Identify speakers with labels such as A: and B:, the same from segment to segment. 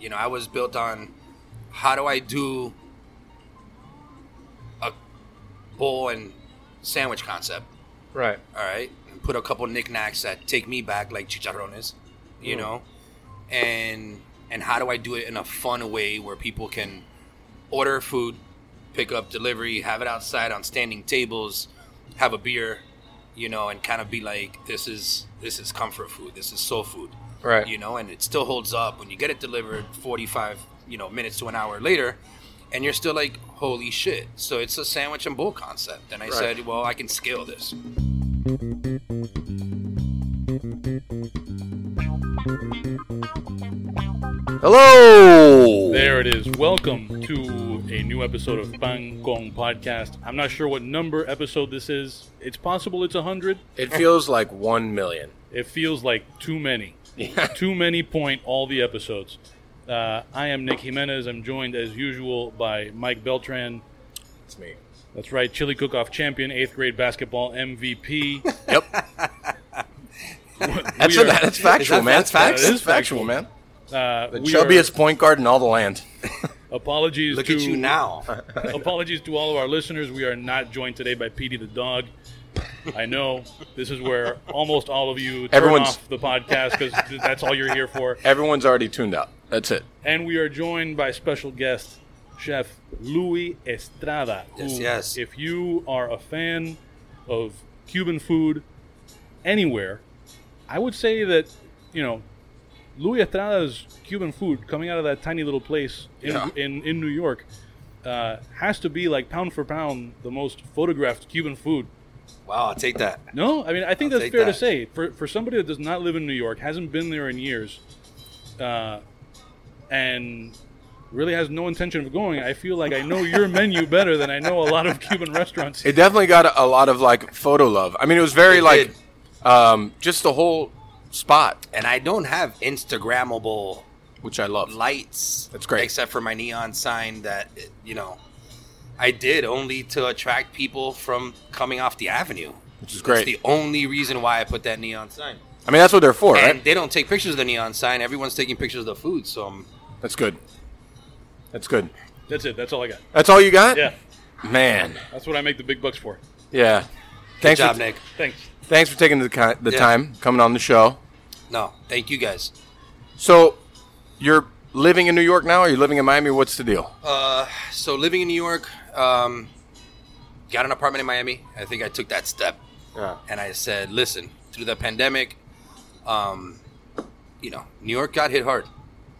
A: You know, I was built on how do I do a bowl and sandwich concept,
B: Right.
A: all right? And put a couple knickknacks that take me back, like chicharrones, you
B: Mm.
A: know? And and how do I do it in a fun way where people can order food, pick up delivery, have it outside on standing tables, have a beer, you know, and kind of be like, this is this is comfort food, this is soul food
B: Right.
A: you know and it still holds up when you get it delivered 45 you know minutes to an hour later and you're still like holy shit so it's a sandwich and bowl concept and i
B: Right.
A: said well i can scale this
C: Hello.
D: There it is. Welcome to a new episode of Bang Gong Podcast. I'm not sure what number episode this is. It's possible it's 100.
B: It feels like one million.
D: It feels like too many. too many point all the episodes. Uh, I am Nick Jimenez. I'm joined as usual by Mike Beltran.
B: It's me.
D: That's right, Chili Cook Off champion, eighth grade basketball MVP.
B: Yep.
C: That's,
D: We are-
C: that's factual,
A: that-
C: man.
A: that's facts?
C: That's
D: That is factual.
C: factual, man.
D: uh,
C: The
D: we are-
C: chubbiest point guard in all the land.
D: apologies
A: look
D: to
A: at you now
D: Apologies to all of our listeners. We are not joined today by Petey the dog. I know this is where almost all of you turn
C: Everyone's-
D: off the podcast because that's all you're here for.
C: Everyone's already tuned out. That's it.
D: And we are joined by special guest Chef Louis Estrada. who,
A: Yes, yes.
D: If you are a fan of Cuban food anywhere, I would say that you know Louis Estrada's Cuban food coming out of that tiny little place in
C: Yeah.
D: in, in New York uh, has to be like pound for pound the most photographed Cuban food.
A: wow i'll take that
D: No, I mean I think
A: I'll
D: that's
A: take
D: fair to
A: that.
D: say for for somebody that does not live in New York, hasn't been there in years, uh, and really has no intention of going. I feel like I know your menu better than I know a lot of Cuban restaurants.
C: It definitely got a, a lot of like photo love. I mean, it was very
A: It
C: like, um, just the whole spot,
A: and i don't have instagrammable
C: which I love.
A: lights
C: That's great.
A: except for my neon sign that you know i did only to attract people from coming off the avenue
C: Which is
A: that's
C: great.
A: the only reason why i put that neon sign
C: I mean, that's what they're for,
A: and
C: right?
A: they don't take pictures of the neon sign everyone's taking pictures of the food so i'm
C: That's good. That's good.
D: That's it. That's all I got.
C: That's all you got?
D: Yeah,
C: Man.
D: that's what I make the big bucks for.
C: Yeah. Thanks
A: Good job,
C: for,
A: Nick.
D: Thanks.
C: Thanks for taking the, ki- the
A: Yeah.
C: time coming on the show.
A: No, thank you guys.
C: So, you're living in New York now? Are you living in Miami? What's the deal?
A: Uh, So living in New York, um, got an apartment in Miami. I think I took that step,
C: Yeah.
A: and I said, "Listen, through the pandemic, um, you know, New York got hit hard,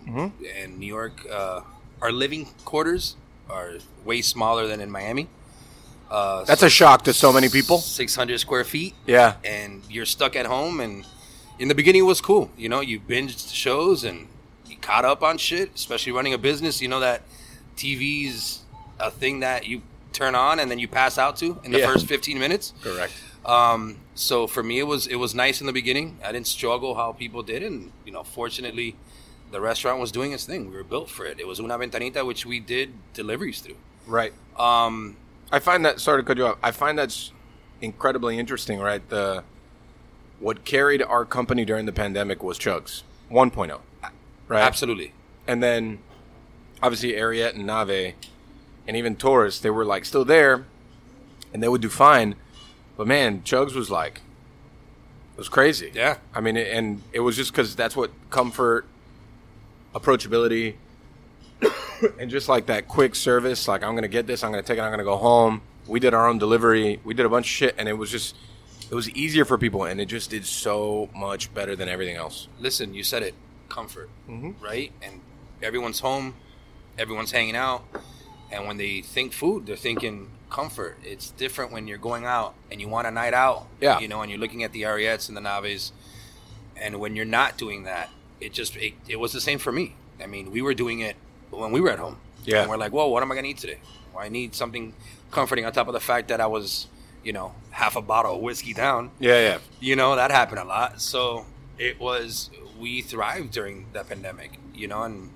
C: Mm-hmm.
A: and New York, uh, our living quarters are way smaller than in Miami. Uh,
C: That's a shock to so many people.
A: Six hundred square feet.
C: Yeah.
A: and you're stuck at home and in the beginning it was cool you know you binged shows and you caught up on shit especially running a business you know that tv's a thing that you turn on and then you pass out to in the
C: Yeah.
A: first 15 minutes
C: Correct.
A: um, so for me it was it was nice in the beginning i didn't struggle how people did and you know fortunately the restaurant was doing its thing we were built for it it was una ventanita which we did deliveries through
C: Right.
A: um,
C: I find that sorry to cut you off. I find that's incredibly interesting, right? The what carried our company during the pandemic was Chugs 1.0, right?
A: absolutely
C: And then obviously Ariette and Nave and even Taurus, they were like still there and they would do fine. But man, Chugs was like it was crazy.
A: Yeah.
C: I mean, it- and it was just cuz that's what comfort, approachability and just like that quick service, like I'm going to get this, I'm going to take it, I'm going to go home. We did our own delivery. We did a bunch of shit and it was just it was easier for people and it just did so much better than everything else.
A: listen, you said it, comfort,
C: Mm-hmm.
A: right? And everyone's home, everyone's hanging out, and when they think food, they're thinking comfort. It's different when you're going out and you want a night out,
C: Yeah.
A: you know, and you're looking at the Ariettes and the Naves, and when you're not doing that, it just it, it was the same for me. I mean, we were doing it when we were at home.
C: Yeah.
A: and we're like, well, what am I gonna eat today? Well, I need something comforting on top of the fact that I was, you know, half a bottle of whiskey down
C: Yeah, yeah.
A: you know that happened a lot so it was we thrived during that pandemic you know and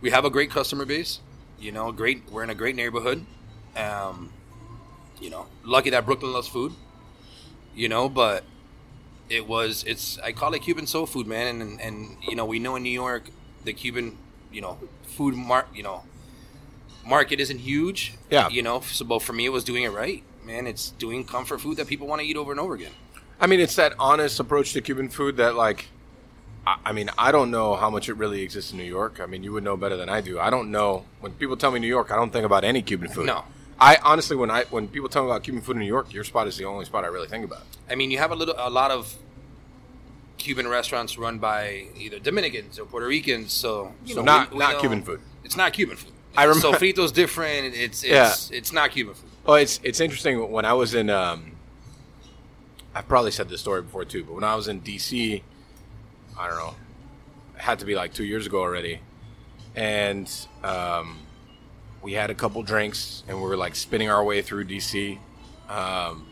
A: we have a great customer base you know great we're in a great neighborhood um you know lucky that brooklyn loves food you know but it was it's i call it cuban soul food man and and you know we know in new york the cuban you know food mar you know market isn't huge.
C: Yeah.
A: you know. So, but for me, it was doing it right, man. It's doing comfort food that people want to eat over and over again.
C: I mean, it's that honest approach to Cuban food that, like, I, I mean, I don't know how much it really exists in New York. I mean, you would know better than I do. I don't know. When people tell me New York, I don't think about any Cuban food.
A: No.
C: I honestly, when I when people tell me about Cuban food in New York, your spot is the only spot I really think about.
A: I mean, you have a little, a lot of Cuban restaurants run by either Dominicans or Puerto Ricans, so you
C: So
A: know,
C: not-
A: we- we
C: not
A: know-
C: Cuban food.
A: It's not Cuban food.
C: I remem-
A: sofrito's different. It's it's it's not Cuban food.
C: Well, it's it's interesting. When I was in, um, I've probably said this story before too, but when I was in DC, I don't know, it had to be like two years ago already, and um, we had a couple drinks and we were like spinning our way through DC, um,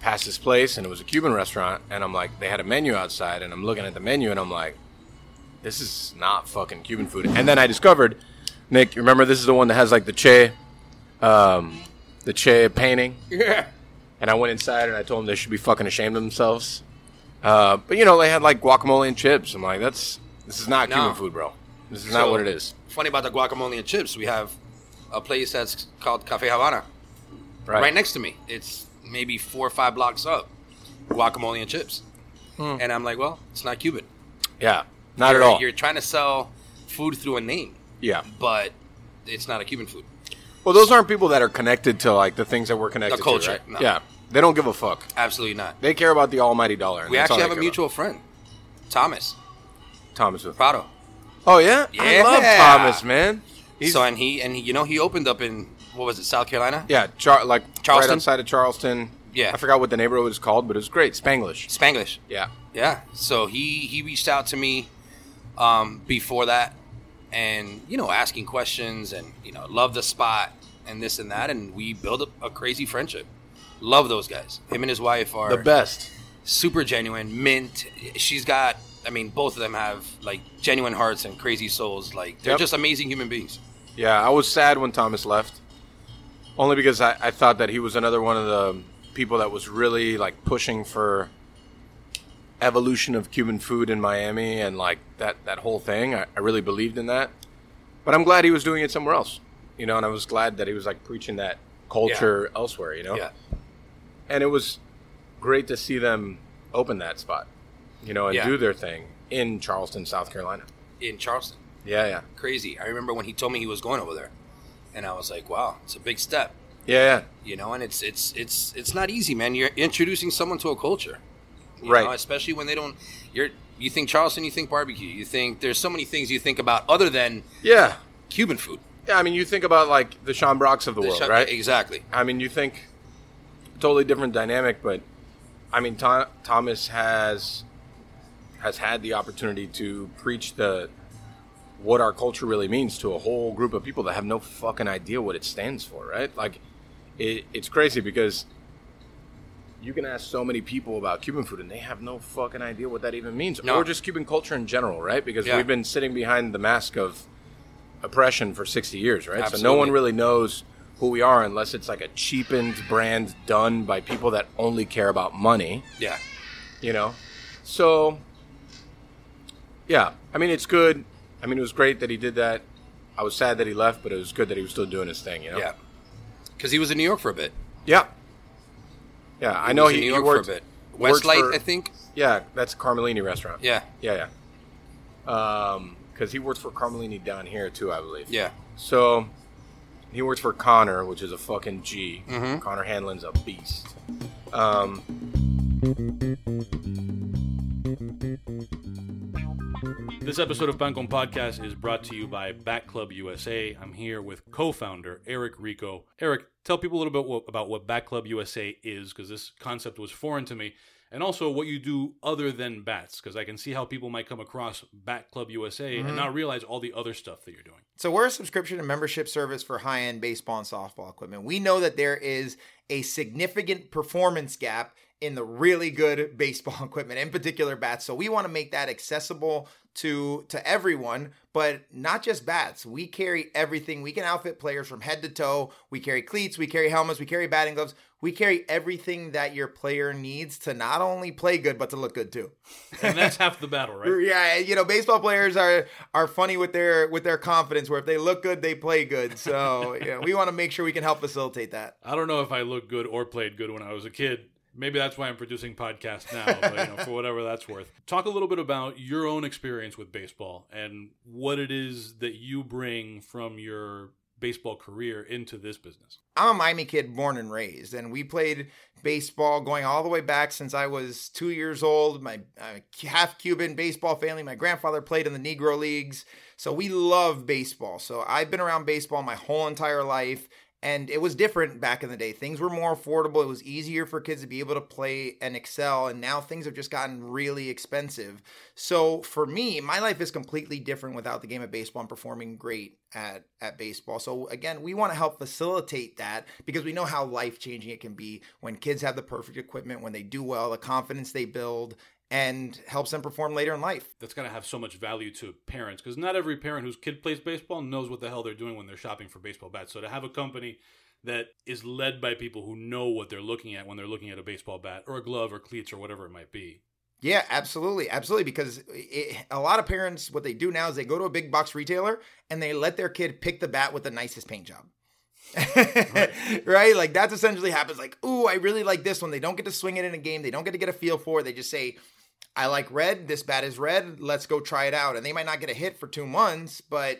C: past this place, and it was a Cuban restaurant, and I'm like, they had a menu outside, and I'm looking at the menu, and I'm like, this is not fucking Cuban food, and then I discovered, Nick, you remember this is the one that has like the che um, the Che painting.
A: Yeah.
C: And I went inside and I told them they should be fucking ashamed of themselves. Uh, but you know, they had like guacamole and chips. I'm like, that's this is not
A: No.
C: Cuban food, bro. This is not what it is,
A: Funny about the guacamole and chips. We have a place that's called Cafe Havana
C: right?
A: right next to me. It's maybe four or five blocks up. Guacamole and chips, and I'm like, well, it's not Cuban.
C: yeah, Hmm. not
A: you're,
C: at all.
A: You're trying to sell food through a name,
C: Yeah.
A: but it's not a Cuban food.
C: Well, those aren't people that are connected to like the things that we're connected
A: culture,
C: to, right?
A: no.
C: Yeah, they don't give a fuck.
A: Absolutely not.
C: They care about the almighty dollar. and
A: We
C: that's all
A: actually
C: they
A: have a
C: care
A: mutual friend, Thomas
C: about. Thomas. with-
A: Prado.
C: Oh yeah, I
A: Yeah.
C: love Thomas, man. He's,
A: so and he and he, you know he opened up in what was it South Carolina?
C: yeah, Char- like right
A: Charleston?
C: outside of Charleston.
A: Yeah.
C: I forgot what the neighborhood is called, but it was great. Spanglish.
A: Spanglish.
C: Yeah,
A: Yeah. So he he reached out to me um, before that, and you know asking questions and you know love the spot and this and that, and we built a, a crazy friendship. Love those guys. Him and his wife are
C: the best.
A: super genuine. Mint. She's got. I mean, both of them have like genuine hearts and crazy souls. Like they're
C: Yep.
A: just amazing human beings.
C: Yeah, I was sad when Thomas left, only because I, I thought that he was another one of the people that was really like pushing for evolution of Cuban food in Miami and like that that whole thing. I, I really believed in that, but I'm glad he was doing it somewhere else, you know. And I was glad that he was like preaching that culture elsewhere, you know.
A: Yeah.
C: And it was great to see them open that spot, you know, and
A: Yeah.
C: do their thing in Charleston, South Carolina.
A: In Charleston.
C: Yeah, yeah,
A: crazy. I remember when he told me he was going over there, and I was like, "Wow, it's a big step,"
C: yeah,
A: you know. And it's it's it's it's not easy, man. You're introducing someone to a culture, you
C: Right.
A: know, especially when they don't. You're you think Charleston, you think barbecue, you think there's so many things you think about other than
C: yeah, yeah.
A: Cuban food.
C: Yeah, I mean, you think about like the Sean Brocks of the,
A: The
C: world,
A: shop-
C: right?
A: Exactly.
C: I mean, you think totally different dynamic, but I mean, Tho- Thomas has has had the opportunity to preach the what our culture really means to a whole group of people that have no fucking idea what it stands for, right? Like, it, it's crazy because you can ask so many people about Cuban food and they have no fucking idea what that even means,
A: No.
C: or just Cuban culture in general, right? Because
A: Yeah.
C: we've been sitting behind the mask of oppression for 60 years, right? So no
A: Absolutely.
C: one really knows who we are unless it's like a cheapened brand done by people that only care about money,
A: Yeah.
C: you know? So, yeah, I mean, it's good. I mean, it was great that he did that. I was sad that he left, but it was good that he was still doing his thing, you know?
A: Yeah. Because he was in New York for a bit.
C: Yeah. Yeah, I
A: He
C: know
A: was
C: he,
A: in New
C: he
A: York
C: worked
A: for a bit.
C: worked
A: Westlight,
C: for-
A: I think.
C: Yeah, that's Carmelini restaurant.
A: Yeah.
C: Yeah, yeah. Because he worked for Carmelini down here too, I believe.
A: Yeah.
C: So he works for Connor, which is a fucking G.
A: Mhm.
C: Connor Hanlon's a beast. Um,
D: This episode of Bancom Podcast is brought to you by Bat Club USA. I'm here with co-founder Eric Rico. Eric, tell people a little bit what, about what Bat Club USA is, because this concept was foreign to me, and also what you do other than bats, because I can see how people might come across Bat Club USA and not realize all the other stuff that you're doing.
E: So we're a subscription and membership service for high-end baseball and softball equipment. We know that there is a significant performance gap in the really good baseball equipment, in particular bats. So we want to make that accessible to to everyone, but not just bats. We carry everything. We can outfit players from head to toe. We carry cleats, we carry helmets, we carry batting gloves. We carry everything that your player needs to not only play good but to look good too.
F: and that's half the battle, right?
E: Yeah, you know, baseball players are are funny with their with their confidence. Where if they look good, they play good. So you know, we want to make sure we can help facilitate that.
F: I don't know if I looked good or played good when I was a kid. Maybe that's why I'm producing podcasts now, but, you know, for whatever that's worth. Talk a little bit about your own experience with baseball and what it is that you bring from your baseball career into this business.
E: I'm a Miami kid, born and raised, and we played baseball going all the way back since I was two years old. My uh, half Cuban baseball family. My grandfather played in the Negro Leagues, so we love baseball. So I've been around baseball my whole entire life, and it was different back in the day. Things were more affordable. It was easier for kids to be able to play and excel. And now things have just gotten really expensive. So for me, my life is completely different without the game of baseball and performing great at, at baseball. So again, we want to help facilitate that because we know how life changing it can be when kids have the perfect equipment, when they do well, the confidence they build, and helps them perform later in life.
F: That's got to have so much value to parents because not every parent whose kid plays baseball knows what the hell they're doing when they're shopping for baseball bats. So to have a company that is led by people who know what they're looking at when they're looking at a baseball bat or a glove or cleats or whatever it might be.
E: Yeah, absolutely, absolutely. Because it, a lot of parents, what they do now is they go to a big box retailer and they let their kid pick the bat with the nicest paint job. right. Like that's essentially happens. Like, ooh, I really like this one. They don't get to swing it in a game. They don't get to get a feel for it. They just say, I like red. This bat is red. Let's go try it out. And they might not get a hit for two months, but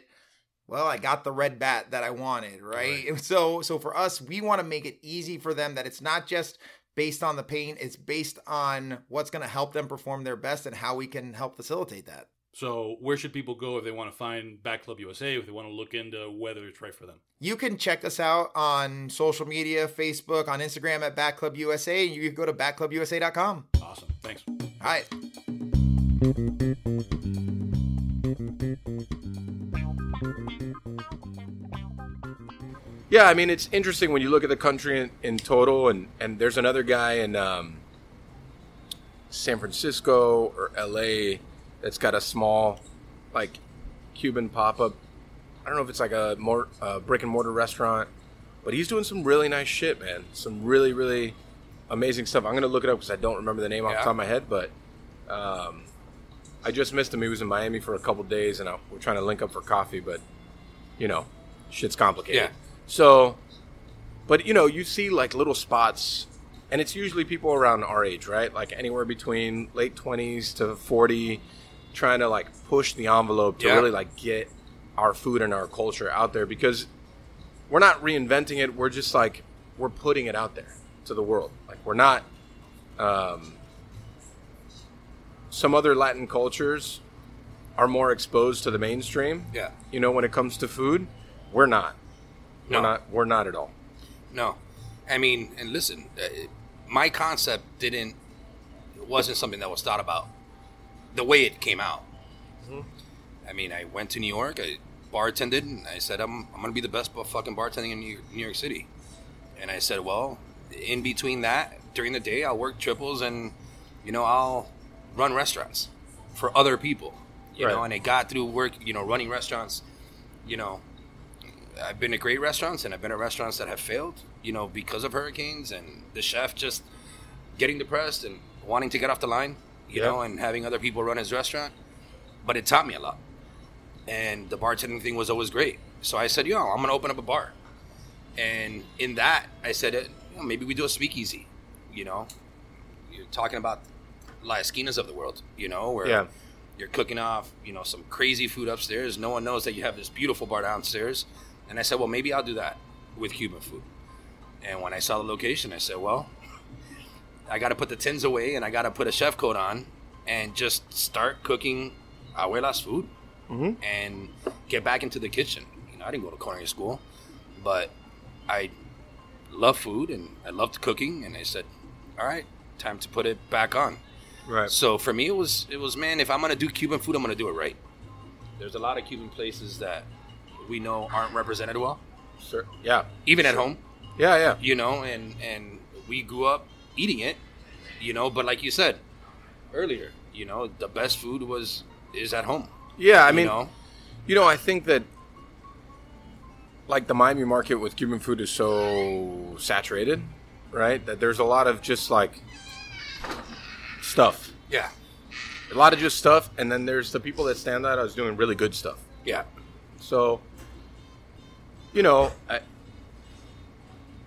E: well, I got the red bat that I wanted, right? So, so for us, we want to make it easy for them that it's not just based on the paint; it's based on what's going to help them perform their best and how we can help facilitate that.
F: So where should people go if they want to find Bat Club USA, if they want to look into whether it's right for them?
E: You can check us out on social media, Facebook, on Instagram at Bat Club USA, and you can go to batclubusa.com.
F: Awesome. Thanks.
E: All right.
C: Yeah, I mean it's interesting when you look at the country in, in total, and and there's another guy in um, San Francisco or L.A. that's got a small, like, Cuban pop up. I don't know if it's like a more uh, brick and mortar restaurant, but he's doing some really nice shit, man. Some really really amazing stuff. I'm gonna look it up because I don't remember the name off the
A: Yeah.
C: top of my head, but um, I just missed him. He was in Miami for a couple days, and I, we're trying to link up for coffee, but you know, shit's complicated.
A: Yeah.
C: So, but you know, you see like little spots, and it's usually people around our age, right? Like anywhere between late twenties to forty, trying to like push the envelope to
A: Yeah.
C: really like get our food and our culture out there because we're not reinventing it. We're just like we're putting it out there to the world. Like we're not. Um, some other Latin cultures are more exposed to the mainstream.
A: Yeah.
C: You know, when it comes to food, we're not.
A: No.
C: We're not. We're not at all.
A: No, I mean, and listen, uh, my concept didn't wasn't something that was thought about the way it came out. I mean, I went to New York, I bartended, and I said, "I'm I'm gonna be the best bu- fucking bartending in New York, New York City." And I said, "Well, in between that, during the day, I'll work triples, and you know, I'll run restaurants for other people." You know,
C: Right.
A: and I got through work, you know, running restaurants, you know, I've been to great restaurants and I've been at restaurants that have failed, you know, because of hurricanes and the chef just getting depressed and wanting to get off the line, you
C: Yeah.
A: know, and having other people run his restaurant. But it taught me a lot. And the bartending thing was always great. So I said, yo, I'm going to open up a bar. And in that, I said, eh, you know, maybe we do a speakeasy, you know. You're talking about La Esquinas of the world, you know, where
C: Yeah.
A: you're cooking off, you know, some crazy food upstairs. No one knows that you have this beautiful bar downstairs. And I said, well, maybe I'll do that with Cuban food. And when I saw the location, I said, well, I got to put the tins away and I got to put a chef coat on and just start cooking abuela's food and get back into the kitchen. You know, I didn't go to culinary school, but I love food and I loved cooking. And I said, all right, time to put it back on.
C: Right.
A: So for me, it was it was man. If I'm gonna do Cuban food, I'm gonna do it right. There's a lot of Cuban places that we know aren't represented well,
C: Sure. Yeah.
A: even at home.
C: Yeah. Yeah.
A: You know, and and we grew up eating it, you know. But like you said earlier, you know, the best food was is at home.
C: Yeah, I
A: you
C: mean,
A: know?
C: You know, I think that like the Miami market with Cuban food is so saturated, right? That there's a lot of just like stuff.
A: yeah,
C: A lot of just stuff, and then there's the people that stand out as doing really good stuff.
A: yeah,
C: So, you know, I,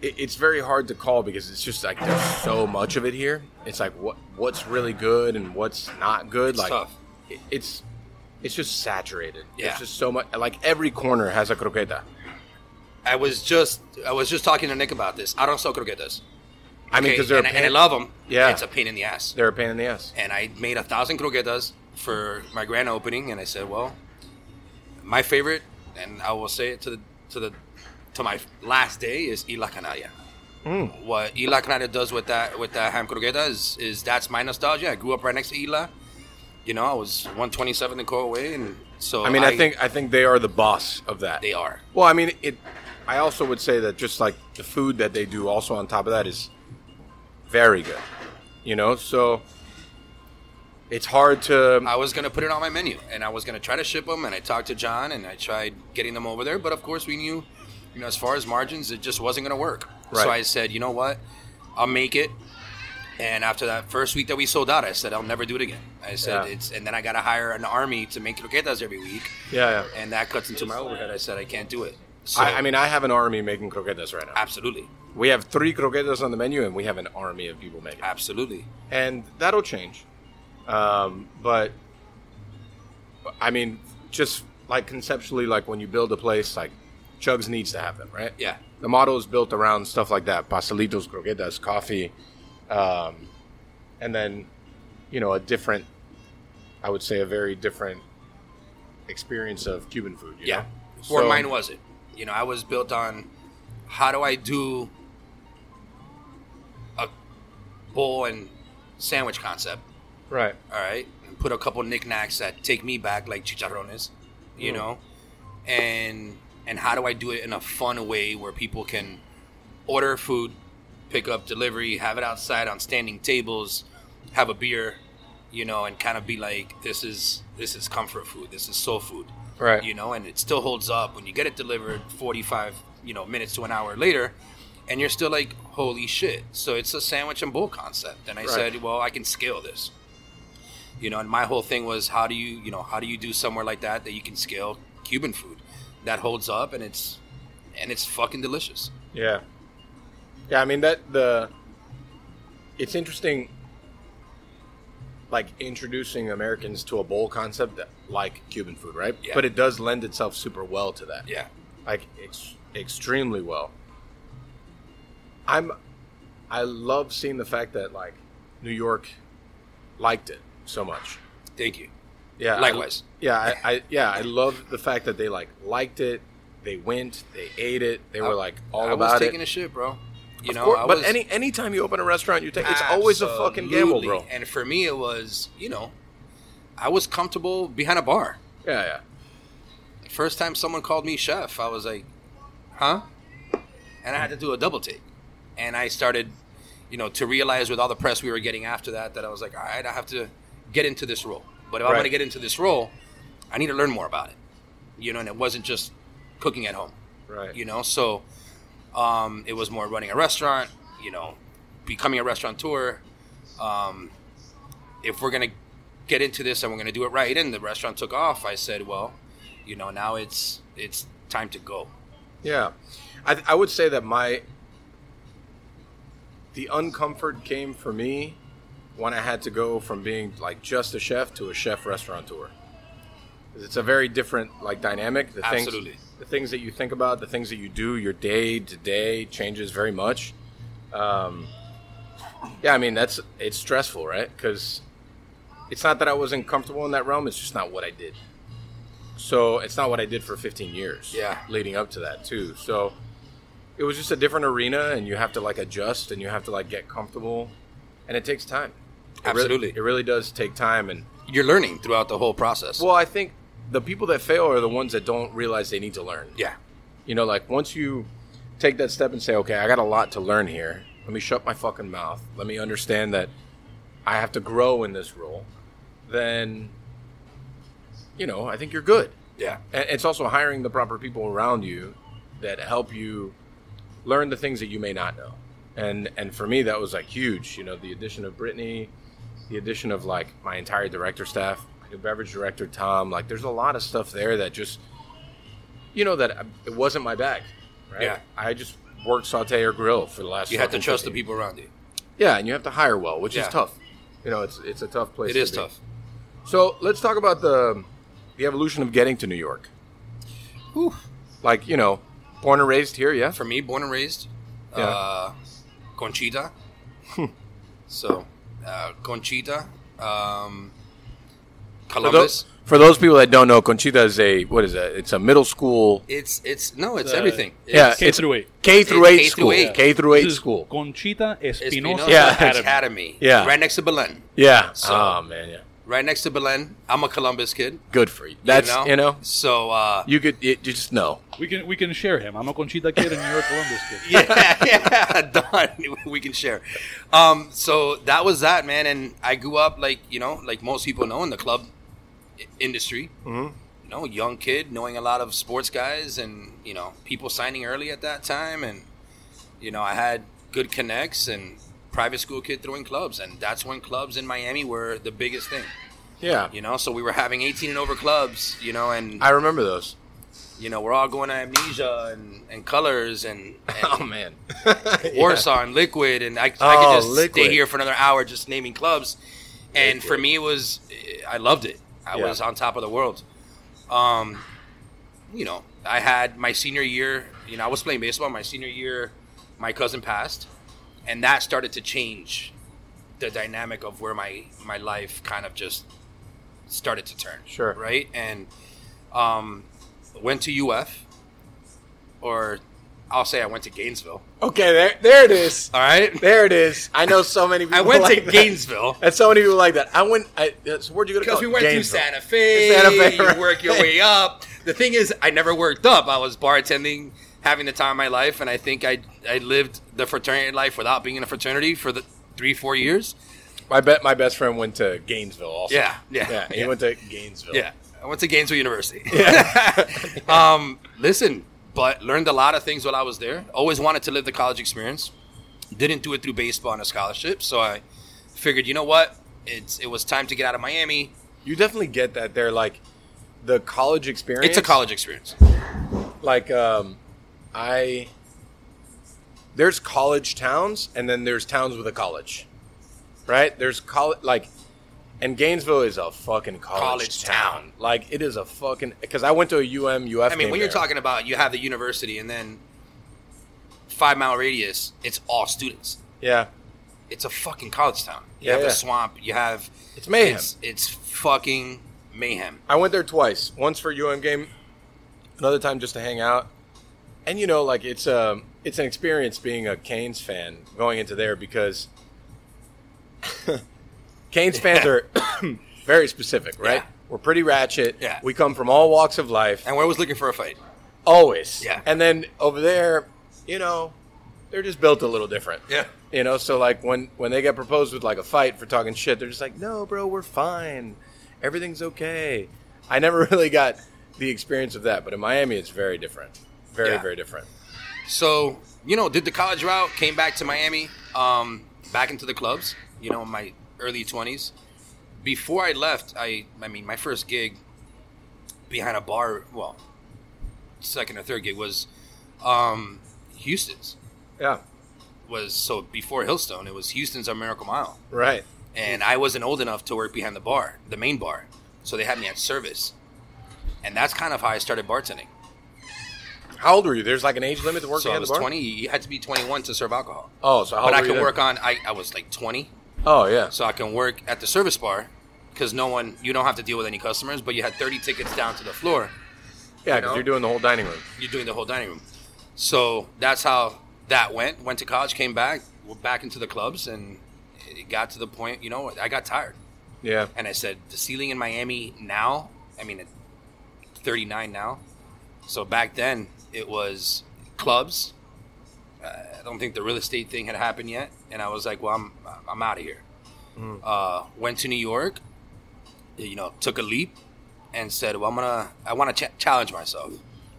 C: it, it's very hard to call because it's just like there's so much of it here. It's like what what's really good and what's not good. like
A: tough.
C: it- it's it's just saturated.
A: Yeah.
C: It's just so much. Like every corner has a croqueta.
A: I was just I was just talking to Nick about this. I don't sell croquetas.
C: I mean,
A: Okay,
C: because they're
A: and,
C: a
A: I-
C: pain,
A: and I love them.
C: Yeah.
A: it's a pain in the ass.
C: they're a pain in the ass.
A: And I made a thousand croquetas for my grand opening, and I said, well, my favorite, and I will say it to the to the to my last day is Ila Canalla.
C: Mm.
A: What Ila Canalla does with that with that ham croqueta is, is that's my nostalgia. I grew up right next to Ila. You know, I was 127 in Way, and so
C: I mean, I, think I think they are the boss of that.
A: they are.
C: Well, I mean, it. I also would say that just like the food that they do, also on top of that, is very good. You know, so it's hard to.
A: I was gonna put it on my menu, and I was gonna try to ship them. And I talked to John, and I tried getting them over there. But of course, we knew, you know, as far as margins, it just wasn't gonna work. So
C: Right.
A: I said, you know what, I'll make it. And after that first week that we sold out, I said I'll never do it again. I said
C: Yeah.
A: it's, and then I gotta hire an army to make croquetas every week,
C: Yeah, yeah.
A: and that cuts into my overhead. I said I can't do it. So,
C: I, I mean, I have an army making croquetas right now.
A: absolutely,
C: We have three croquetas on the menu, and we have an army of people making. it.
A: absolutely,
C: And that'll change. Um, but I mean, just like conceptually, like when you build a place, like Chugs needs to have them, right?
A: yeah,
C: the model is built around stuff like that pastelitos croquetas coffee um, and then you know a different i would say a very different experience of cuban food you
A: yeah.
C: know?
A: Or
C: So-
A: mine wasn't. You know, I was built on how do I do a bowl and sandwich concept,
C: right
A: all right? And put a couple knickknacks that take me back, like chicharrones, you
C: Mm.
A: know? And and how do I do it in a fun way where people can order food, pick up delivery, have it outside on standing tables, have a beer, you know, and kind of be like, this is this is comfort food, this is soul food
C: right
A: you know, and it still holds up when you get it delivered 45, you know, minutes to an hour later, and you're still like, holy shit. So it's a sandwich and bowl concept. And I said, well, I can scale this. You know, and my whole thing was, how do you, you know, how do you do somewhere like that that you can scale Cuban food that holds up and it's, and it's fucking delicious.
C: yeah yeah i mean that the it's interesting like introducing americans to a bowl concept that, like cuban food right
A: Yeah.
C: but it does lend itself super well to that
A: Yeah.
C: like ex- extremely well. I'm I love seeing the fact that like New York liked it so much.
A: Thank you.
C: Yeah, I-
A: Likewise.
C: yeah, I, I yeah I love the fact that they like liked it. They went, they ate it. They were like all
A: I
C: about
A: was taking
C: it.
A: a shit, bro. You
C: Of
A: know,
C: course,
A: I
C: but
A: was,
C: any anytime you open a restaurant, you take it's always a fucking gamble,
A: Absolutely.
C: bro.
A: And for me, it was, you know, I was comfortable behind a bar.
C: Yeah, yeah.
A: First time someone called me chef, I was like, huh? And I had to do a double take. And I started, you know, to realize with all the press we were getting after that, that I was like, all right, I have to get into this role. But if I'm
C: Right.
A: going to get into this role, I need to learn more about it. You know, and it wasn't just cooking at home
C: Right.
A: you know so um, it was more running a restaurant you know becoming a restaurateur um, if we're gonna get into this and we're gonna do it right and the restaurant took off i said well you know now it's it's time to go
C: Yeah, I, I would say that my the uncomfort came for me when I had to go from being like just a chef to a chef restaurateur. 'Cause It's a very different like dynamic. The things,
A: Absolutely.
C: the things that you think about, the things that you do, your day to day changes very much. Um, yeah, I mean that's it's stressful, right? Because it's not that I wasn't comfortable in that realm; it's just not what I did. So it's not what I did for 15 years.
A: Yeah.
C: leading up to that too. So it was just a different arena, and you have to like adjust, and you have to like get comfortable, and it takes time. It really-
A: Absolutely.
C: it really does take time, and
A: you're learning throughout the whole process
C: well, I think the people that fail are the ones that don't realize they need to learn.
A: yeah
C: You know, like once you take that step and say, okay, I got a lot to learn here. Let me shut my fucking mouth. Let me understand that I have to grow in this role, then, you know, I think you're good.
A: Yeah.
C: And it's also hiring the proper people around you that help you learn the things that you may not know. And and for me that was like huge, you know, the addition of Brittany, the addition of like my entire director staff, my new beverage director Tom, like there's a lot of stuff there that just you know that I- it wasn't my bag, right?
A: Yeah.
C: I just worked saute or grill for the last
A: You have to
C: fucking
A: trust the
C: 15
A: people around you.
C: Yeah, and you have to hire well, which
A: Yeah.
C: is tough. You know, it's it's a tough place
A: It
C: to
A: is
C: be.
A: tough.
C: So let's talk about the the evolution of getting to New York. Like you know, born and raised here, yeah.
A: For me, born and raised,
C: Yeah. Hmm.
A: uh, Conchita. so, uh, Conchita, um,
C: For,
A: Columbus.
C: those, for those people that don't know, Conchita is a what is that? It's a middle school.
A: It's it's no, it's
F: Uh,
A: everything. It's
C: yeah,
D: K
C: it's
D: through eight.
C: K through
A: It's
C: eight
A: K
C: school.
A: through eight.
C: K through
D: This
C: eight
D: is
C: school.
D: Conchita Espinosa
A: Espinosa
C: Yeah.
A: Academy.
D: Academy.
C: Yeah.
A: right next to Belen.
C: Yeah.
A: So-
C: oh man, yeah.
A: Right next to Belen. I'm a Columbus kid.
C: Good for you. That's
A: you know.
C: you know.
A: So uh,
C: You could you you just know.
D: We can we can share him. I'm a Conchita kid and you're a Columbus kid.
A: yeah, yeah, done. We can share. Um, so that was that, man. And I grew up like you know, like most people know in the club i- industry. Mm-hmm. You know, young kid, knowing a lot of sports guys, and you know, people signing early at that time, and you know, I had good connects and private school kid throwing clubs, and that's when clubs in Miami were the biggest thing.
C: Yeah.
A: You know, so we were having 18 and over clubs. You know, and
C: I remember those.
A: you know, we're all going to amnesia and, and colors and, and
C: Oh man.
A: Warsaw and Liquid, and I, I
C: Oh,
A: could just
C: Liquid.
A: stay here for another hour just naming clubs. And for me, it was I loved it. I
C: Yeah.
A: was on top of the world. Um, you know, I had my senior year. You know, I was playing baseball. My senior year, my cousin passed, and that started to change the dynamic of where my my life kind of just started to turn.
C: Sure.
A: Right, and um, went to UF, or I'll say I went to Gainesville.
C: Okay, there there it is.
A: All right.
C: There it is. I know so many people.
A: I went
C: like
A: to
C: that.
A: Gainesville
C: And so many people like that. I went. I, so where'd you go to
A: because we
C: college?
A: went through
C: Gainesville.
A: Santa Fe.
C: Santa Fe,
A: You
C: right.
A: work your way up. The thing is, I never worked up. I was bartending, having the time of my life, and I think I I lived the fraternity life without being in a fraternity for the three four years.
C: My bet. My best friend went to Gainesville. Also.
A: Yeah, yeah,
C: Yeah. He
A: yeah.
C: went to Gainesville.
A: Yeah, I went to Gainesville University. um, listen, but learned a lot of things while I was there. Always wanted to live the college experience. Didn't do it through baseball and a scholarship, so I figured, you know what, it's it was time to get out of Miami.
C: You definitely get that there. Like the college experience.
A: It's a college experience.
C: Like um, I. There's college towns, and then there's towns with a college, right? There's college like, and Gainesville is a fucking college,
A: College town.
C: Like it is a fucking because I went to a UM UF.
A: I mean,
C: game
A: when you're
C: there.
A: talking about you have the university and then five mile radius, it's all students.
C: yeah,
A: It's a fucking college town. You
C: Yeah,
A: have
C: yeah.
A: a swamp. You have
C: It's mayhem.
A: It's, it's fucking mayhem.
C: I went there twice. Once for UM game, another time just to hang out. And you know, like it's um it's an experience being a Canes fan going into there because Canes fans are very specific, right?
A: Yeah.
C: We're pretty ratchet.
A: Yeah.
C: We come from all walks of life.
A: And we're always looking for a fight.
C: Always.
A: Yeah.
C: And then over there, you know, they're just built a little different.
A: Yeah.
C: You know, so like when when they get proposed with like a fight for talking shit, they're just like, "No, bro, we're fine. Everything's okay." I never really got the experience of that, but in Miami it's very different. Very
A: Yeah.
C: very different.
A: So you know, did the college route, came back to Miami, um, back into the clubs. You know, in my early twenties. Before I left, I I mean, my first gig behind a bar, well, second or third gig was um, Houston's.
C: Yeah.
A: was so before Hillstone, it was Houston's on Miracle Mile,
C: Right.
A: and I wasn't old enough to work behind the bar, the main bar, so they had me at service, and that's kind of how I started bartending.
C: How old were you? There's like an age limit to work
A: so I
C: behind
A: was
C: the bar?
A: twenty. You had to be twenty-one to serve alcohol.
C: Oh, so how
A: but
C: old
A: I
C: were you
A: can
C: then?
A: work on. I, I was like twenty,
C: Oh, yeah.
A: so I can work at the service bar because no one, you don't have to deal with any customers, but you had thirty tickets down to the floor.
C: Yeah,
A: you
C: cuz
A: know?
C: you're doing the whole dining room.
A: You're doing the whole dining room. So that's how that went. Went to college, came back, went back into the clubs, and it got to the point. You know, I got tired.
C: Yeah.
A: and I said the ceiling in Miami now. I mean, at 39 now. So back then it was clubs. Uh, I don't think the real estate thing had happened yet, and I was like, "Well, I'm I'm out of here." Uh, went to New York, you know, took a leap, and said, "Well, I'm gonna, I want to ch- challenge myself."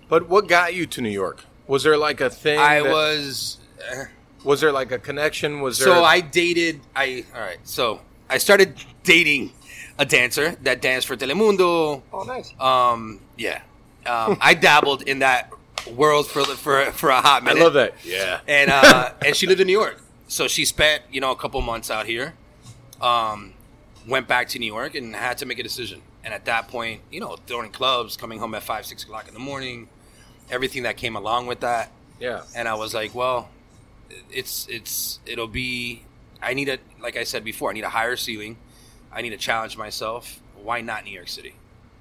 C: But what got you to New York? Was there like a thing?
A: I
C: that-
A: was. eh,
C: Was there like a connection? Was there?
A: So I dated. I all right. So I started dating a dancer that danced for Telemundo.
C: Oh, nice.
A: Um, yeah, um, I dabbled in that world for for for a hot
C: I
A: minute.
C: love that. Yeah.
A: And uh, and she lived in New York, so she spent you know a couple months out here. Um, went back to New York and had to make a decision. And at that point, you know, throwing clubs, coming home at five six o'clock in the morning, everything that came along with that
C: Yeah.
A: and I was like, well, it's it's it'll be. I need a like I said before. I need a higher ceiling. I need to challenge myself. Why not New York City?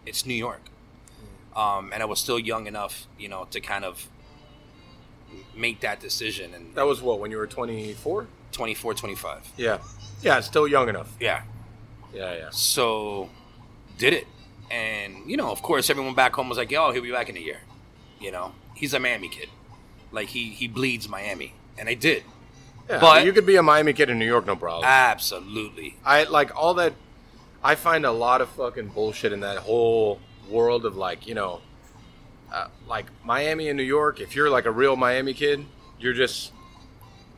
A: It's New York, um, and I was still young enough, you know, to kind of make that decision. And
C: That was what when you were 24.
A: 24, 25.
C: Yeah. Yeah. Still young enough.
A: Yeah.
C: Yeah. Yeah.
A: So did it, and you know, of course, everyone back home was like, "Yo, he'll be back in a year." You know, he's a Miami kid. Like he he bleeds Miami, and I did.
C: yeah.
A: But-
C: you could be a Miami kid in New York, no problem.
A: Absolutely.
C: I like all that. I find a lot of fucking bullshit in that whole world of like you know, uh, like Miami and New York. If you're like a real Miami kid, you're just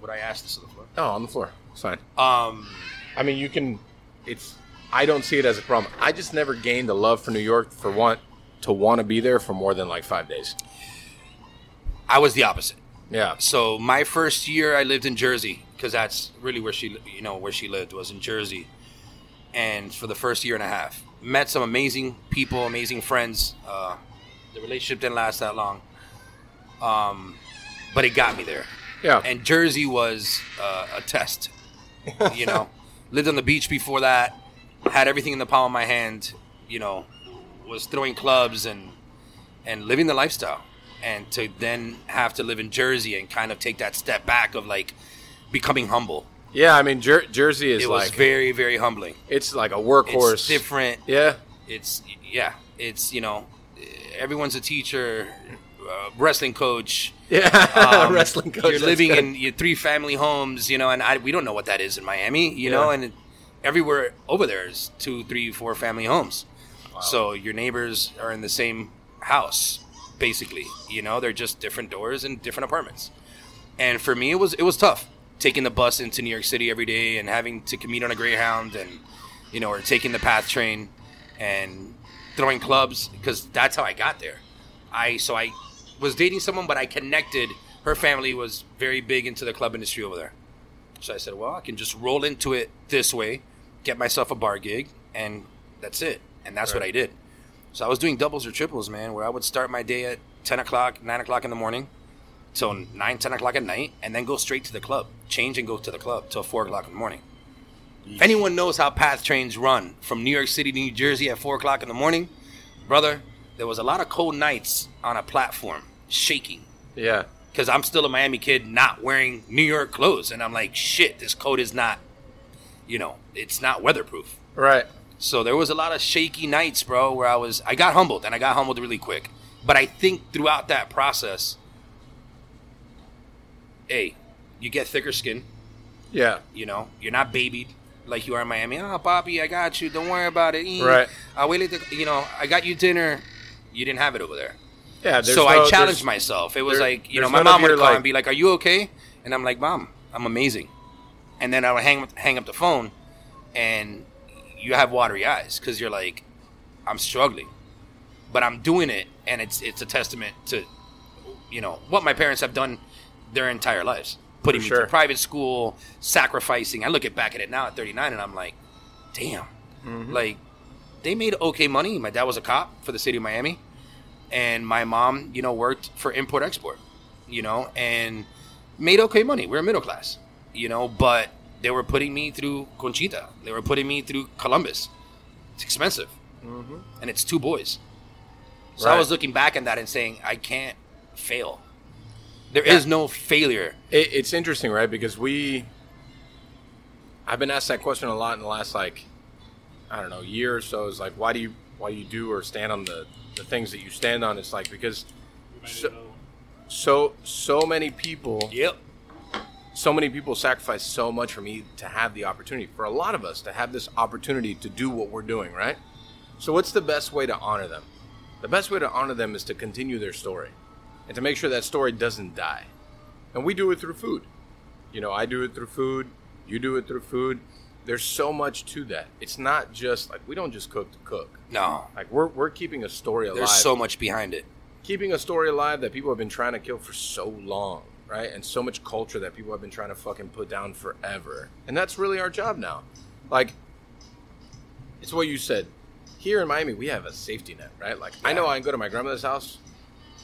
A: Would I ask this to the floor?
C: oh on the floor. It's fine.
A: Um,
C: I mean, you can. It's. I don't see it as a problem. I just never gained a love for New York for want to want to be there for more than like five days.
A: I was the opposite.
C: Yeah.
A: So my first year, I lived in Jersey because that's really where she, you know, where she lived was in Jersey. And for the first year and a half, met some amazing people, amazing friends. Uh, the relationship didn't last that long, um, but it got me there.
C: Yeah.
A: And Jersey was uh, a test. You know, lived on the beach before that, had everything in the palm of my hand. You know, was throwing clubs and and living the lifestyle and to then have to live in jersey and kind of take that step back of like becoming humble
C: yeah. I mean, Jer- Jersey is
A: it was
C: like
A: very very humbling
C: it's like a workhorse.
A: it's different
C: Yeah.
A: it's yeah it's you know everyone's a teacher uh, wrestling coach
C: Yeah.
A: um,
C: Wrestling coach.
A: You're
C: that's
A: living
C: good.
A: in your three family homes, you know, and I, we don't know what that is in Miami, you know,
C: Yeah.
A: and everywhere over there is two, three, four family homes. So your neighbors are in the same house, basically. You know, they're just different doors and different apartments. And for me, it was it was tough taking the bus into New York City every day and having to commute on a Greyhound and you know, or taking the PATH train and throwing clubs because that's how I got there. I so I was dating someone, but I connected. Her family was very big into the club industry over there, so I said, "Well, I can just roll into it this way, get myself a bar gig, and that's it." And that's what I did. So I was doing doubles or triples, man, where I would start my day at ten o'clock, nine o'clock in the morning, till nine, ten o'clock at night, and then go straight to the club, change and go to the club till four o'clock in the morning. If anyone knows how path trains run from New York City to New Jersey at four o'clock in the morning, brother, there was a lot of cold nights on a platform, shaking.
C: Yeah.
A: Because I'm still a Miami kid, not wearing New York clothes, and I'm like, shit, this coat is not, you know, it's not weatherproof.
C: Right.
A: So there was a lot of shaky nights, bro, where I was I got humbled and I got humbled really quick. But I think throughout that process, hey, you get thicker skin,
C: Yeah.
A: you know, you're not babied like you are in Miami. Oh, Poppy, I got you. Don't worry about it. Eh,
C: Right.
A: I waited to, you know, I got you dinner. You didn't have it over there.
C: Yeah. there's
A: so
C: no-
A: I
C: there's-
A: challenged myself. It was
C: there-
A: like, you know,
C: there's
A: my
C: none of
A: mom would
C: your,
A: call
C: like-
A: and be like, "Are you okay?" And I'm like, "Mom, I'm amazing." And then I would hang hang up the phone, and you have watery eyes because you're like, "I'm struggling," but I'm doing it, and it's it's a testament to, you know, what my parents have done their entire lives, putting me
C: sure.
A: through private school, sacrificing. I look at back at it now at 39, and I'm like, "Damn!" Like, they made okay money. My dad was a cop for the city of Miami and my mom, you know, worked for import export, you know, and made okay money. We are middle class, you know, but they were putting me through Conchita. They were putting me through Columbus. It's expensive, and it's two boys. So I
C: Mm-hmm. Right.
A: was looking back on that and saying, I can't fail. There is no failure.
C: It, it's interesting, right? Because we, I've been asked that question a lot in the last like, I don't know, year or so. Is like, why do you why do you do or stand on the the things that you stand on? It's like because so so, so many people
A: Yep.
C: so many people sacrifice so much for me to have the opportunity, for a lot of us to have this opportunity to do what we're doing, right? So, what's the best way to honor them? The best way to honor them is to continue their story and to make sure that story doesn't die. And we do it through food. You know, I do it through food, you do it through food. There's so much to that. It's not just like we don't just cook to cook.
A: No,
C: Like we're, we're keeping a story alive
A: there's so much behind it.
C: keeping a story alive that people have been trying to kill for so long, right? And so much culture that people have been trying to fucking put down forever. And that's really our job now. Like, it's what you said. Here in Miami, we have a safety net, right? Like, I know I can go to my grandmother's house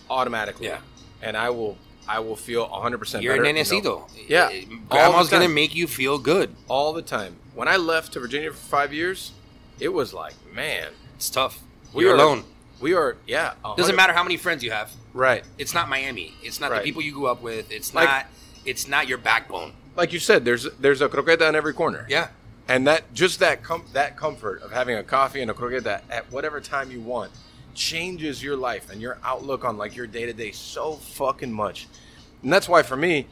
C: automatically,
A: Yeah.
C: and I will, I will feel 100 percent.
A: You're a
C: better,
A: nenecito. Eh,
C: you know, Yeah, all
A: grandma's
C: the
A: gonna
C: time.
A: make you feel good.
C: all the time. When I left to Virginia for five years, it was like, man,
A: It's tough.
C: we
A: You're
C: are
A: alone.
C: We are, yeah.
A: Doesn't
C: 100
A: matter how many friends you have.
C: right?
A: It's not Miami. It's not the
C: Right.
A: people you grew up with. It's
C: Like-
A: not. It's not your backbone.
C: Like you said, there's there's a croqueta in every corner.
A: Yeah.
C: and that just that com- that comfort of having a coffee and a croqueta at whatever time you want changes your life and your outlook on like your day to day so fucking much. And that's why for me,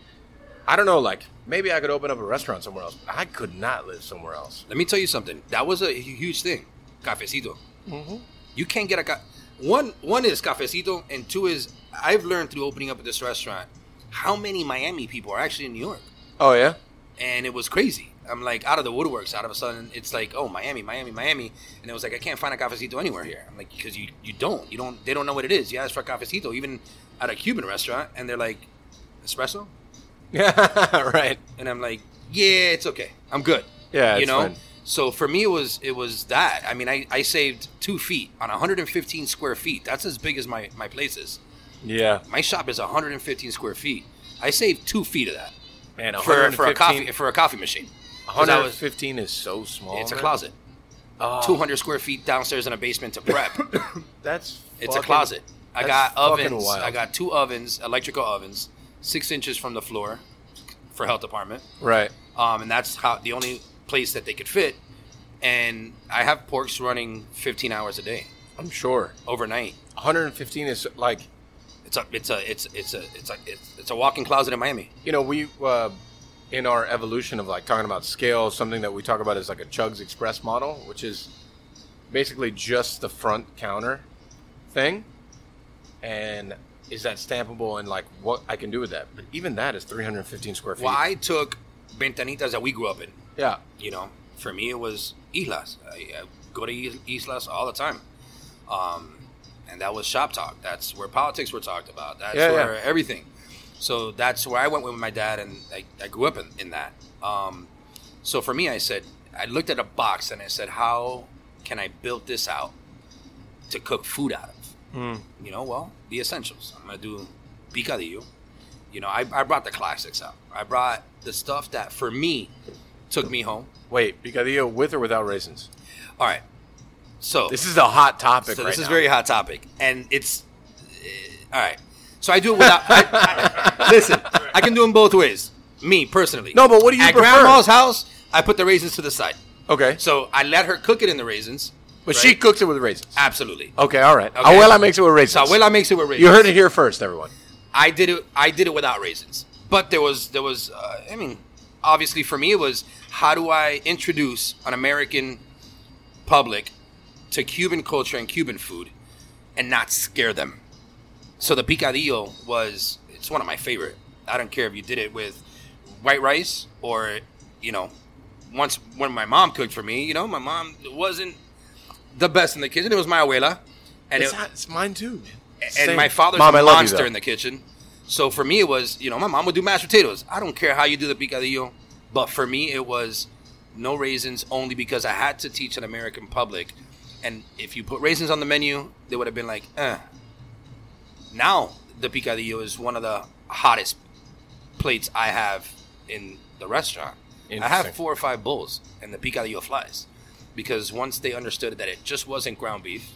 C: I don't know, like maybe I could open up a restaurant somewhere else. I could not live somewhere else.
A: Let me tell you something. That was a hu- huge thing. Cafecito. Mm-hmm. You can't get a ca- one. One is cafecito, and two is I've learned through opening up this restaurant how many Miami people are actually in New York,
C: Oh yeah,
A: and it was crazy. I'm like out of the woodworks. Out of a sudden, it's like oh Miami, Miami, Miami, and it was like I can't find a cafecito anywhere here. I'm like because you you don't you don't they don't know what it is. You ask for a cafecito even at a Cuban restaurant, and they're like espresso,
C: yeah, right.
A: and I'm like yeah it's okay I'm good
C: Yeah,
A: you
C: it's
A: know
C: fine.
A: so for me it was it was that i mean i, I saved two feet on 115 square feet that's as big as my my place is
C: yeah,
A: my shop is 115 square feet i saved two feet of that
C: man.
A: for, for a
C: 115
A: coffee for a coffee machine 'Cause I was-
C: 115 is so small.
A: it's a
C: man.
A: closet
C: Oh.
A: 200 square feet downstairs in a basement to prep
C: That's
A: it's a
C: fucking-
A: closet i
C: that's
A: got
C: fucking
A: ovens
C: wild.
A: i got two ovens electrical ovens six inches from the floor for health department
C: right.
A: um, and that's how the only place that they could fit and i have porks running 15 hours a day
C: I'm sure
A: overnight.
C: 115 is like
A: It's a it's a it's it's a it's a it's, it's a walk-in closet in Miami.
C: you know we uh, in our evolution of like talking about scale something that we talk about is like a chugs express model which is basically just the front counter thing and is that stampable and like what i can do with that but even that is 315 square feet
A: Well, I took ventanitas that we grew up in.
C: yeah
A: You know, for me it was islas. I, I go to is- islas all the time, um, and that was shop talk. That's where politics were talked about. That's
C: Yeah, yeah.
A: where everything. So that's where I went with my dad, and I, I grew up in, in that. Um, so for me, I said I looked at a box and I said, how can I build this out to cook food out of?
C: Hmm.
A: you know, well, the essentials. I'm gonna do picadillo. You know, I, I brought the classics out. I brought the stuff that for me took me home.
C: wait picadillo with or without raisins
A: All right, so
C: this is a hot topic
A: so
C: right
A: this is
C: now.
A: very hot topic, and it's uh, all right. So I do it without. I, I, listen, I can do them both ways. Me personally,
C: No, but what do you
A: at
C: prefer?
A: grandma's house? I put the raisins to the side,
C: okay
A: so I let her cook it in the raisins.
C: but
A: right?
C: she cooks it with raisins
A: absolutely.
C: okay all right
A: Okay.
C: Oh, abuela makes it with raisins
A: So Abuela makes it with raisins.
C: you heard it here first everyone
A: I did it. I did it without raisins. But there was there was. Uh, I mean, obviously for me it was how do I introduce an American public to Cuban culture and Cuban food, and not scare them. So the picadillo was it's one of my favorite. I don't care if you did it with white rice or you know once when my mom cooked for me. You know, my mom wasn't the best in the kitchen. It was my abuela, and
C: it's,
A: it,
C: hot- it's mine too man.
A: and
C: Same.
A: my father's
C: Mom, I
A: a
C: love you,
A: monster
C: though.
A: in the kitchen. So for me, it was you know my mom would do mashed potatoes. I don't care how you do the picadillo, but for me it was no raisins only because I had to teach an American public. And if you put raisins on the menu, they would have been like, eh. Now the picadillo is one of the hottest plates I have in the restaurant. I have
C: Interesting.
A: four or five bowls, and the picadillo flies because once they understood that it just wasn't ground beef,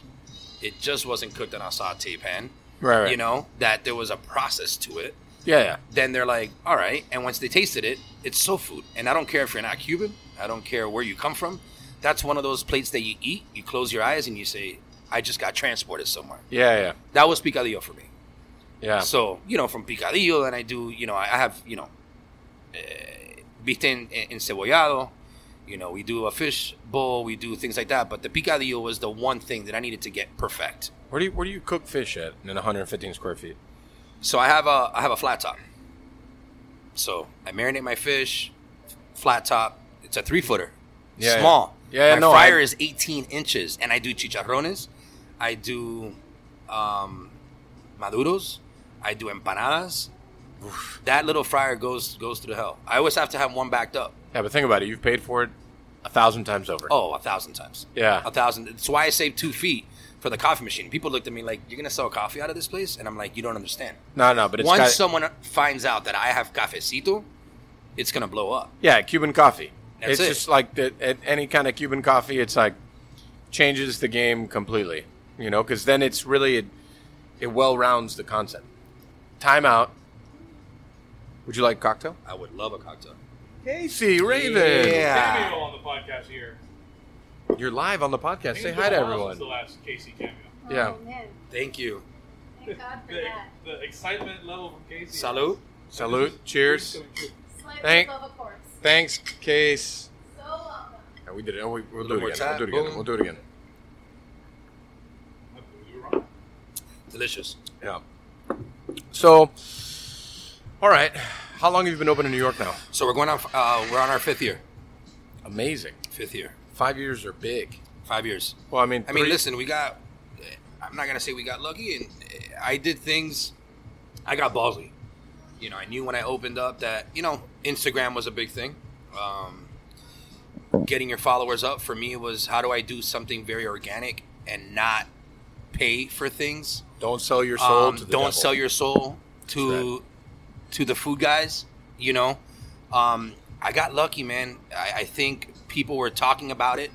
A: it just wasn't cooked on a saute pan.
C: Right, right.
A: You know, that there was a process to it.
C: yeah yeah
A: Then they're like, all right. And once they tasted it, it's soul food. And I don't care if you're not Cuban, I don't care where you come from. That's one of those plates that you eat, you close your eyes, and you say, I just got transported somewhere.
C: yeah yeah
A: That was picadillo for me.
C: yeah
A: So, you know, from picadillo, and I do, you know, I I have, you know, viste en, en cebollado. You know, we do a fish bowl, we do things like that. But the picadillo was the one thing that I needed to get perfect.
C: Where do you where do you cook fish at in 115 square feet?
A: So I have a I have a flat top. So I marinate my fish, flat top. It's a three footer,
C: Yeah, yeah.
A: small.
C: Yeah, yeah,
A: my
C: no,
A: fryer
C: I-
A: is 18 inches, and I do chicharrones, I do um, maduros, I do empanadas. That little fryer goes goes to the hell. I always have to have one backed up.
C: Yeah, but think about it. You've paid for it a thousand times over.
A: Oh, a thousand times.
C: Yeah.
A: a thousand. It's why I saved two feet for the coffee machine. People looked at me like, "You're gonna sell coffee out of this place?" And I'm like, "You don't understand."
C: No, no, but it's
A: Once
C: got,
A: someone finds out that I have cafecito, it's gonna blow up.
C: yeah Cuban coffee.
A: That's
C: it's
A: it.
C: just like the, at any kind of Cuban coffee. It's like changes the game completely. You know, because then it's really it, it well rounds the concept. Timeout. Would you like cocktail?
A: I would love a cocktail.
C: Casey Raven.
E: Yeah.
D: on the podcast here.
C: You're live on the podcast. Say hi to everyone.
D: last Casey cameo.
C: Yeah.
G: Oh, man.
A: Thank you.
G: Thank God for that.
D: the excitement level from Casey.
A: Salud.
C: Salute. Cheers.
G: Slice
C: Thank-
G: above a corpse.
C: Thanks, Case.
G: So welcome.
C: Yeah, we did it. Oh, we, we'll do
A: Little
C: it
A: more
C: again.
A: tap,
C: We'll do it again.
A: boom.
C: We'll do it again.
A: Delicious.
C: Yeah. So, all right. How long have you been open in New York now?
A: So we're going on. Uh, we're on our fifth year.
C: Amazing.
A: Fifth year.
C: Five years are big.
A: Five years.
C: Well, I mean,
A: I mean,
C: three-
A: listen, we got. eh, I'm not gonna say we got lucky, and eh, I did things. I got ballsy. You know, I knew when I opened up that you know Instagram was a big thing. Um, getting your followers up for me was how do I do something very organic and not pay for things.
C: Don't sell your soul
A: Um,
C: to the
A: don't
C: devil.
A: sell your soul to to the food guys. You know, um, I got lucky, man. I, I think people were talking about it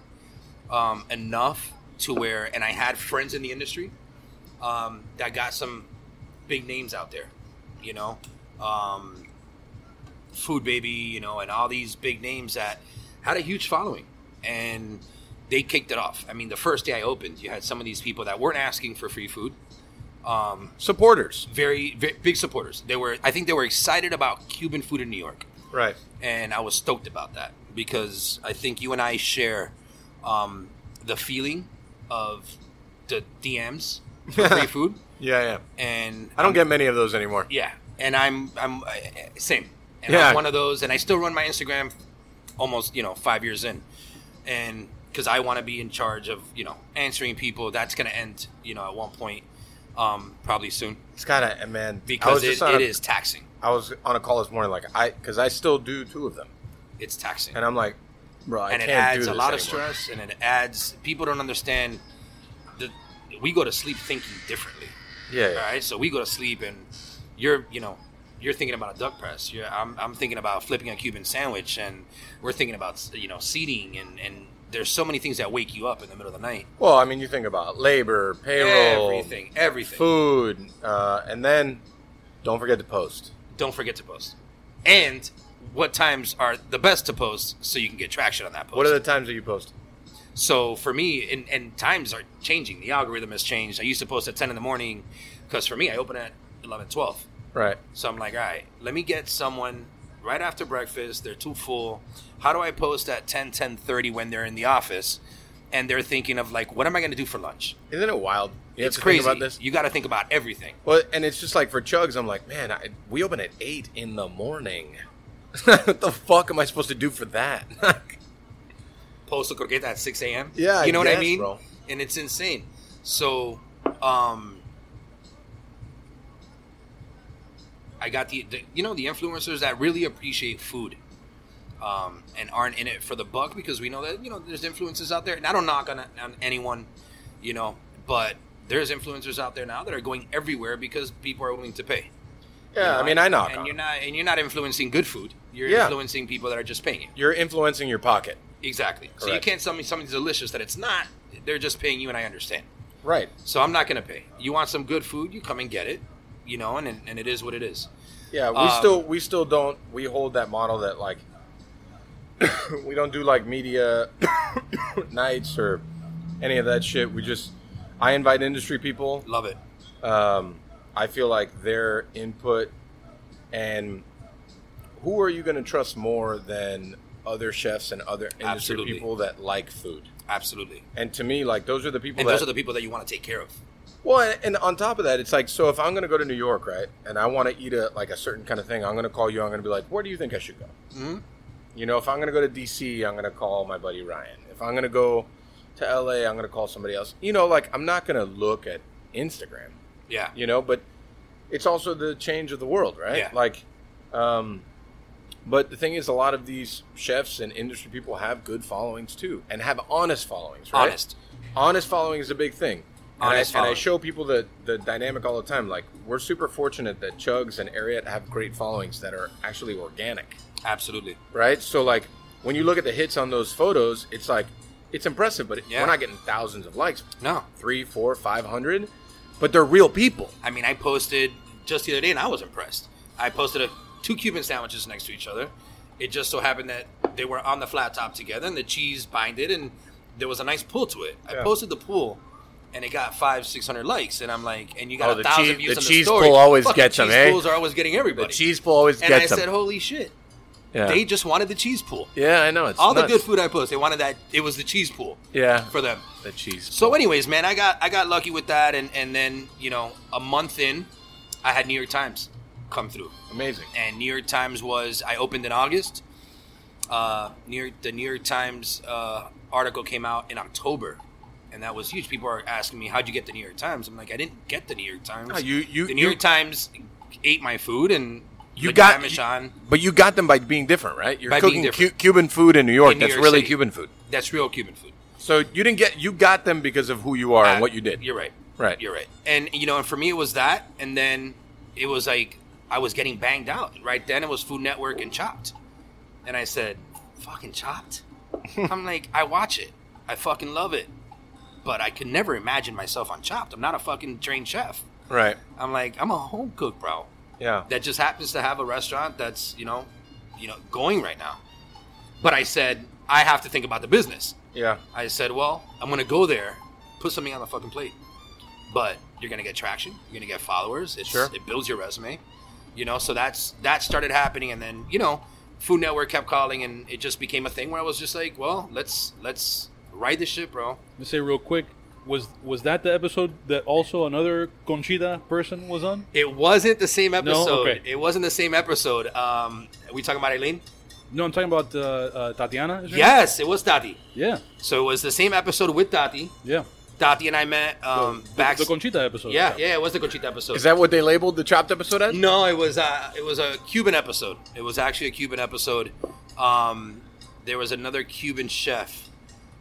A: um, enough to where, and I had friends in the industry um, that got some big names out there. You know, um, Food Baby, you know, and all these big names that had a huge following. And they kicked it off. I mean, the first day I opened, you had some of these people that weren't asking for free food. Um,
C: supporters.
A: very, very big supporters. They were, I think, they were excited about Cuban food in New York,
C: Right.
A: and I was stoked about that because I think you and I share um, the feeling of the DMs for free food,
C: Yeah, yeah.
A: and
C: I don't get many of those anymore.
A: yeah, and I'm I'm uh, same. And
C: Yeah.
A: I'm one of those, and I still run my Instagram almost you know five years in, and because I want to be in charge of you know answering people. That's gonna end you know at one point, um, probably soon
C: It's gotta, and man. I was
A: because it,
C: just on
A: it
C: a-
A: is taxing.
C: I was on a call this morning, like I, because I still do two of them,
A: It's taxing.
C: and I'm like, bro, I
A: and it
C: can't do
A: adds
C: this
A: a lot of
C: anymore.
A: stress and it adds people don't understand that we go to sleep thinking differently
C: Yeah,
A: all
C: yeah.
A: right so we go to sleep and you're you know you're thinking about a duck press you're, I'm, I'm thinking about flipping a cuban sandwich and we're thinking about you know seating and and there's so many things that wake you up in the middle of the night
C: Well, I mean, you think about labor, payroll,
A: everything everything
C: food, uh, and then don't forget to post.
A: don't forget to post and what times are the best to post so you can get traction on that post
C: What are the times that you post?
A: So for me, and, and times are changing. The algorithm has changed. I used to post at 10 in the morning because for me, I open at 11, 12.
C: Right.
A: So I'm like, all right, let me get someone right after breakfast. They're too full. How do I post at 10, 10 when they're in the office and they're thinking of like, what am I going to do for lunch?
C: Isn't it wild? You have
A: it's
C: to
A: crazy.
C: Think about this.
A: You got to think about everything.
C: Well, and it's just like for Chugs, I'm like, man, I, we open at eight in the morning. what the fuck am I supposed to do for that?
A: post a croqueta at 6 a.m.
C: Yeah, I
A: you know what I
C: guess,
A: mean.
C: bro.
A: And it's insane. So, um, I got the, the you know the influencers that really appreciate food, um, and aren't in it for the buck because we know that you know there's influencers out there, and I don't knock on, on anyone, you know, but there's influencers out there now that are going everywhere because people are willing to pay.
C: yeah,
A: You know,
C: I mean, I knock
A: and
C: on.
A: you're
C: You're,
A: not and you're not influencing good food. You're
C: Yeah.
A: influencing people that are just paying you.
C: influencing your pocket.
A: Exactly. So you
C: Correct.
A: can't tell me something's delicious that it's not. They're just paying you, and I understand.
C: Right.
A: So I'm not going to pay. You want some good food? You come and get it. You know, and and it is what it is.
C: Yeah, we
A: Um,
C: still we still don't we hold that model that like we don't do like media nights or any of that shit. We just I invite industry people.
A: Love it.
C: um, I feel like their input and who are you going to trust more than other chefs and other industry
A: Absolutely.
C: people that like food?
A: Absolutely.
C: And to me, like those are the people
A: And
C: that
A: those are the people that you want to take care of.
C: Well, and on top of that, it's like so if I'm going to go to New York, right, and I want to eat a like a certain kind of thing, I'm going to call you. I'm going to be like, where do you think I should go? Mm-hmm. You know, if I'm going to go to DC, I'm going to call my buddy Ryan. If I'm going to go to LA, I'm going to call somebody else. You know, like I'm not going to look at Instagram.
A: Yeah.
C: You know, but it's also the change of the world, right?
A: Yeah.
C: Like, um, but the thing is, a lot of these chefs and industry people have good followings too, and have honest followings. Right?
A: Honest.
C: honest following is a big thing. And I,
A: Honest
C: and I
A: following.
C: show people the, the dynamic all the time. Like we're super fortunate that Chugs and Ariat have great followings that are actually organic,
A: Absolutely.
C: right? So like when you look at the hits on those photos, it's like it's impressive, but it,
A: Yeah.
C: we're not getting thousands of likes,
A: No.
C: three, four, five hundred, but they're real people.
A: I mean, I posted just the other day, and I was impressed. I posted a, two Cuban sandwiches next to each other. It just so happened that they were on the flat top together, and the cheese binded, and there was a nice pull to it. I posted the pool, and it got five, six hundred likes, and I'm like, and you got
C: Oh,
A: a
C: the
A: thousand
C: cheese-
A: views.
C: the
A: on
C: cheese
A: the story.
C: pull always
A: Fucking
C: gets 'em,
A: cheese
C: eh?
A: pulls are always getting everybody.
C: pull always
A: and I said, holy shit,
C: yeah.
A: they just wanted the cheese pool.
C: yeah, I know. It's
A: All
C: nuts.
A: the good food I posted, they wanted that. It was the cheese pool
C: Yeah,
A: for them.
C: the cheese.
A: So, anyways, man, I got I got lucky with that, and and then you know a month in, I had New York Times come through,
C: Amazing.
A: and New York Times was I opened in August. Uh, New York, the New York Times uh, article came out in October, and that was huge. People are asking me, "How'd you get the New York Times?" I'm like, "I didn't get the New York Times.
C: No, you- you-
A: the New
C: you-
A: York Times ate my food and
C: You
A: the
C: got
A: damage
C: you-
A: on.
C: but you got them by being different, right? You're
A: By being
C: cooking Cu-
A: different.
C: Cuban food in New York.
A: In New
C: That's
A: York
C: really
A: City.
C: Cuban food.
A: That's real Cuban food."
C: So you didn't get you got them because of who you are and what you
A: Uh,
C: did.
A: Ah, You're right.
C: Right.
A: You're right. And you know, and for me it was that and then it was like I was getting banged out. Right then it was Food Network and Chopped. And I said, Fucking chopped? I'm like, I watch it. I fucking love it. But I could never imagine myself on Chopped. I'm not a fucking trained chef.
C: Right.
A: I'm like, I'm a home cook, bro.
C: Yeah.
A: That just happens to have a restaurant that's, you know, you know, going right now. But I said, I have to think about the business.
C: Yeah.
A: I said, well, I'm going to go there, put something on the fucking plate. But you're going to get traction. You're going to get followers. It's,
C: Sure.
A: It builds your resume. You know, so that's that started happening. And then, you know, Food Network kept calling and it just became a thing where I was just like, well, let's let's ride this shit, bro.
D: Let me say real quick. Was was that the episode that also another Conchita person was on?
A: It wasn't the same episode.
D: okay.
A: It wasn't the same episode. Um, are we talking about Eileen?
D: No, I'm talking about uh, uh, Tatiana. is her
A: Yes, it was Tati.
D: name? Yeah.
A: So it was the same episode with Tati.
D: Yeah.
A: Tati and I met um,
D: The-
A: back.
D: the, Conchita episode.
A: yeah, yeah, it was the Conchita episode.
C: Is that what they labeled the chopped episode as?
A: No, it was uh, it was a Cuban episode. It was actually a Cuban episode. Um, there was another Cuban chef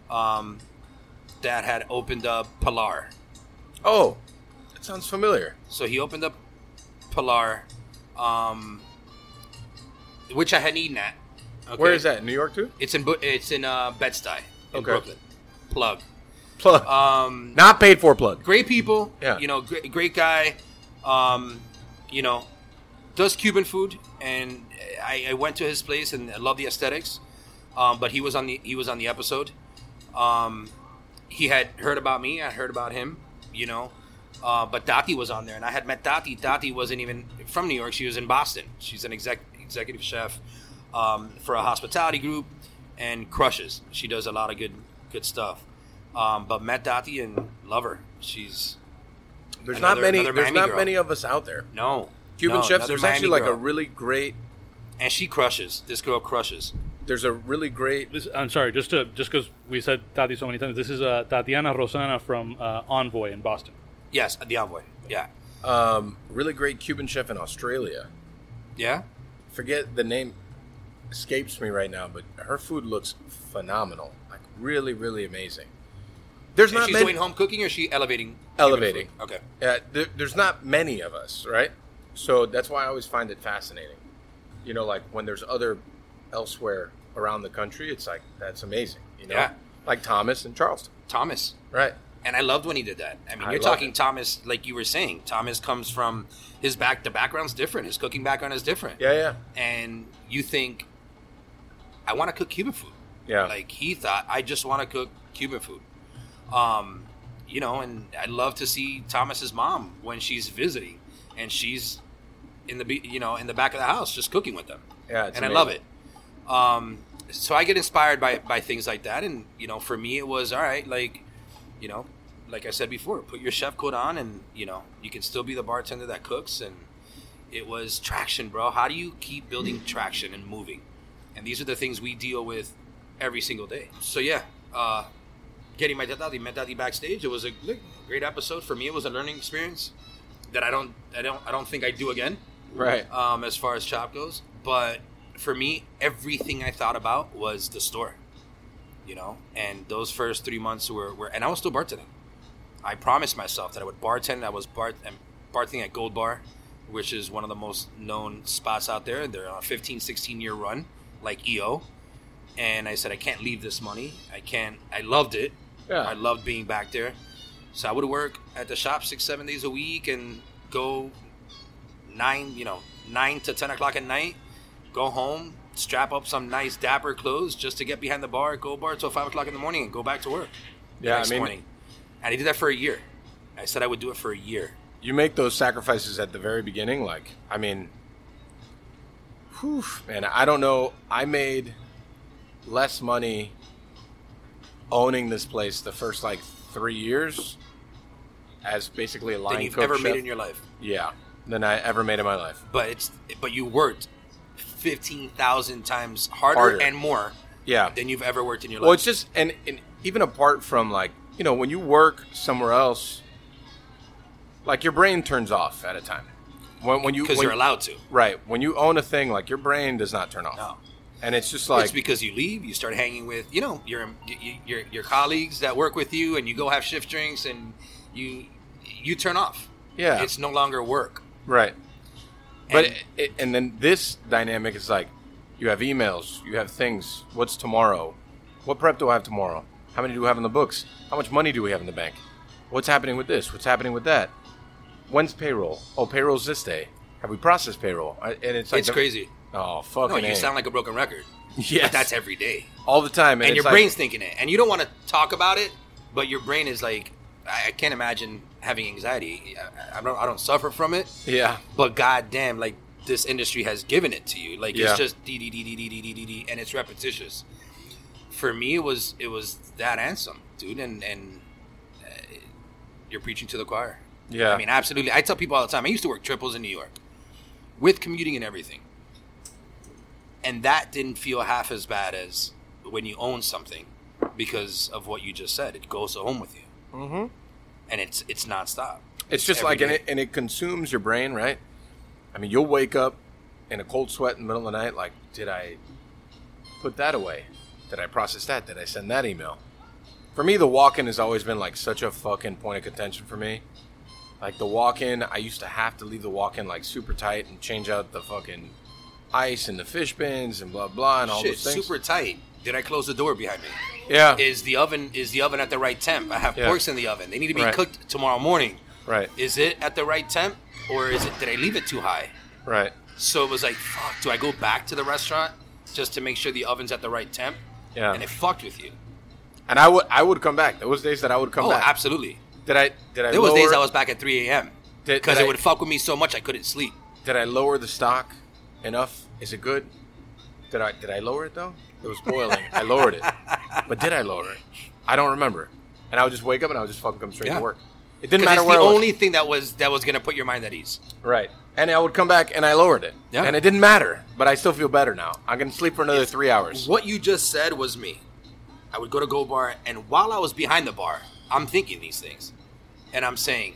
A: um, that had opened up Pilar.
C: Oh, that sounds familiar.
A: So he opened up Pilar, um, which I hadn't eaten at. Okay?
C: Where is that? New York too?
A: It's in Bu- it's in uh, Bed Stuy in
C: Okay.
A: Brooklyn. Plug.
C: Plug.
A: Um,
C: Uh, Not paid for plug.
A: great people.
C: Yeah.
A: You know, great, great guy. Um, you know, does Cuban food, and I, I went to his place and I love the aesthetics. Um, but he was on the he was on the episode. Um, he had heard about me. I heard about him. You know. Uh, but Dati was on there, and I had met Dati. Dati wasn't even from New York; she was in Boston. She's an exec- executive chef um, for a hospitality group, and crushes. She does a lot of good good stuff. Um, but met Dati and love her. She's
C: There's
A: another-
C: not many.
A: another
C: There's
A: Miami
C: not
A: girl.
C: many of us out there.
A: no
C: Cuban
A: no,
C: chefs.
A: another
C: There's
A: Miami
C: actually like a
A: girl.
C: really great.
A: and she crushes. This girl crushes.
C: There's a really great.
D: This, I'm sorry, just to just because we said Tati so many times. This is uh, Tatiana Rosana from uh, Envoy in Boston.
A: Yes, uh, the envoy. Yeah,
C: Um, really great Cuban chef in Australia.
A: yeah.
C: Forget the name. Escapes me right now, but her food looks phenomenal. Like really, really amazing. There's
A: And
C: not
A: she's
C: many.
A: doing home cooking, or is she elevating? Cuban food?
C: Elevating.
A: Okay.
C: Yeah, there, there's not many of us, right? So that's why I always find it fascinating. You know, like when there's other elsewhere around the country, it's like that's amazing. You know,
A: Yeah.
C: like Thomas and Charleston,
A: Thomas.
C: right?
A: and I loved when he did that. I mean,
C: I
A: you're
C: love
A: talking
C: it.
A: Thomas, like you were saying. Thomas comes from his back. The background's different. His cooking background is different.
C: Yeah, yeah,
A: And you think, I want to cook Cuban food.
C: yeah.
A: Like he thought, I just want to cook Cuban food. Um, you know, and I love to see Thomas's mom when she's visiting, and she's in the be- you know in the back of the house just cooking with them.
C: Yeah, it's
A: and
C: amazing.
A: I love it. Um, so I get inspired by by things like that, and you know, for me, it was all right. Like, you know, like I said before, put your chef coat on, and you know, you can still be the bartender that cooks. And it was traction, bro. How do you keep building traction and moving? And these are the things we deal with every single day. So yeah, uh, getting my daddy, my daddy backstage. It was a like, great episode for me. It was a learning experience that I don't, I don't, I don't think I do again
C: Right.
A: um, as far as shop goes. But for me, everything I thought about was the store, you know. And those first three months were, were and I was still bartending. I promised myself that I would bartend. I was bart and bartending at Gold Bar, which is one of the most known spots out there. They're on a 15, 16 year run, like EO. And I said, I can't leave this money. I can't. I loved it.
C: Yeah.
A: I loved being back there. So I would work at the shop six, seven days a week and go nine, you know, nine to ten o'clock at night. Go home, strap up some nice dapper clothes just to get behind the bar, go bar till five o'clock in the morning, and go back to work. the
C: Yeah, I
A: next
C: mean-
A: morning. and I did that for a year. I said I would do it for a year.
C: you make those sacrifices at the very beginning. Like, I mean, whew, man, I don't know. I made less money owning this place the first like three years as basically a line
A: than you've
C: cook
A: ever
C: chef.
A: made in your life.
C: yeah, than I ever made in my life.
A: But it's but you worked fifteen thousand times harder,
C: Harder.
A: and more
C: Yeah,
A: than you've ever worked in your life.
C: Well, it's just and, and even apart from like you know when you work somewhere else, like your brain turns off at a time. When when you
A: because
C: when-
A: you're allowed to.
C: right when you own a thing like your brain does not turn off.
A: No.
C: And it's just like
A: it's because you leave, you start hanging with you know your your- your your colleagues that work with you, and you go have shift drinks, and you you turn off.
C: Yeah.
A: it's no longer work.
C: right. But
A: And-
C: it, it, and then this dynamic is like you have emails, you have things. What's tomorrow? What prep do I have tomorrow? How many do we have in the books? How much money do we have in the bank? What's happening with this? What's happening with that? When's payroll? Oh, payroll's this day. Have we processed payroll? I- And it's like
A: it's
C: the-
A: crazy.
C: Oh fucking!
A: No, you
C: A.
A: sound like a broken record.
C: Yes.
A: But that's every day,
C: all the time,
A: and
C: it's
A: your
C: like-
A: brain's thinking it, and you don't want to talk about it, but your brain is like, I I can't imagine having anxiety. I, I don't, I don't suffer from it,
C: Yeah,
A: but goddamn, like this industry has given it to you. Like
C: Yeah.
A: it's just d d d d d d d d d, and it's repetitious. For me, it was it was that anthem, dude, and and uh, you're preaching to the choir.
C: yeah.
A: I mean, absolutely. I tell people all the time. I used to work triples in New York with commuting and everything, and that didn't feel half as bad as when you own something because of what you just said. It goes home with you, mm-hmm. and it's it's nonstop.
C: it's just
A: every
C: like and
A: day.
C: it, and it consumes your brain, right? I mean, you'll wake up in a cold sweat in the middle of the night. Like, did I put that away? Did I process that? Did I send that email? For me, the walk-in has always been like such a fucking point of contention for me. Like the walk-in, I used to have to leave the walk-in like super tight and change out the fucking ice and the fish bins and blah blah and all
A: Shit,
C: those things.
A: super tight. Did I close the door behind me?
C: yeah,
A: Is the oven is the oven at the right temp? I have
C: Yeah.
A: porks in the oven. They need to be
C: Right.
A: cooked tomorrow morning.
C: right,
A: Is it at the right temp, or is it? Did I leave it too high?
C: right.
A: So it was like, fuck, do I go back to the restaurant just to make sure the oven's at the right temp?
C: Yeah.
A: And it fucked with you.
C: And I would I would come back. There was days that I would come
A: oh,
C: back.
A: absolutely.
C: Did I did I
A: There was days
C: lower-
A: I was back at 3 a.m.
C: Did-
A: because
C: did
A: it
C: I-
A: would fuck with me so much I couldn't sleep.
C: did I lower the stock enough? Is it good? Did I did I lower it though? It was boiling. I lowered it, but did I lower it? I don't remember. And I would just wake up and I would just fucking come straight
A: Yeah.
C: to work. It didn't
A: 'Cause
C: matter
A: it's
C: where
A: the
C: I was.
A: only thing that was that was gonna put your mind at ease.
C: right. And I would come back and I lowered it.
A: Yeah.
C: And it didn't matter. But I still feel better now. I can sleep for another three hours.
A: What you just said was me. I would go to Go Bar, and while I was behind the bar, I'm thinking these things, and I'm saying,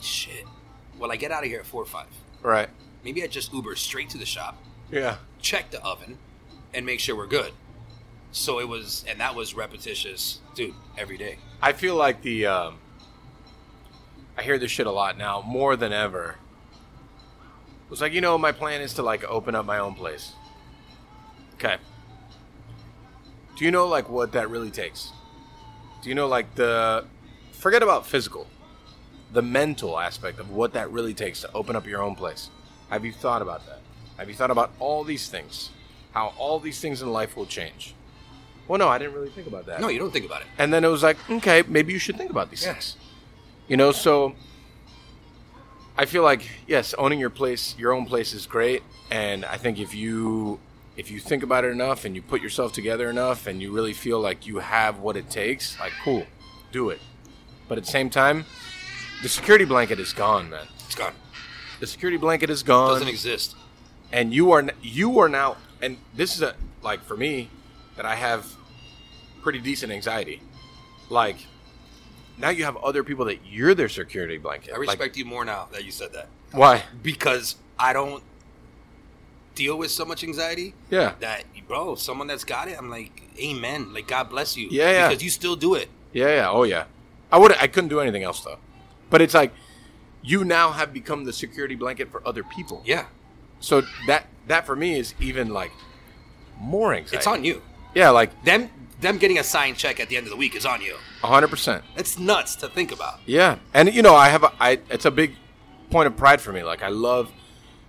A: "Shit, well, I get out of here at four or five.
C: Right.
A: Maybe I just Uber straight to the shop,
C: Yeah.
A: check the oven, and make sure we're good." So it was, and that was repetitious, dude, every day.
C: I feel like the um, I hear this shit a lot now, more than ever. It was like, you know, my plan is to like open up my own place. Okay. Do you know like what that really takes? Do you know like the forget about physical, the mental aspect of what that really takes to open up your own place? Have you thought about that? Have you thought about all these things? How all these things in life will change? Well, no, I didn't really think about that.
A: No, you don't think about it.
C: And then it was like, okay, maybe you should think about these things. You know, so I feel like yes, owning your place, your own place is great, and I think if you if you think about it enough and you put yourself together enough and you really feel like you have what it takes, like cool, do it. But at the same time, the security blanket is gone, man.
A: It's gone.
C: The security blanket is gone
A: Doesn't exist.
C: and you are n- you are now and this is a like for me that I have pretty decent anxiety. Like now you have other people that you're their security blanket.
A: I
C: Like,
A: respect you more now that you said that
C: why?
A: because I don't deal with so much anxiety.
C: Yeah.
A: That bro, someone that's got it, I'm like, amen. Like God bless you.
C: Yeah, yeah.
A: Because you still do it.
C: Yeah, yeah, oh yeah. I would I couldn't do anything else though. But it's like you now have become the security blanket for other people.
A: Yeah.
C: So that that for me is even like more anxiety.
A: It's on you.
C: Yeah, like
A: Them them getting a signed check at the end of the week is on you.
C: 100%.
A: That's nuts to think about.
C: Yeah, and you know, I have a, I, it's a big point of pride for me. Like, I love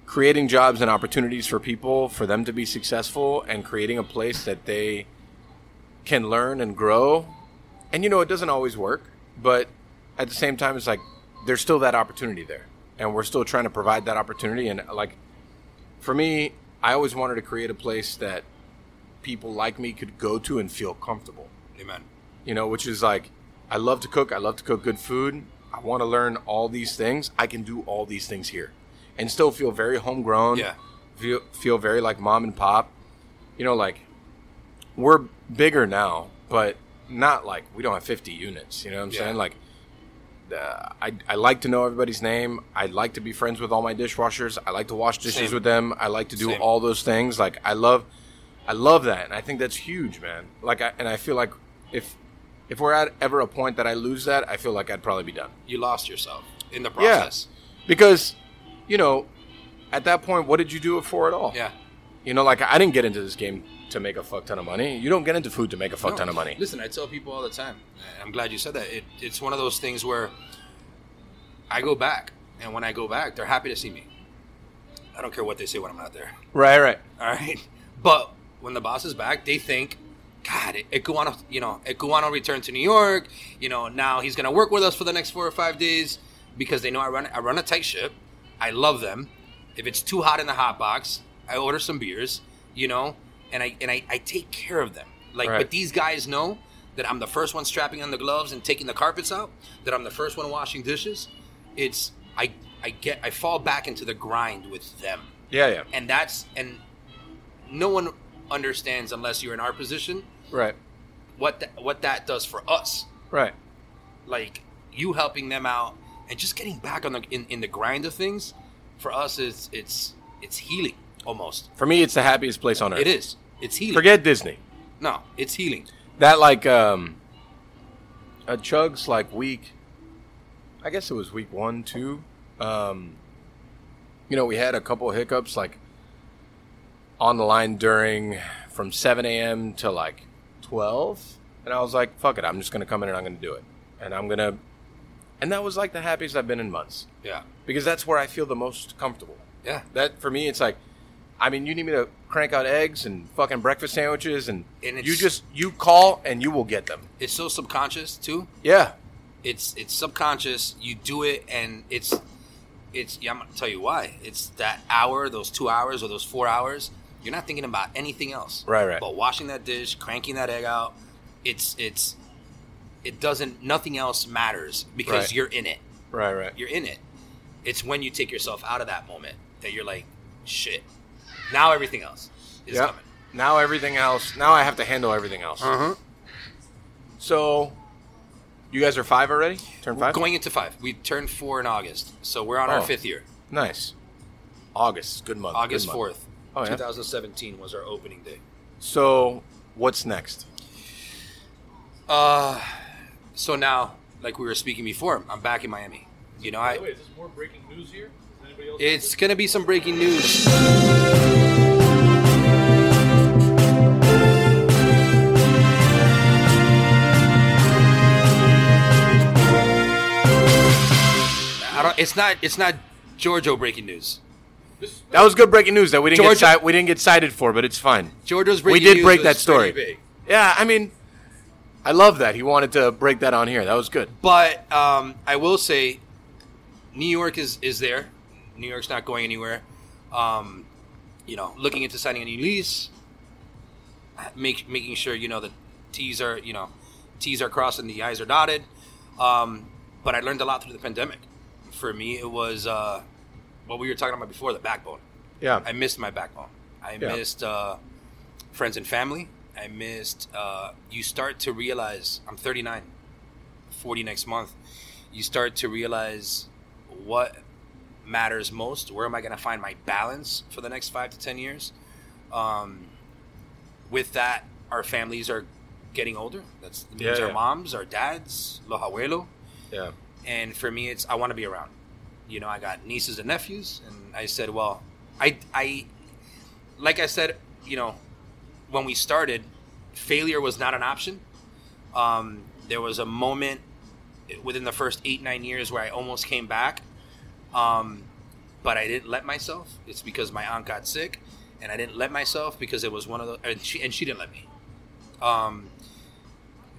C: creating jobs and opportunities for people for them to be successful and creating a place that they can learn and grow. And you know, it doesn't always work, but at the same time, it's like there's still that opportunity there, and we're still trying to provide that opportunity. And like for me, I always wanted to create a place that people like me could go to and feel comfortable
A: Amen.
C: you know, which is like, I love to cook. I love to cook good food. I want to learn all these things. I can do all these things here and still feel very homegrown.
A: Yeah.
C: Feel, feel very like mom and pop. You know, like, we're bigger now, but not like we don't have 50 units. You know what I'm
A: Yeah.
C: saying? Like, uh, I, I like to know everybody's name. I like to be friends with all my dishwashers. I like to wash dishes
A: Same.
C: with them. I like to do
A: Same.
C: all those things. Like I love, I love that, and I think that's huge, man. Like, I, and I feel like if if we're at ever a point that I lose that, I feel like I'd probably be done.
A: You lost yourself in the process.
C: Because, you know, at that point, what did you do it for at all?
A: Yeah.
C: You know, like I didn't get into this game to make a fuck ton of money. You don't get into food to make a fuck
A: No,
C: ton of money.
A: Listen, I tell people all the time. and I'm glad you said that. It, it's one of those things where I go back, and when I go back, they're happy to see me. I don't care what they say when I'm not there.
C: Right, right.
A: All right, but when the boss is back, they think, God, Ekuano, you know, Ekuano returned to New York. You know, now he's gonna work with us for the next four or five days because they know I run I run a tight ship. I love them. If it's too hot in the hot box, I order some beers. You know, and I and I, I take care of them. Like,
C: Right.
A: but these guys know that I'm the first one strapping on the gloves and taking the carpets out. That I'm the first one washing dishes. It's I I get I fall back into the grind with them
C: Yeah, yeah.
A: and that's and no one understands unless you're in our position
C: Right,
A: what tha- what that does for us
C: right.
A: like you helping them out and just getting back on the in, in the grind of things for us is it's it's healing almost
C: For me, it's the happiest place on earth.
A: it is it's healing
C: Forget Disney.
A: no it's healing
C: That like um a Chugs like week I guess it was week one, two. Um you know, we had a couple hiccups like on the line during from seven AM to like twelve. And I was like, fuck it, I'm just gonna come in and I'm gonna do it. And I'm gonna and that was like the happiest I've been in months.
A: yeah
C: Because that's where I feel the most comfortable.
A: yeah
C: That for me, it's like, I mean, you need me to crank out eggs and fucking breakfast sandwiches, and,
A: And it's-
C: you just you call and you will get them.
A: it's so subconscious too
C: Yeah,
A: it's it's subconscious you do it and it's it's yeah, i'm gonna tell you why it's that hour those two hours or those four hours you're not thinking about anything else
C: Right, right.
A: but washing that dish cranking that egg out it's it's it doesn't nothing else matters because
C: Right.
A: you're in it
C: right, right.
A: you're in it it's when you take yourself out of that moment that you're like shit now everything else is
C: Yeah.
A: coming
C: Now everything else. Now I have to handle everything else.
A: Uh-huh.
C: So, you guys are five already. Turn five.
A: going into five we turned four in august so we're on
C: Oh.
A: our fifth year
C: nice. August, good month. good
A: august
C: month.
A: 4th
C: Oh, yeah.
A: 2017 was our opening day
C: So, what's next?
A: Uh, so now, like we were speaking before, I'm back in Miami. You know,
F: By the way,
A: I
F: is this more breaking news here? Does anybody else
A: it's gonna be some breaking news. I don't. It's not. It's not Giorgio breaking news.
F: This,
C: That was good breaking news that we didn't
A: Georgia-
C: get si- we didn't get cited for, but it's fine.
A: Giorgio's
C: we
A: breaking.
C: did
A: news
C: break
A: was
C: that story.
A: pretty big.
C: Yeah, I mean, I love that he wanted to break that on here. That was good.
A: But um, I will say, New York is is there. New York's not going anywhere. Um, you know, looking into signing a new lease, make, making sure you know the T's are you know T's are crossed and the I's are dotted. Um, but I learned a lot through the pandemic. For me, it was uh, what we were talking about before the backbone.
C: Yeah.
A: I missed my backbone. I
C: Yeah.
A: missed uh, friends and family. I missed. Uh, you start to realize I'm 39, 40 next month. You start to realize what matters most. Where am I going to find my balance for the next five to ten years? Um, with that, our families are getting older. That's that means
C: Yeah,
A: our
C: yeah.
A: moms, our dads, los abuelos
C: yeah.
A: and for me it's i want to be around you know i got nieces and nephews and i said well i i like i said you know when we started failure was not an option um, there was a moment within the first eight nine years where i almost came back um, but i didn't let myself it's because my aunt got sick and i didn't let myself because it was one of the and she, and she didn't let me um,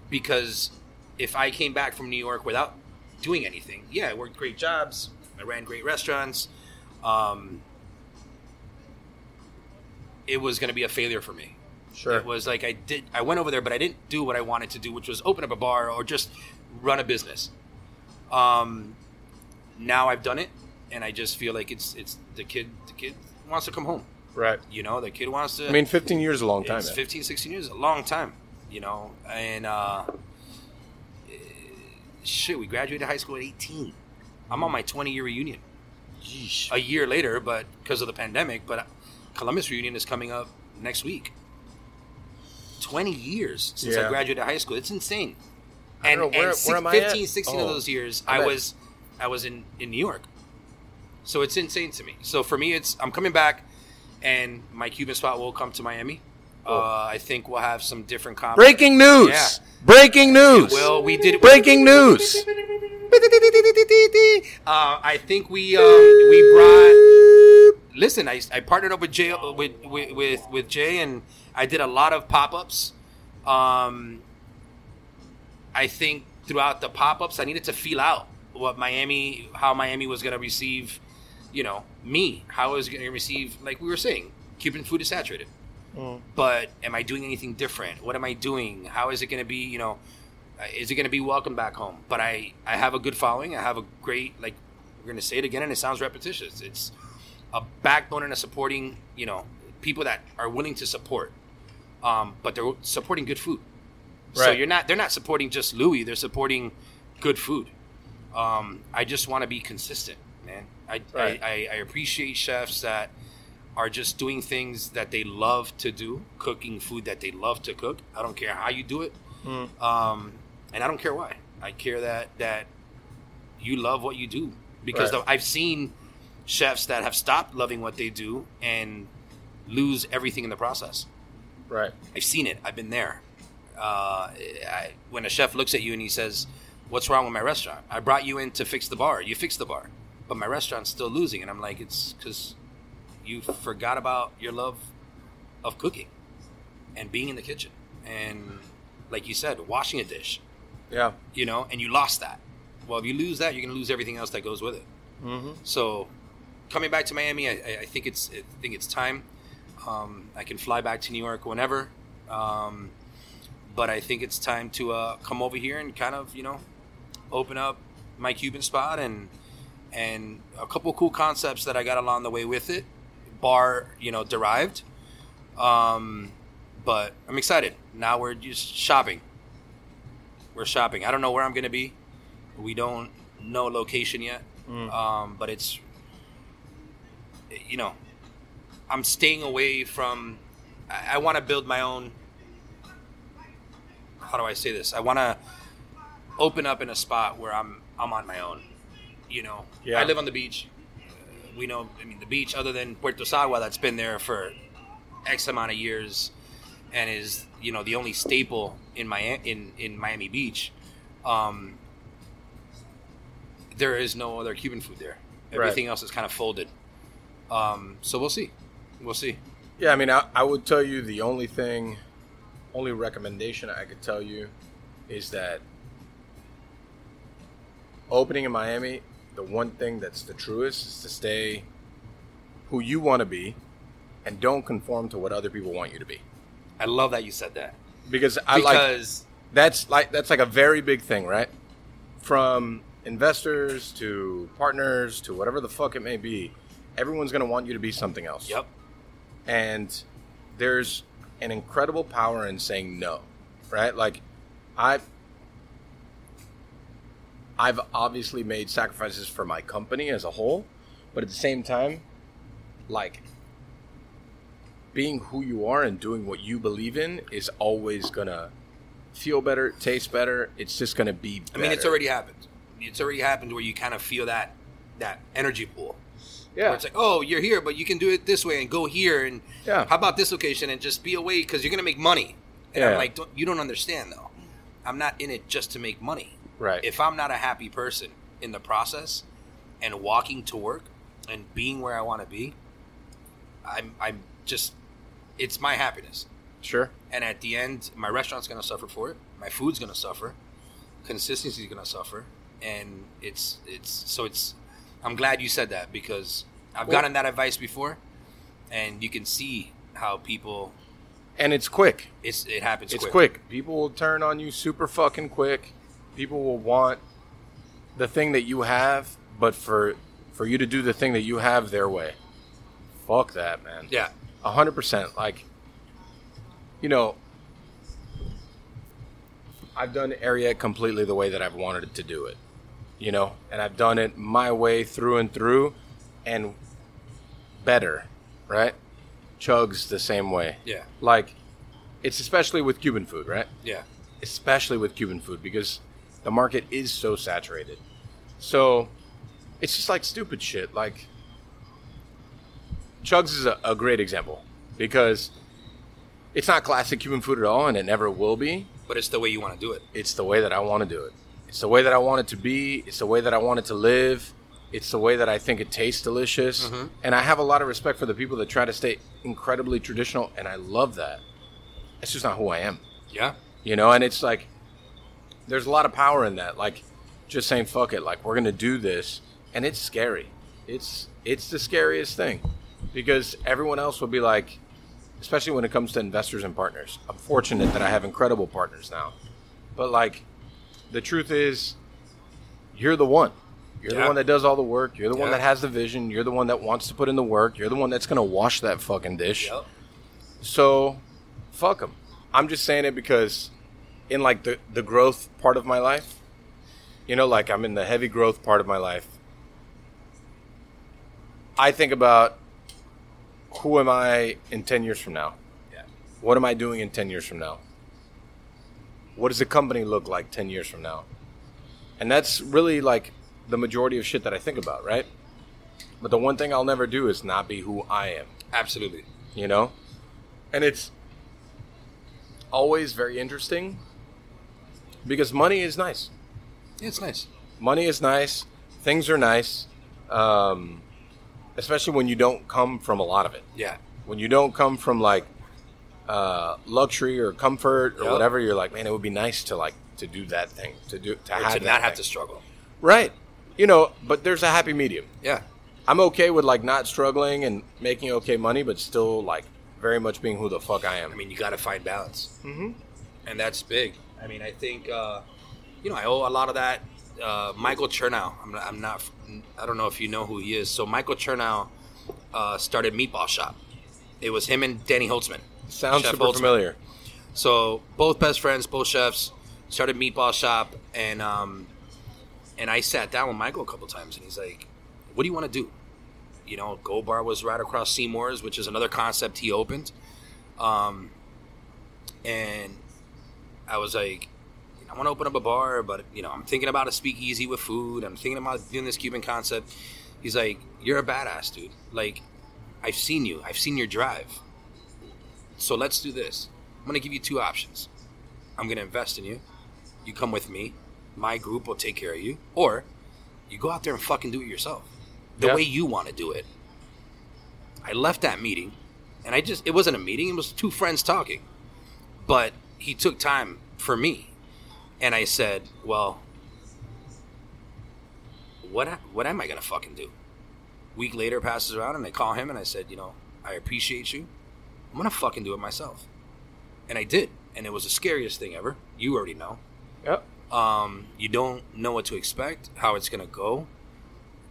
A: because if I came back from New York without doing anything, yeah, I worked great jobs, I ran great restaurants, um, it was going to be a failure for me.
C: Sure.
A: It was like I did, I went over there, but I didn't do what I wanted to do, which was open up a bar or just run a business. Um, now I've done it, and I just feel like it's it's the kid. The kid wants to come home.
C: Right.
A: You know, the kid wants to.
C: I mean, 15 years is a long time.
A: It's
C: man.
A: 15, 16 years, a long time, you know. And uh, eh, shit, we graduated high school at 18. I'm on my 20 year reunion. A year later, but because of the pandemic, but Columbus reunion is coming up next week. 20 years since I
C: Yeah.
A: graduated high school. It's insane.
C: I
A: And,
C: don't know,
A: and
C: where- where
A: six,
C: am I at?
A: 15, 16 of
C: Oh,
A: those years,
C: I'm
A: I
C: at-
A: was I was in, in New York. So it's insane to me. So for me, it's I'm coming back, and my Cuban spot will come to Miami. Uh, I think we'll have some different comp.
C: Breaking news.
A: Yeah.
C: Breaking news.
A: Well, we did
C: Breaking news.
A: Uh, I think we um, we brought. Listen, I, I partnered up with Jay with with with, with Jay, and I did a lot of pop ups. Um, I think throughout the pop ups, I needed to feel out what Miami, how Miami was going to receive, you know, me, how I was going to receive. Like we were saying, Cuban food is saturated but am I doing anything different? What am I doing? How is it going to be? You know, uh, is it going to be welcome back home? But I, I have a good following. I have a great like. We're going to say it again, and it sounds repetitious. It's a backbone and a supporting. You know, people that are willing to support, um, but they're supporting good food. So
C: Right.
A: you're not. They're not supporting just Louis. They're supporting good food. Um, I just want to be consistent, man. I,
C: Right.
A: I, I, I appreciate chefs that are just doing things that they love to do, cooking food that they love to cook. I don't care how you do it,
C: Mm.
A: um, and I don't care why. I care that that you love what you do because
C: Right.
A: the, I've seen chefs that have stopped loving what they do and lose everything in the process.
C: Right.
A: I've seen it. I've been there. Uh, I, when a chef looks at you and he says, "What's wrong with my restaurant? I brought you in to fix the bar. You fixed the bar, but my restaurant's still losing." And I'm like, "It's because you forgot about your love of cooking and being in the kitchen, and like you said, washing a dish.
C: Yeah.
A: You know, and you lost that. Well, if you lose that, you're gonna lose everything else that goes with it. Mm-hmm. So, coming back to Miami, I, I- I think it's I think it's time. Um, I can fly back to New York whenever, um, but I think it's time to uh, come over here and kind of you know open up my Cuban spot and and a couple cool concepts that I got along the way with it, bar you know derived. Um, but I'm excited. Now we're just shopping. We're shopping. I don't know where I'm gonna be. We don't know location yet. Um, but it's you know I'm staying away from. I, I want to build my own. How do I say this? I want to open up in a spot where I'm I'm on my own. You know,
C: Yeah.
A: I live on the beach. Uh, we know. I mean, the beach, other than Puerto Sagua, that's been there for X amount of years, and is you know the only staple in Miami in in Miami Beach. Um, there is no other Cuban food there.
C: Right.
A: Everything else is kind of folded. Um, so we'll see. We'll see.
C: Yeah, I mean, I, I would tell you the only thing, only recommendation I could tell you is that opening in Miami the one thing that's the truest is to stay who you want to be and don't conform to what other people want you to be.
A: I love that you said that
C: Because I like
A: because
C: that's like that's like a very big thing, right? From investors to partners to whatever the fuck it may be, everyone's going to want you to be something else.
A: yep,
C: And there's an incredible power in saying no, right? Like I I've obviously made sacrifices for my company as a whole, but at the same time, like being who you are and doing what you believe in is always gonna feel better, taste better. It's just gonna be.
A: I mean it's
C: better.
A: already happened. It's already happened where you kind of feel that that energy pool. Where
C: yeah,
A: it's like, oh, you're here, but you can do it this way and go here, and
C: Yeah.
A: how about this location and just be away because you're gonna make money. And I'm
C: Yeah.
A: like, don't, you don't understand though. I'm not in it just to make money.
C: right.
A: If I'm not a happy person in the process and walking to work and being where I want to be, I'm I'm just it's my happiness.
C: sure,
A: And at the end, my restaurant's gonna suffer for it. My food's gonna suffer. Consistency's gonna suffer. And it's it's so it's. I'm glad you said that because I've gotten that advice before, and you can see how people
C: and it's quick.
A: it's it happens.
C: It's
A: quick.
C: quick. People will turn on you super fucking quick. People will want the thing that you have, but for for you to do the thing that you have their way. Fuck that, man.
A: Yeah.
C: A hundred percent. Like, you know, I've done area completely the way that I've wanted to do it, you know, and I've done it my way through and through, and better, right? Chugs the same way.
A: Yeah.
C: Like, it's especially with Cuban food, right?
A: Yeah.
C: especially with Cuban food because the market is so saturated. So it's just like stupid shit. Like Chugs is a, a great example because it's not classic Cuban food at all, and it never will be.
A: But it's the way you want to do it.
C: It's the way that I want to do it. It's the way that I want it to be. It's the way that I want it to live. It's the way that I think it tastes delicious. And I have a lot of respect for the people that try to stay incredibly traditional, and I love that. It's just not who I am
A: Yeah.
C: you know and it's like there's a lot of power in that like just saying fuck it like we're gonna do this and it's scary it's it's the scariest thing because everyone else will be like especially when it comes to investors and partners i'm fortunate that i have incredible partners now but like the truth is you're the one you're
A: Yeah.
C: the one that does all the work you're the one
A: Yeah.
C: that has the vision you're the one that wants to put in the work you're the one that's gonna wash that fucking dish
A: Yep.
C: so, fuck them. I'm just saying it because, in like the the growth part of my life, you know, like I'm in the heavy growth part of my life. I think about who am I in ten years from now?
A: Yeah.
C: What am I doing in ten years from now? What does the company look like ten years from now? And that's really like the majority of shit that I think about, right? But the one thing I'll never do is not be who I am
A: Absolutely.
C: you know and it's always very interesting because money is nice
A: Yeah, it's nice.
C: money is nice things are nice um, especially when you don't come from a lot of it
A: Yeah.
C: when you don't come from like uh, luxury or comfort or
A: Yep.
C: whatever you're like man it would be nice to like to do that thing to do to,
A: Or
C: have
A: to
C: that
A: not have to
C: thing.
A: struggle.
C: right you know but there's a happy medium
A: Yeah.
C: I'm okay with like not struggling and making okay money, but still like very much being who the fuck I am.
A: I mean, you got to find balance, mm-hmm. and that's big. I mean, I think uh, you know I owe a lot of that. Uh, Michael Chernow. I'm not, I'm not. I don't know if you know who he is. So Michael Chernow uh, started Meatball Shop. It was him and Danny Holtzman.
C: sounds
A: Chef
C: super
A: Holtzman.
C: familiar.
A: So both best friends, both chefs, started Meatball Shop, and um, and I sat down with Michael a couple times, and he's like, "What do you want to do?" You know, Gold Bar was right across Seymour's, which is another concept he opened. Um, and I was like, I want to open up a bar, but you know, I'm thinking about a speakeasy with food. I'm thinking about doing this Cuban concept. He's like, "You're a badass, dude. Like, I've seen you. I've seen your drive. So let's do this. I'm gonna give you two options. I'm gonna invest in you. You come with me. My group will take care of you, or you go out there and fucking do it yourself, the
C: Yeah.
A: way you want to do it." I left that meeting, and I just—it wasn't a meeting. It was two friends talking but he took time for me. And I said, Well, what what am I gonna fucking do? Week later passes around, and I call him and I said, you know, I appreciate you. I'm gonna fucking do it myself, and I did, and it was the scariest thing ever. You already know.
C: Yep.
A: Um, you don't know what to expect, how it's gonna go.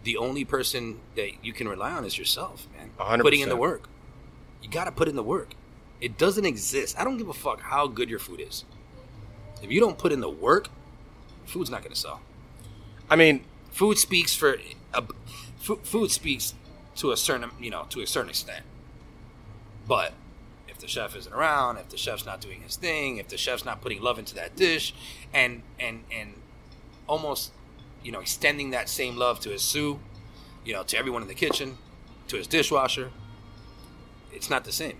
A: The only person that you can rely on is yourself, man.
C: A hundred
A: Putting in the
C: percent.
A: work. You gotta put in the work. It doesn't exist. I don't give a fuck how good your food is. If you don't put in the work, food's not gonna sell
C: I mean,
A: food speaks for a, fu- food speaks to a certain you know to a certain extent but if the chef isn't around if the chef's not doing his thing if the chef's not putting love into that dish and and and almost you know extending that same love to his sous you know to everyone in the kitchen to his dishwasher it's not the same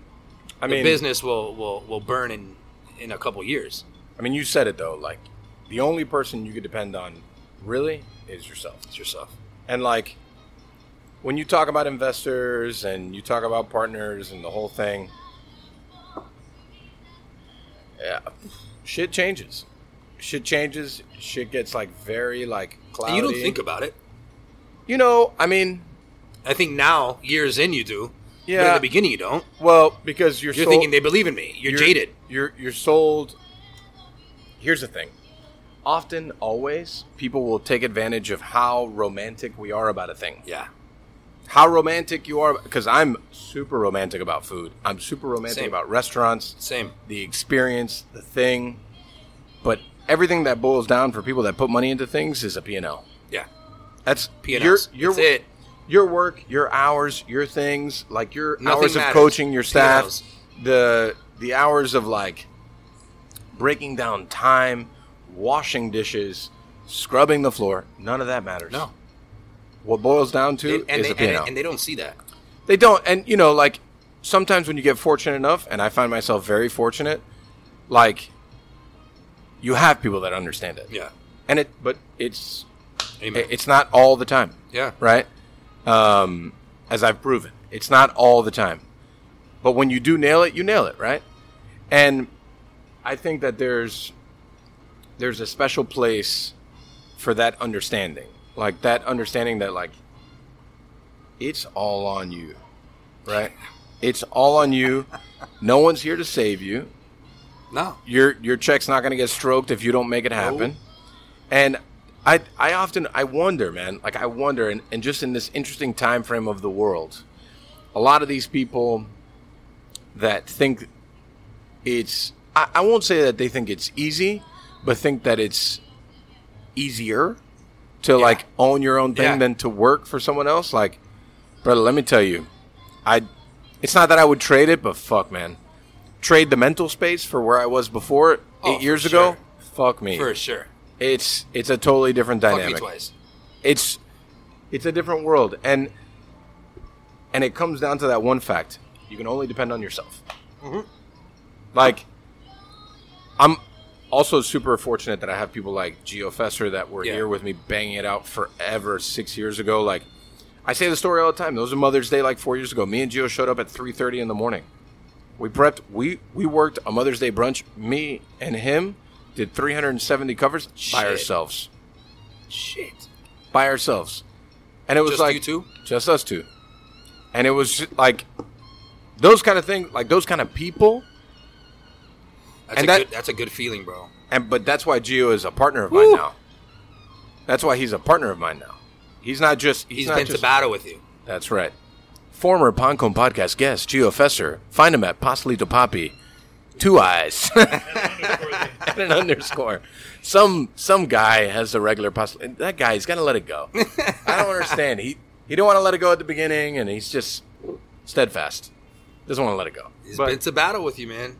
C: I
A: the
C: mean,
A: business will will will burn in in a couple years
C: I mean, you said it though. Like, the only person you could depend on, really, is yourself.
A: it's yourself
C: And like, when you talk about investors and you talk about partners and the whole thing, yeah, shit changes. Shit changes. Shit gets like very like cloudy.
A: and you don't think about it
C: You know, I mean,
A: i think now years in you do but in
C: Yeah.
A: the beginning you don't
C: well, because you're
A: You're
C: so-
A: thinking they believe in me. You're, jaded.
C: You're you're sold. Here's the thing. Often, always, people will take advantage of how romantic we are about a thing.
A: Yeah.
C: How romantic you are, because I'm super romantic about food. I'm super romantic
A: Same.
C: about restaurants,
A: Same.
C: the experience, the thing. But everything that boils down for people that put money into things is a P&L.
A: Yeah.
C: That's
A: P&Ls.
C: Your, your,
A: That's it.
C: Your work, your hours, your things, like your
A: Nothing
C: hours
A: matters.
C: of coaching your staff,
A: P&Ls.
C: the the hours of like breaking down time, washing dishes, scrubbing the floor. None of that matters.
A: No.
C: What boils down to
A: They- and,
C: is
A: they,
C: a
A: and,
C: P&L.
A: they, and they don't see that.
C: They don't, and you know, like sometimes when you get fortunate enough, and I find myself very fortunate, like you have people that understand it.
A: Yeah.
C: and it, but it's
A: Amen.
C: it- it's not all the time,
A: yeah.
C: right? Um, as I've proven, it's not all the time, but when you do nail it, you nail it, right? And I think that there's there's a special place for that understanding, like that understanding that like it's all on you, right? It's all on you. No one's here to save you.
A: No.
C: Your your check's not going to get stroked if you don't make it happen. And I I often I wonder, man, like I wonder, and, and just in this interesting time frame of the world, a lot of these people that think it's I, I won't say that they think it's easy, but think that it's easier to like own your own thing
A: Yeah.
C: than to work for someone else. Like, brother, let me tell you, I it's not that I would trade it, but fuck, man, trade the mental space for where I was before eight
A: Oh, for
C: years
A: sure.
C: ago. Fuck me.
A: For sure.
C: It's it's a totally different dynamic
A: Fuck me twice.
C: it's it's a different world and and it comes down to that one fact you can only depend on yourself
A: Mm-hmm.
C: like i'm also super fortunate that i have people like geo fester that were
A: Yeah.
C: here with me banging it out forever six years ago like i say the story all the time those are mother's day like four years ago me and geo showed up at 3.30 in the morning we prepped we we worked a mother's day brunch me and him did 370 covers by
A: Shit.
C: ourselves
A: Shit.
C: by ourselves. And it was
A: Just
C: like
A: you two?
C: just us two. And it was ju- like those kind of things, like those kind of people.
A: That's,
C: And
A: a
C: that-
A: good, that's a good feeling, bro.
C: And but that's why Gio is a partner of mine now. That's why he's a partner of mine now. He's not just he's,
A: He's
C: not
A: been
C: just,
A: to battle with you.
C: That's right. Former Poncom podcast guest Gio Fesser. Find him at Pasolito Papi. Two eyes and an underscore. Some some guy has a regular Pasolito. That guy, he's got to let it go. I don't understand. He he didn't want to let it go at the beginning, and he's just steadfast. Doesn't want to let it go.
A: He's
C: But-
A: been to battle with you, man.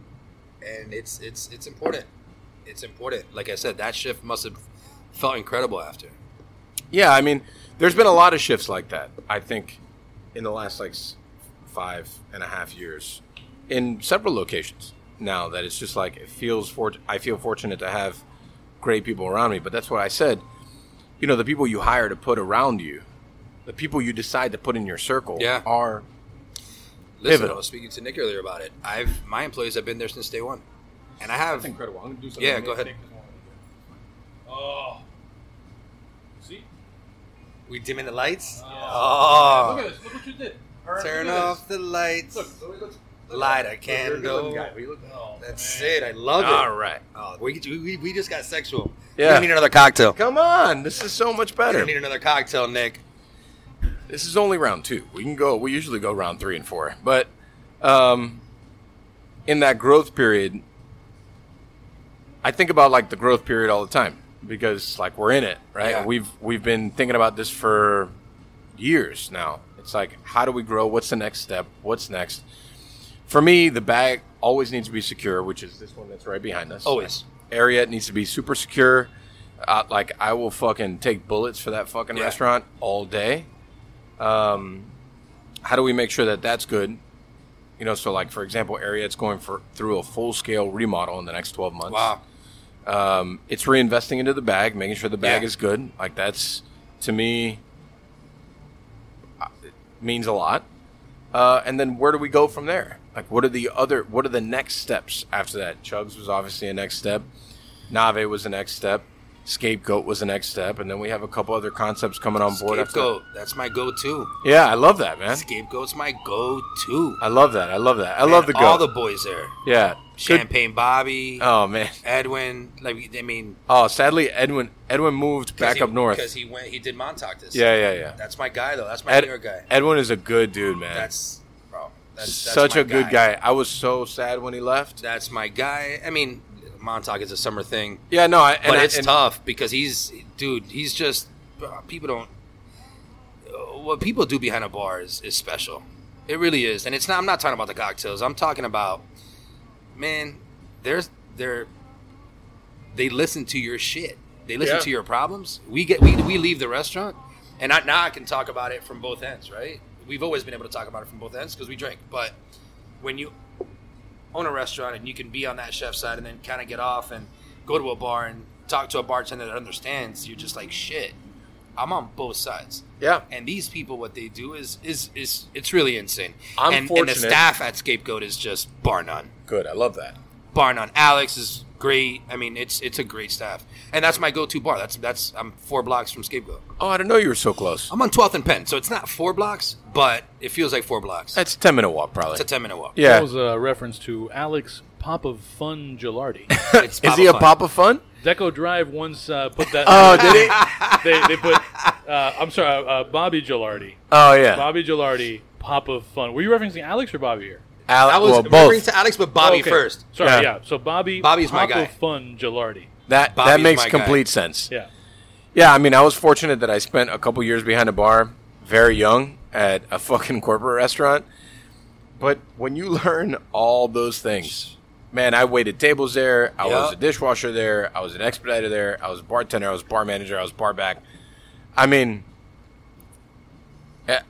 A: And it's it's it's important. It's important. Like I said, that shift must have felt incredible after.
C: Yeah, I mean, there's been a lot of shifts like that. I think in the last like s- five and a half years, in several locations now that it's just like it feels for. I feel fortunate to have great people around me, but that's what I said. You know, the people you hire to put around you, the people you decide to put in your circle,
A: Yeah.
C: are
A: Listen, I
C: Pivotal.
A: was speaking to Nick earlier about it. I've my employees have been there since day one, and I have
C: incredible. I'm gonna do something.
A: Yeah, go ahead.
F: Oh. See?
A: We dimming the lights? Oh,
F: Look at this. Look what you did.
A: turn
F: Look at
A: off the lights.
F: This. Look, look,
A: Light a
F: look,
A: candle. Oh,
F: look, look, look, look.
A: That's it. I love it.
C: All right.
A: Oh, we, we, we just got sexual. We
C: Yeah.
A: don't need another cocktail.
C: Come on. This is so much
A: We
C: better.
A: don't need another cocktail, Nick.
C: This is only round two. We can go. We usually go round three and four, but um, in that growth period, I think about like the growth period all the time because like we're in it, right?
A: Yeah.
C: We've we've been thinking about this for years now. It's like how do we grow? What's the next step? What's next? For me, the bag always needs to be secure, which is this one that's right behind us.
A: Always.
C: area it needs to be super secure. Uh, like I will fucking take bullets for that fucking
A: Yeah.
C: restaurant all day Um, how do we make sure that that's good? You know, so like for example, area it's going for through a full scale remodel in the next twelve months.
A: Wow.
C: Um, it's reinvesting into the bag, making sure the bag
A: Yeah.
C: is good. Like that's to me uh, it means a lot. Uh, and then where do we go from there? Like, what are the other? What are the next steps after that? Chugs was obviously a next step. Nave was the next step. Scapegoat was the next step, and then we have a couple other concepts coming on board. after-
A: Scapegoat. That's my go-to.
C: Yeah, I love that, man.
A: Scapegoat's my go-to.
C: I love that. I love that. I love the goat.
A: all the boys there.
C: Yeah. Good-
A: Champagne Bobby,
C: Oh man.
A: Edwin. Like I mean,
C: Oh, sadly, Edwin Edwin moved back up north.
A: because he went. He did Montauk this.
C: Yeah, yeah, yeah.
A: That's my guy though. That's my
C: Ed-
A: New York guy.
C: Edwin is a good dude, man.
A: That's bro. That's, that's
C: such
A: my
C: a good guy. I was so sad when he left.
A: That's my guy. I mean, Montauk is a summer thing,
C: Yeah, no, I, and
A: but
C: I-
A: it's
C: and-
A: tough because he's dude. He's just uh, people don't. uh, What people do behind a bar is, is special. It really is, and it's not. I'm not talking about the cocktails. I'm talking about man. There's they're they listen to your shit. They listen
C: Yeah.
A: to your problems. We get we, we leave the restaurant, and I, now I can talk about it from both ends. Right? We've always been able to talk about it from both ends because we drink. But when you own a restaurant and you can be on that chef side and then kind of get off and go to a bar and talk to a bartender that understands, you're just like shit. I'm on both sides.
C: Yeah.
A: And these people, what they do is is is it's really insane.
C: I'm
A: and, and the
C: fortunate-
A: staff at Scapegoat is just bar none
C: Good. I love that.
A: bar none. Alex is great. I mean, it's it's a great staff, and that's my go-to bar. That's that's I'm four blocks from Scapegoat.
C: Oh, I didn't know you were so close.
A: I'm on 12th and Penn, so it's not four blocks, but it feels like four blocks. It's
C: That's a ten minute walk, probably.
A: a 10 minute walk.
C: yeah.
D: That was a reference to Alex Pop of Fun Gelardi.
A: It's
C: is he a
A: Fun.
C: Papa Fun?
D: Deco Drive once uh, put that.
C: Oh, did he?
D: they, they put. Uh, I'm sorry, uh, uh, Bobby Gelardi.
C: Oh yeah.
D: Bobby Gelardi, Pop of Fun. Were you referencing Alex or Bobby here?
C: Al-
A: I was
C: well,
A: referring
C: both.
A: to Alex, but Bobby
D: Okay.
A: first.
D: Sorry,
C: Yeah.
D: yeah. So Bobby,
A: Bobby's my
D: Pop
A: guy.
D: of Fun Gelardi.
C: that that
A: Bobby's
C: makes
A: my guy.
C: complete sense.
D: Yeah.
C: Yeah, I mean, I was fortunate that I spent a couple years behind a bar, very young, at a fucking corporate restaurant. But when you learn all those things, man, I waited tables there. I
A: Yeah.
C: was a dishwasher there. I was an expediter there. I was a bartender. I was bar manager. I was bar back. I mean, eh,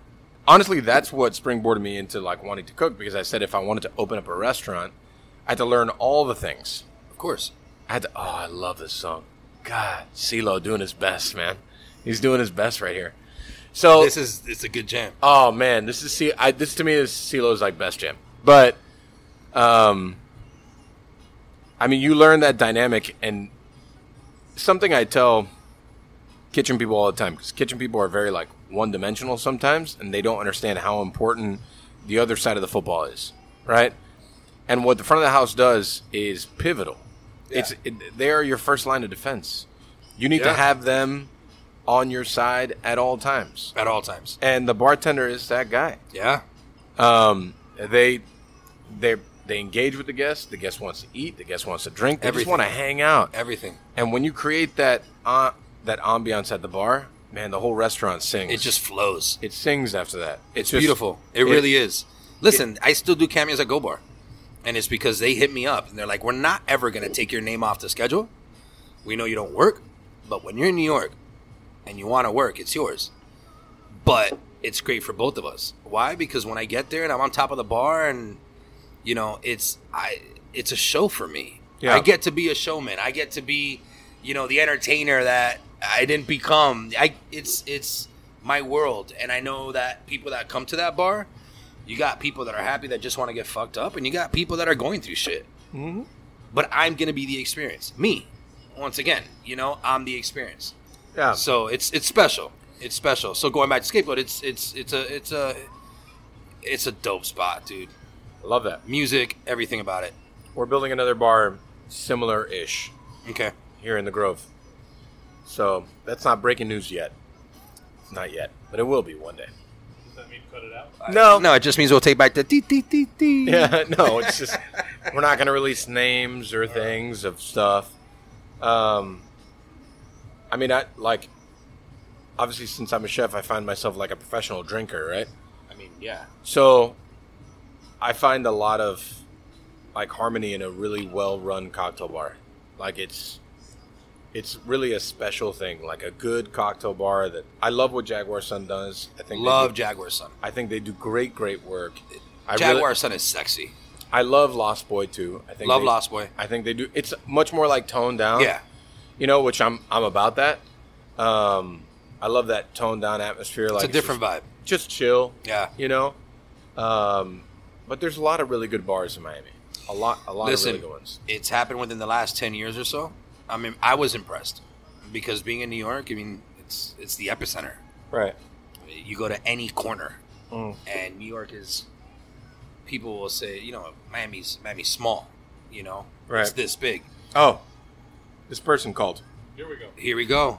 C: honestly, that's what springboarded me into like wanting to cook because I said if I wanted to open up a restaurant, I had to learn all the things.
A: Of course.
C: I had to. Oh, I love this song. God, CeeLo doing his best, man. He's doing his best right here. So
A: This is it's a good jam.
C: Oh man, this is C. I, this to me is CeeLo's like best jam. But, um, I mean, you learn that dynamic, and something I tell kitchen people all the time because kitchen people are very like one dimensional sometimes, and they don't understand how important the other side of the football is, right? And what the front of the house does is pivotal. It's it, they are your first line of defense. You need to
A: Yeah.
C: have them on your side at all times
A: At all times.
C: and the bartender is that guy.
A: Yeah.
C: Um, they they they engage with the guest. The guest wants to eat. The guest wants to drink. They
A: Everything.
C: just want to hang out.
A: Everything.
C: And when you create that uh, that ambiance at the bar, man, the whole restaurant sings.
A: It just flows.
C: it sings after that.
A: It's
C: just-
A: beautiful. It, really is. Listen, I still do cameos at Go Bar, and it's because they hit me up and they're like, "We're not ever going to take your name off the schedule. We know you don't work, but when you're in New York and you want to work, it's yours. But it's great for both of us. Why? Because when I get there and I'm on top of the bar, and you know, it's I, it's a show for me.
C: Yeah.
A: I get to be a showman. I get to be, you know, the entertainer that I didn't become. I it's it's my world, and I know that people that come to that bar, you got people that are happy that just want to get fucked up, and you got people that are going through shit. Mm-hmm. But I'm gonna be the experience. Me, once again, you know, I'm the experience.
C: Yeah.
A: So it's it's special. It's special. So going back to skateboard, it's it's it's a it's a it's a dope spot, dude.
C: Love that.
A: Music, everything about it.
C: We're building another bar similar ish
A: Okay.
C: here in the Grove. So that's not breaking news yet. Not yet, but it will be one day.
F: Does that mean cut it out?
C: No,
A: No, it just means we'll take back the dee dee dee dee.
C: Yeah, no, it's just we're not going to release names or things of stuff. Um, I mean, I like obviously since I'm a chef, I find myself like a professional drinker, right?
B: I mean, yeah.
C: So I find a lot of like harmony in a really well-run cocktail bar. Like it's it's really a special thing, like a good cocktail bar that I love what Jaguar Sun does. I think they
A: Love
C: do,
A: Jaguar Sun.
C: I think they do great great work. I
A: Jaguar
C: really,
A: Sun is sexy.
C: I love Lost Boy too. I think
A: Love
C: they-
A: Lost Boy.
C: I think they do. It's much more like toned down.
A: Yeah.
C: you know, which I'm I'm about that. Um, I love that toned down atmosphere. Like
A: It's a different vibe.
C: just, Just chill.
A: Yeah.
C: you know. Um, but there's a lot of really good bars in Miami. A lot, a lot
A: Listen,
C: of really good ones.
A: it's happened within the last ten years or so. I mean, I was impressed because being in New York, I mean, it's it's the epicenter.
C: Right.
A: You go to any corner, and New York is. People will say, you know, Miami's Miami's small. You know, it's
C: Right.
A: this big.
C: Oh, this person called.
F: Here we go.
A: Here we go.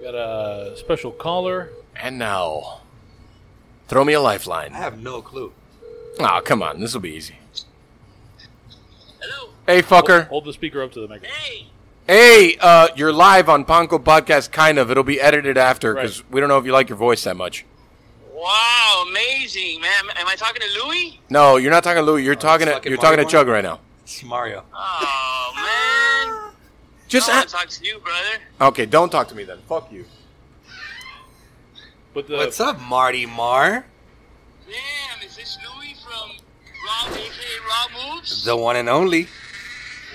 F: We got a special caller.
C: And now, throw me a lifeline.
A: I have no clue.
C: Oh, come on, this will be easy. Oh,
H: Hello.
C: Hey, fucker.
F: Hold the speaker up to the microphone.
H: Hey.
C: Hey, uh, you're live on Ponko Podcast, kind of. It'll be edited after because we don't know if you like your voice that much.
H: Wow, amazing, man. Am I talking to Louis?
C: No, you're not talking to Louie. You're talking
A: it's
C: to
A: fucking
C: you're talking to
A: Mario.
C: Chug right now.
A: It's Mario.
H: Oh, man.
C: Just
H: I want
C: a-
H: to talk to you, brother.
C: okay. Don't talk to me then. Fuck you.
F: But the,
A: What's up, Marty Mar?
H: Damn, is this Louis from Rob, aka Rob Moves?
A: The one and only.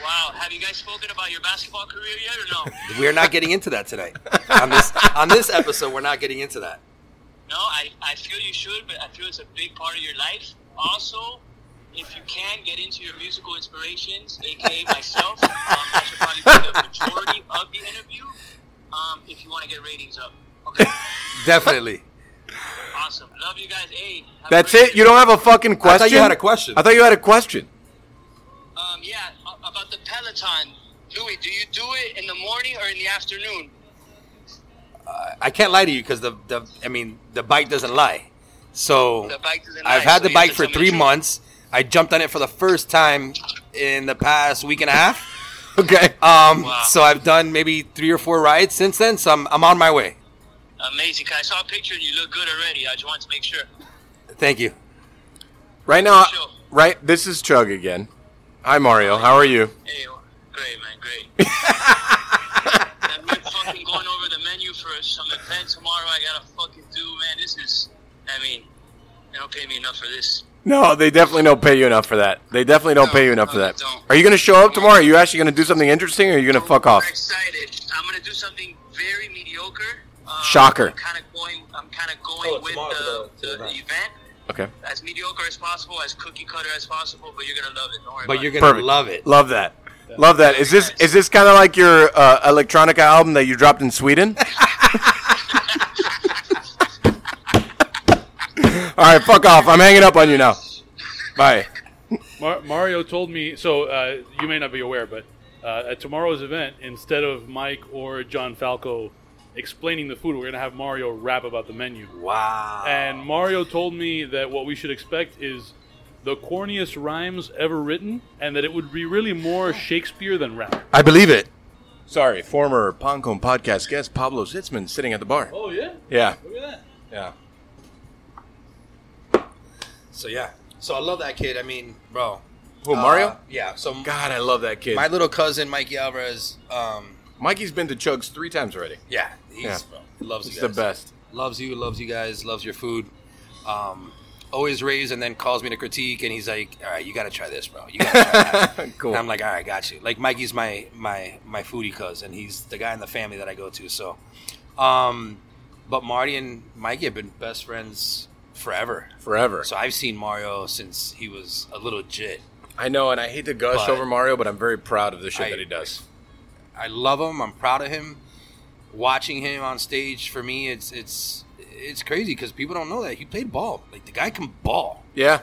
H: Wow, have you guys spoken about your basketball career yet or no?
A: We're not getting into that tonight. on this on this episode, we're not getting into that.
H: No, I, I feel you should, but I feel it's a big part of your life. Also, if you can get into your musical inspirations, aka myself, um, that should probably be the majority of the interview. Um, if you want to get ratings up. Okay,
A: Definitely.
H: awesome. Love you guys. Hey, have a
C: That's
H: great
C: it. You don't have a fucking
A: I
C: question.
A: thought you had a question.
C: I thought you had a question.
H: Um, yeah, a- about the Peloton, Louis. Do you do it in the morning or in the afternoon?
A: I can't lie to you because the, the I mean the bike doesn't lie. So
H: The bike doesn't
A: I've
H: lie,
A: had
H: so
A: the
H: you
A: bike
H: have
A: for
H: to tell me
A: three
H: the truth.
A: months. I jumped on it for the first time in the past week and a half.
C: Okay.
A: Um,
H: Wow.
A: So I've done maybe three or four rides since then. So I'm, I'm on my way.
H: Amazing. 'cause I saw a picture and you look good already. I just wanted to make sure.
A: Thank you.
C: Right now,
H: Sure.
C: right. This is Chug again. Hi Mario. How are you?
H: Hey, great man, great. I'm fucking going over the menu for some event tomorrow. I gotta fucking do, man. This is, I mean, they don't pay me enough for this.
C: No, they definitely don't pay you enough for that. They definitely don't
H: No,
C: pay you enough
H: no,
C: for that.
H: they don't.
C: Are you going to show up tomorrow? Are you actually going to do something interesting, or are you going to fuck off?
H: I'm excited. I'm gonna do something very mediocre. Um,
C: Shocker.
H: I'm kind of going. I'm kind of going with
A: Oh, tomorrow
H: the,
A: to the- to
H: the
A: the event.
H: event
C: Okay.
H: as mediocre as possible, as cookie cutter as possible. But you're gonna love it. Don't worry.
A: But
H: about
A: you're
H: it.
A: gonna
C: Perfect.
A: love it.
C: Love that. Love that. Is this is this kind of like your uh, electronica album that you dropped in Sweden? All right, fuck off. I'm hanging up on you now. Bye.
F: Mar- Mario told me so. Uh, you may not be aware, but uh, at tomorrow's event, instead of Mike or John Falco explaining the food, we're gonna have Mario rap about the menu.
A: Wow.
F: And Mario told me that what we should expect is the corniest rhymes ever written, and that it would be really
A: Oh.
F: more Shakespeare than rap.
C: I believe it. Sorry, former Poncom podcast guest Pablo Zitzman sitting at the bar.
F: Oh yeah,
C: Yeah.
F: look at that.
C: Yeah.
A: so yeah. So I love that kid. I mean, bro.
C: Who,
A: Uh,
C: Mario?
A: yeah. So
C: God, I love that kid.
A: my little cousin Mikey Alvarez. Um,
C: Mikey's been to Chugs three times already.
A: yeah, he's
C: Yeah.
A: bro, he loves
C: He's
A: you
C: the
A: guys.
C: best.
A: loves you, loves you guys, loves your food. Um, always raves and then calls me to critique, and he's like, "All right, you gotta try this, bro. You gotta try that."
C: Cool.
A: And I'm like, "All right, got you." Like Mikey's my my my foodie cuz, and he's the guy in the family that I go to. So, um, but Marty and Mikey have been best friends forever.
C: Forever.
A: So I've seen Mario since he was a little jit.
C: I know, and I hate to gush
A: But-
C: over Mario, but I'm very proud of the shit
A: I-
C: that he does.
A: I love him. I'm proud of him. watching him on stage for me, it's it's it's crazy because people don't know that he played ball. Like the guy can ball.
C: Yeah,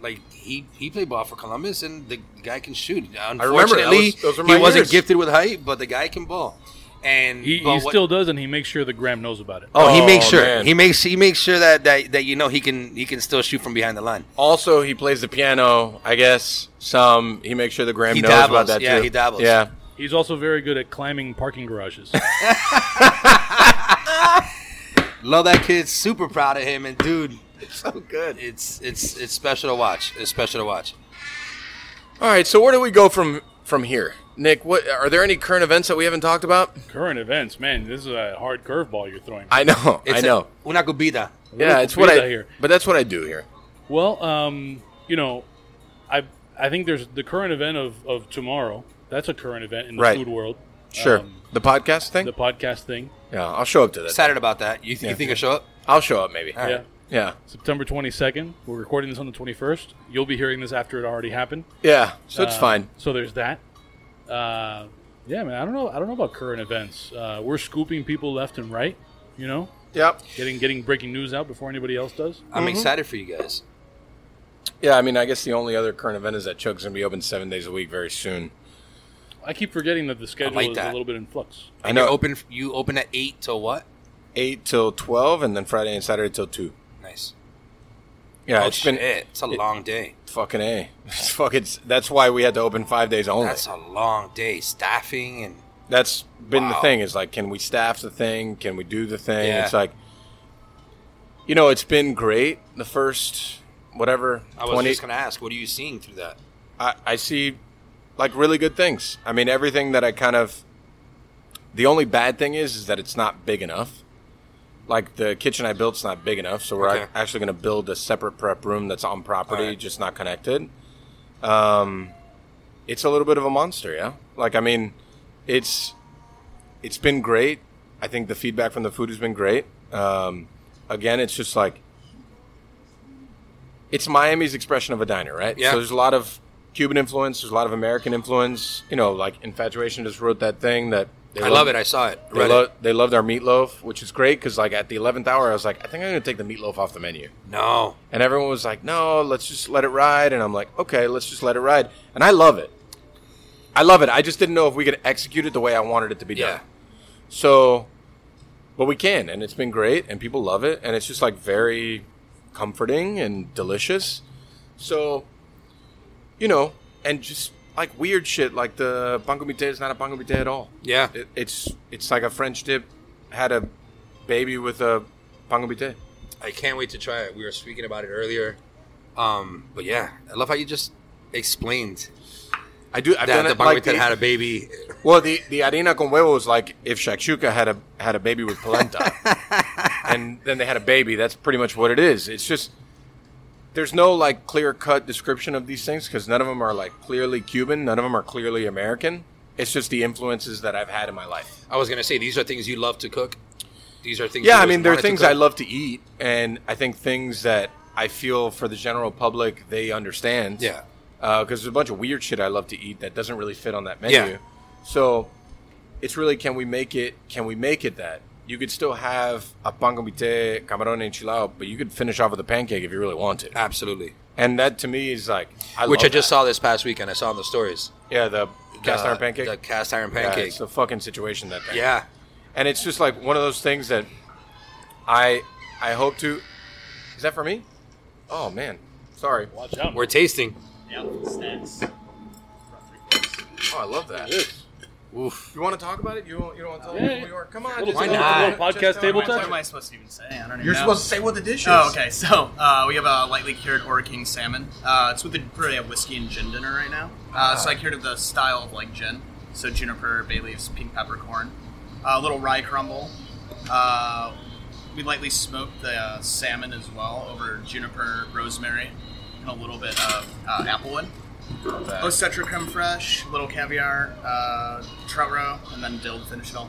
A: Like he he played ball for Columbus, and the guy can shoot.
C: that was-
A: Unfortunately,
C: those were
A: he
C: my
A: wasn't
C: years.
A: gifted with height, but the guy can ball. And
D: He,
A: but
D: he
A: what-
D: still does, and he makes sure that Graham knows about it.
A: Oh, he
C: Oh,
A: makes sure.
C: man.
A: He makes he makes sure that, that that you know he can he can still shoot from behind the line.
C: Also, he plays the piano. I guess some. He makes sure the Graham
A: He
C: knows
A: dabbles.
C: about that
A: Yeah,
C: too.
A: he dabbles.
C: Yeah,
D: He's also very good at climbing parking garages.
A: Love that kid. Super proud of him. And dude, it's so good. It's it's it's special to watch. It's special to watch.
C: All right, so where do we go from from here, Nick? What are there any current events that we haven't talked about?
D: Current events, man, this is a hard curveball you're throwing.
C: I know,
A: It's
C: I know.
A: A, una cubita.
C: yeah,
D: little
C: it's what I.
D: bit here.
C: But that's what I do here.
D: Well, um, you know, I I think there's the current event of, of tomorrow. That's a current event in the
C: Right.
D: food world.
C: Sure,
D: Um,
C: the podcast thing.
D: the podcast thing.
C: yeah, I'll show up to that.
A: Excited about that. You, th- you think I show up?
C: I'll show up maybe.
D: Yeah.
C: Yeah,
D: September 22nd. We're recording this on the 21st. You'll be hearing this after it already happened.
C: yeah. So it's
D: Uh,
C: fine.
D: So there's that. Uh, yeah, man. I don't know. I don't know about current events. Uh, we're scooping people left and right. You know,
C: Yep.
D: getting getting breaking news out before anybody else does.
A: I'm
C: Mm-hmm.
A: excited for you guys.
C: Yeah, I mean, I guess the only other current event is that Chug's gonna be open seven days a week very soon.
D: I keep forgetting that the schedule
A: like
D: is
A: that.
D: a little bit in flux.
C: I
A: And you're
C: know.
A: Open you open at eight till what?
C: Eight till twelve, and then Friday and Saturday till two.
A: Nice.
C: Yeah,
A: oh,
C: it's
A: shit.
C: been
A: it's a
C: it-
A: long day.
C: fucking a. It's fucking. That's why we had to open five days only.
A: That's a long day. Staffing and
C: that's been the
A: Wow.
C: thing is like can we staff the thing can we do the thing
A: Yeah.
C: it's like you know it's been great the first whatever
A: I was
C: 20
A: just gonna ask, what are you seeing through that?
C: I, I see like really good things i mean everything that i kind of the only bad thing is is that it's not big enough like the kitchen i built's not big enough so we're
A: Okay.
C: ac- actually going to build a separate prep room that's on property
A: Alright.
C: just not connected um it's a little bit of a monster yeah like i mean it's it's been great. I think the feedback from the food has been great. Um, again, it's just like it's Miami's expression of a diner, right?
A: Yeah.
C: So there's a lot of Cuban influence. There's a lot of American influence. You know, like Infatuation just wrote that thing that they
A: I love it. I saw it.
C: They,
A: Read it.
C: lo- they loved our meatloaf, which is great because like at the eleventh hour, I was like, I think I'm gonna take the meatloaf off the menu.
A: No.
C: And everyone was like, no, let's just let it ride. And I'm like, okay, let's just let it ride. And I love it. I love it. I just didn't know if we could execute it the way I wanted it to be
A: Yeah.
C: done. So, but we can. And it's been great. And people love it. And it's just like very comforting and delicious. So, you know, and just like weird shit like the pangomite is not a pangomite at all.
A: Yeah.
C: It, it's it's like a French dip had a baby with a pangomite.
A: I can't wait to try it. We were speaking about it earlier. Um, but yeah, I love how you just explained
C: I do. I've
A: that
C: done
A: the
C: it like
A: Bangladesh had a baby.
C: Well, the the harina con huevo is like if shakshuka had a had a baby with polenta, and then they had a baby. That's pretty much what it is. It's just there's no like clear cut description of these things because none of them are like clearly Cuban. None of them are clearly American. It's just the influences that I've had in my life.
A: I was gonna say these are things you love to cook. These are things.
C: Yeah,
A: you
C: I
A: always
C: mean, there are
A: wanted to
C: things
A: cook.
C: I love to eat, and I think things that I feel for the general public they understand.
A: Yeah.
C: because Uh, there's a bunch of weird shit I love to eat that doesn't really fit on that menu.
A: Yeah.
C: So it's really can we make it? Can we make it that you could still have a pan con vite, camarón enchilado, but you could finish off with a pancake if you really want to.
A: Absolutely.
C: And that to me is like, I
A: Which I
C: love
A: just
C: that.
A: saw this past weekend. I saw in the stories.
C: Yeah, the cast
A: The-
C: iron pancake.
A: The cast iron
C: Yeah,
A: pancake.
C: it's a fucking situation that. Thing.
A: Yeah.
C: And it's just like one of those things that I I hope to. Is that for me? Oh man, sorry. Oh,
D: Watch out.
A: We're tasting.
C: Oh, I love that.
A: Oof.
C: You want to talk about it? You want, you don't want to tell
D: Yeah,
C: them
D: yeah.
C: who you are? Come on,
D: Little-
C: just
A: why
C: tell
A: not?
C: them.
D: Podcast
C: Just tell them.
D: table
I: What am I-
D: touch?
I: what am I supposed to even say? I don't even
C: You're
I: know.
C: supposed to say what the dish is.
I: Oh, okay. So uh, we have a lightly cured Ora King salmon. Uh, it's with a brewery of whiskey and gin dinner right now. Uh,
C: Ah.
I: so I cured it with the style of like gin. So juniper, bay leaves, pink peppercorn, a little rye crumble. Uh, we lightly smoked the uh, salmon as well over juniper, rosemary, and a little bit of uh, applewood. Ostetra creme fraiche, little caviar, uh, trout roe, and then dill to finish it all.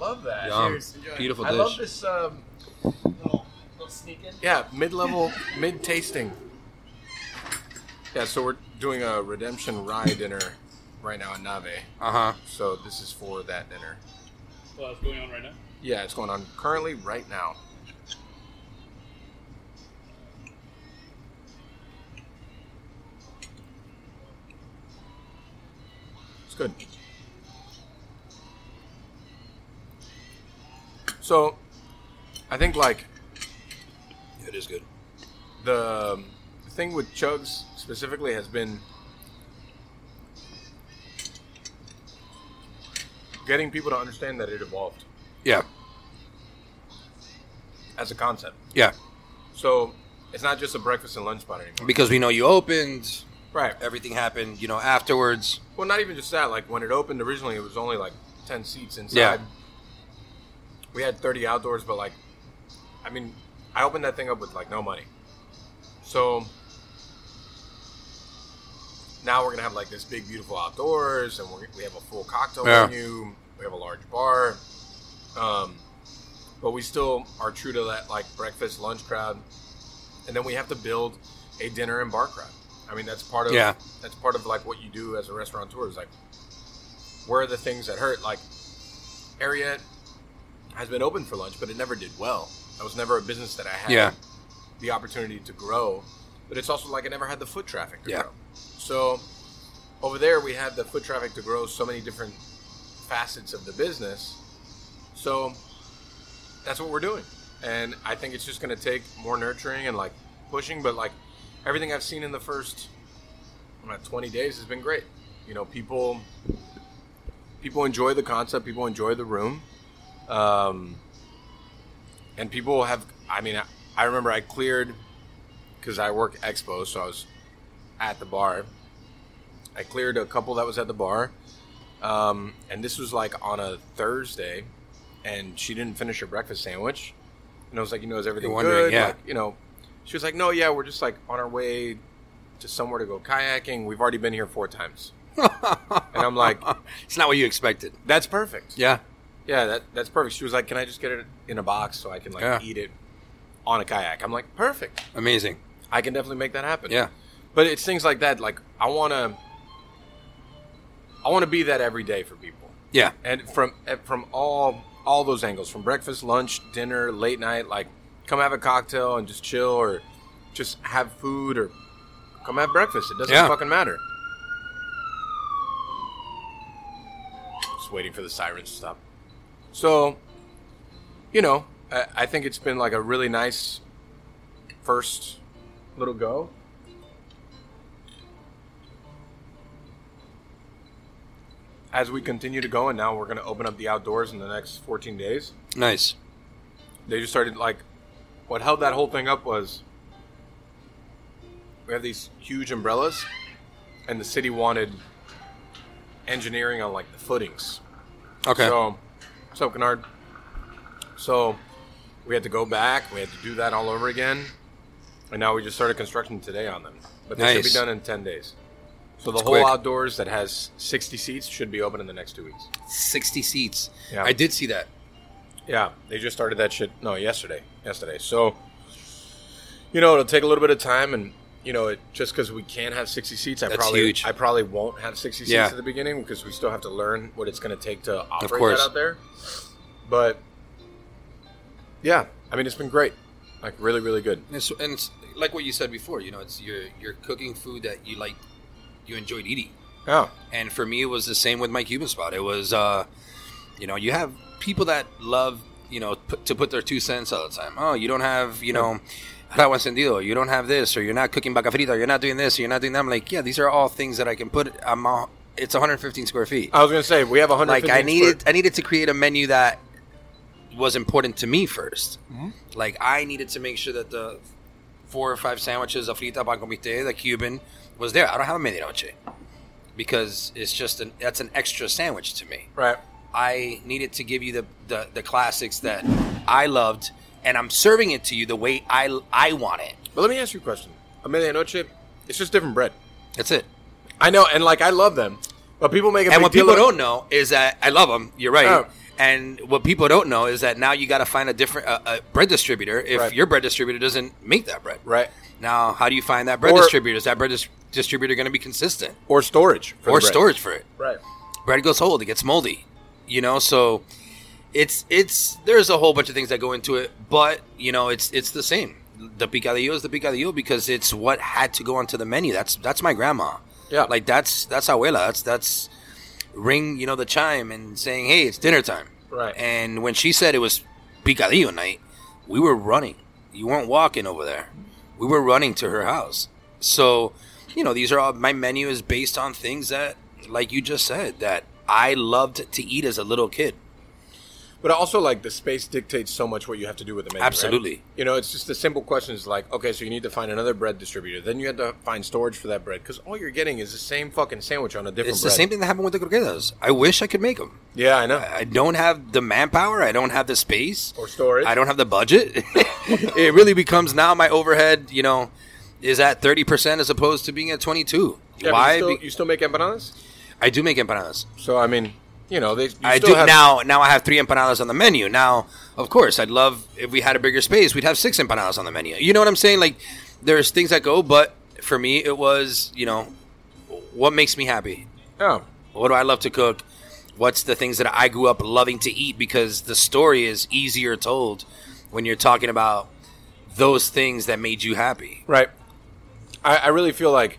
C: Love that.
A: Yum.
I: enjoy.
A: Um, Beautiful
C: I
A: dish.
C: love this. Um,
I: Little, little sneak in.
C: yeah, mid-level, mid-tasting. Yeah, so we're doing a redemption rye dinner right now at Nave.
A: Uh huh.
C: So this is for that dinner.
F: Well, that's going on right now.
C: Yeah, it's going on currently right now. It's good. So, I think like
A: It is good.
C: the thing with chugs specifically has been getting people to understand that it evolved
A: Yeah.
C: as a concept.
A: Yeah.
C: So it's not just a breakfast and lunch spot anymore.
A: Because we know you opened,
C: Right.
A: everything happened, you know, afterwards.
C: Well, not even just that. Like when it opened originally, it was only like ten seats inside.
A: Yeah.
C: We had thirty outdoors, but like, I mean, I opened that thing up with like no money. So now we're gonna have like this big, beautiful outdoors, and we're, we have a full cocktail
A: Yeah.
C: menu. We have a large bar. Um, but we still are true to that like breakfast, lunch crowd, and then we have to build a dinner and bar crowd. I mean, that's part of
A: Yeah.
C: that's part of like what you do as a restaurateur is like where are the things that hurt? Like Ariat has been open for lunch, but it never did well. That was never a business that I had
A: Yeah.
C: the opportunity to grow. But it's also like I never had the foot traffic to
A: Yeah.
C: grow. So over there we had the foot traffic to grow so many different facets of the business. So that's what we're doing. And I think it's just going to take more nurturing and like pushing. But like everything I've seen in the first uh, 20 days has been great. You know, people people enjoy the concept. People enjoy the room. Um, and people have. I mean, I, I remember I cleared because I work expo, so I was at the bar. I cleared a couple that was at the bar, um, and this was like on a Thursday, and she didn't finish her breakfast sandwich, and I was like, you know, is everything
A: wondering,
C: good?
A: yeah.
C: Like, you know, she was like, no, yeah, we're just like on our way to somewhere to go kayaking. We've already been here four times, and I'm like,
A: It's not what you expected.
C: that's perfect.
A: Yeah.
C: Yeah, that, that's perfect. She was like, "Can I just get it in a box so I can like
A: Yeah.
C: eat it on a kayak?" I'm like, "Perfect.
A: Amazing.
C: I can definitely make that happen."
A: Yeah.
C: but it's things like that. Like I want to, I want to be that every day for people,
A: Yeah.
C: and from and from all all those angles, from breakfast, lunch, dinner, late night. Like, come have a cocktail and just chill, or just have food, or come have breakfast. It doesn't
A: Yeah.
C: fucking matter. Just waiting for the sirens to stop. So, you know, I, I think it's been like a really nice first little go. As we continue to go, and now we're going to open up the outdoors in the next 14 days.
A: Nice.
C: They just started like, what held that whole thing up was we have these huge umbrellas, and the city wanted engineering on like the footings.
A: Okay.
C: So, so Kennard. So, we had to go back. We had to do that all over again, and now we just started construction today on them. But they should be
A: Nice.
C: done in ten days. So the
A: That's
C: whole
A: quick.
C: outdoors that has sixty seats should be open in the next two weeks.
A: 60 seats.
C: Yeah.
A: I did see that.
C: Yeah, they just started that shit. No, yesterday. Yesterday. So, you know, it'll take a little bit of time, and you know, it, just because we can't have sixty seats, I
A: That's
C: probably
A: huge.
C: I probably won't have sixty seats
A: Yeah.
C: at the beginning because we still have to learn what it's going to take to operate
A: course.
C: that out there. But yeah, I mean, it's been great. Like really, really good.
A: And it's, and it's like what you said before, you know, it's you're, you're cooking food that you like, you enjoyed eating.
C: Yeah,
A: And for me, it was the same with my Cuban spot. It was, uh, you know, you have people that love, you know, put, to put their two cents all the time. Oh, you don't have, you know, agua encendido. You don't have this, or you're not cooking vaca frita. Or you're not doing this. Or you're not doing that. I'm like, yeah, these are all things that I can put. I'm all, it's 115 square feet.
C: I was going to say we have a hundred.
A: Like I needed, I needed to create a menu that was important to me 1st Like I needed to make sure that the four or five sandwiches of frita pan comité, the Cuban, was there. I don't have a medianoche because it's just an that's an extra sandwich to me.
C: right.
A: I needed to give you the, the, the classics that I loved, and I'm serving it to you the way I I want it.
C: But let me ask you a question. A medianoche, it's just different bread.
A: That's it.
C: I know, and like I love them, but people make a
A: And
C: big
A: what
C: deal
A: people
C: of-
A: don't know is that I love them. You're right.
C: Oh.
A: And what people don't know is that now you got to find a different uh, a bread distributor if
C: Right.
A: your bread distributor doesn't make that bread.
C: right
A: Now, how do you find that bread
C: Or-
A: distributor? Is that bread dis- distributor going to be consistent
C: or storage for the
A: or
C: bread.
A: storage for it?
C: right.
A: bread goes old, it gets moldy, you know. So it's it's there's a whole bunch of things that go into it, but you know it's it's the same. The picadillo is the picadillo because it's what had to go onto the menu. That's that's my grandma.
C: Yeah.
A: like that's that's abuela. That's that's ring you know the chime and saying hey it's dinner time.
C: Right.
A: And when she said it was picadillo night, we were running. You weren't walking over there. We were running to her house. So, you know, these are all my menu is based on things that, like you just said, that I loved to eat as a little kid.
C: But also, like the space dictates so much what you have to do with the menu. right?
A: Absolutely.
C: You know, it's just the simple questions like, okay, so you need to find another bread distributor. Then you have to find storage for that bread because all you're getting is the same fucking sandwich on a different.
A: It's the
C: bread.
A: same thing Uh, that happened with the croquetas. I wish I could make them.
C: Yeah, I know.
A: I don't have the manpower. I don't have the space
C: Or storage.
A: I don't have the budget. it really becomes now my overhead. You know, is at thirty percent as opposed to being at twenty two.
C: Yeah, but
A: Why?
C: You still,
A: Be-
C: you still make empanadas?
A: I do make empanadas.
C: So I mean, you know, they. You
A: I
C: still
A: do
C: have-
A: now. Now I have three empanadas on the menu. Now, of course, I'd love if we had a bigger space. We'd have six empanadas on the menu. You know what I'm saying? Like, there's things that go, but for me, it was you know, what makes me happy.
C: Yeah.
A: What do I love to cook? What's the things that I grew up loving to eat? Because the story is easier told when you're talking about those things that made you happy.
C: Right. I, I really feel like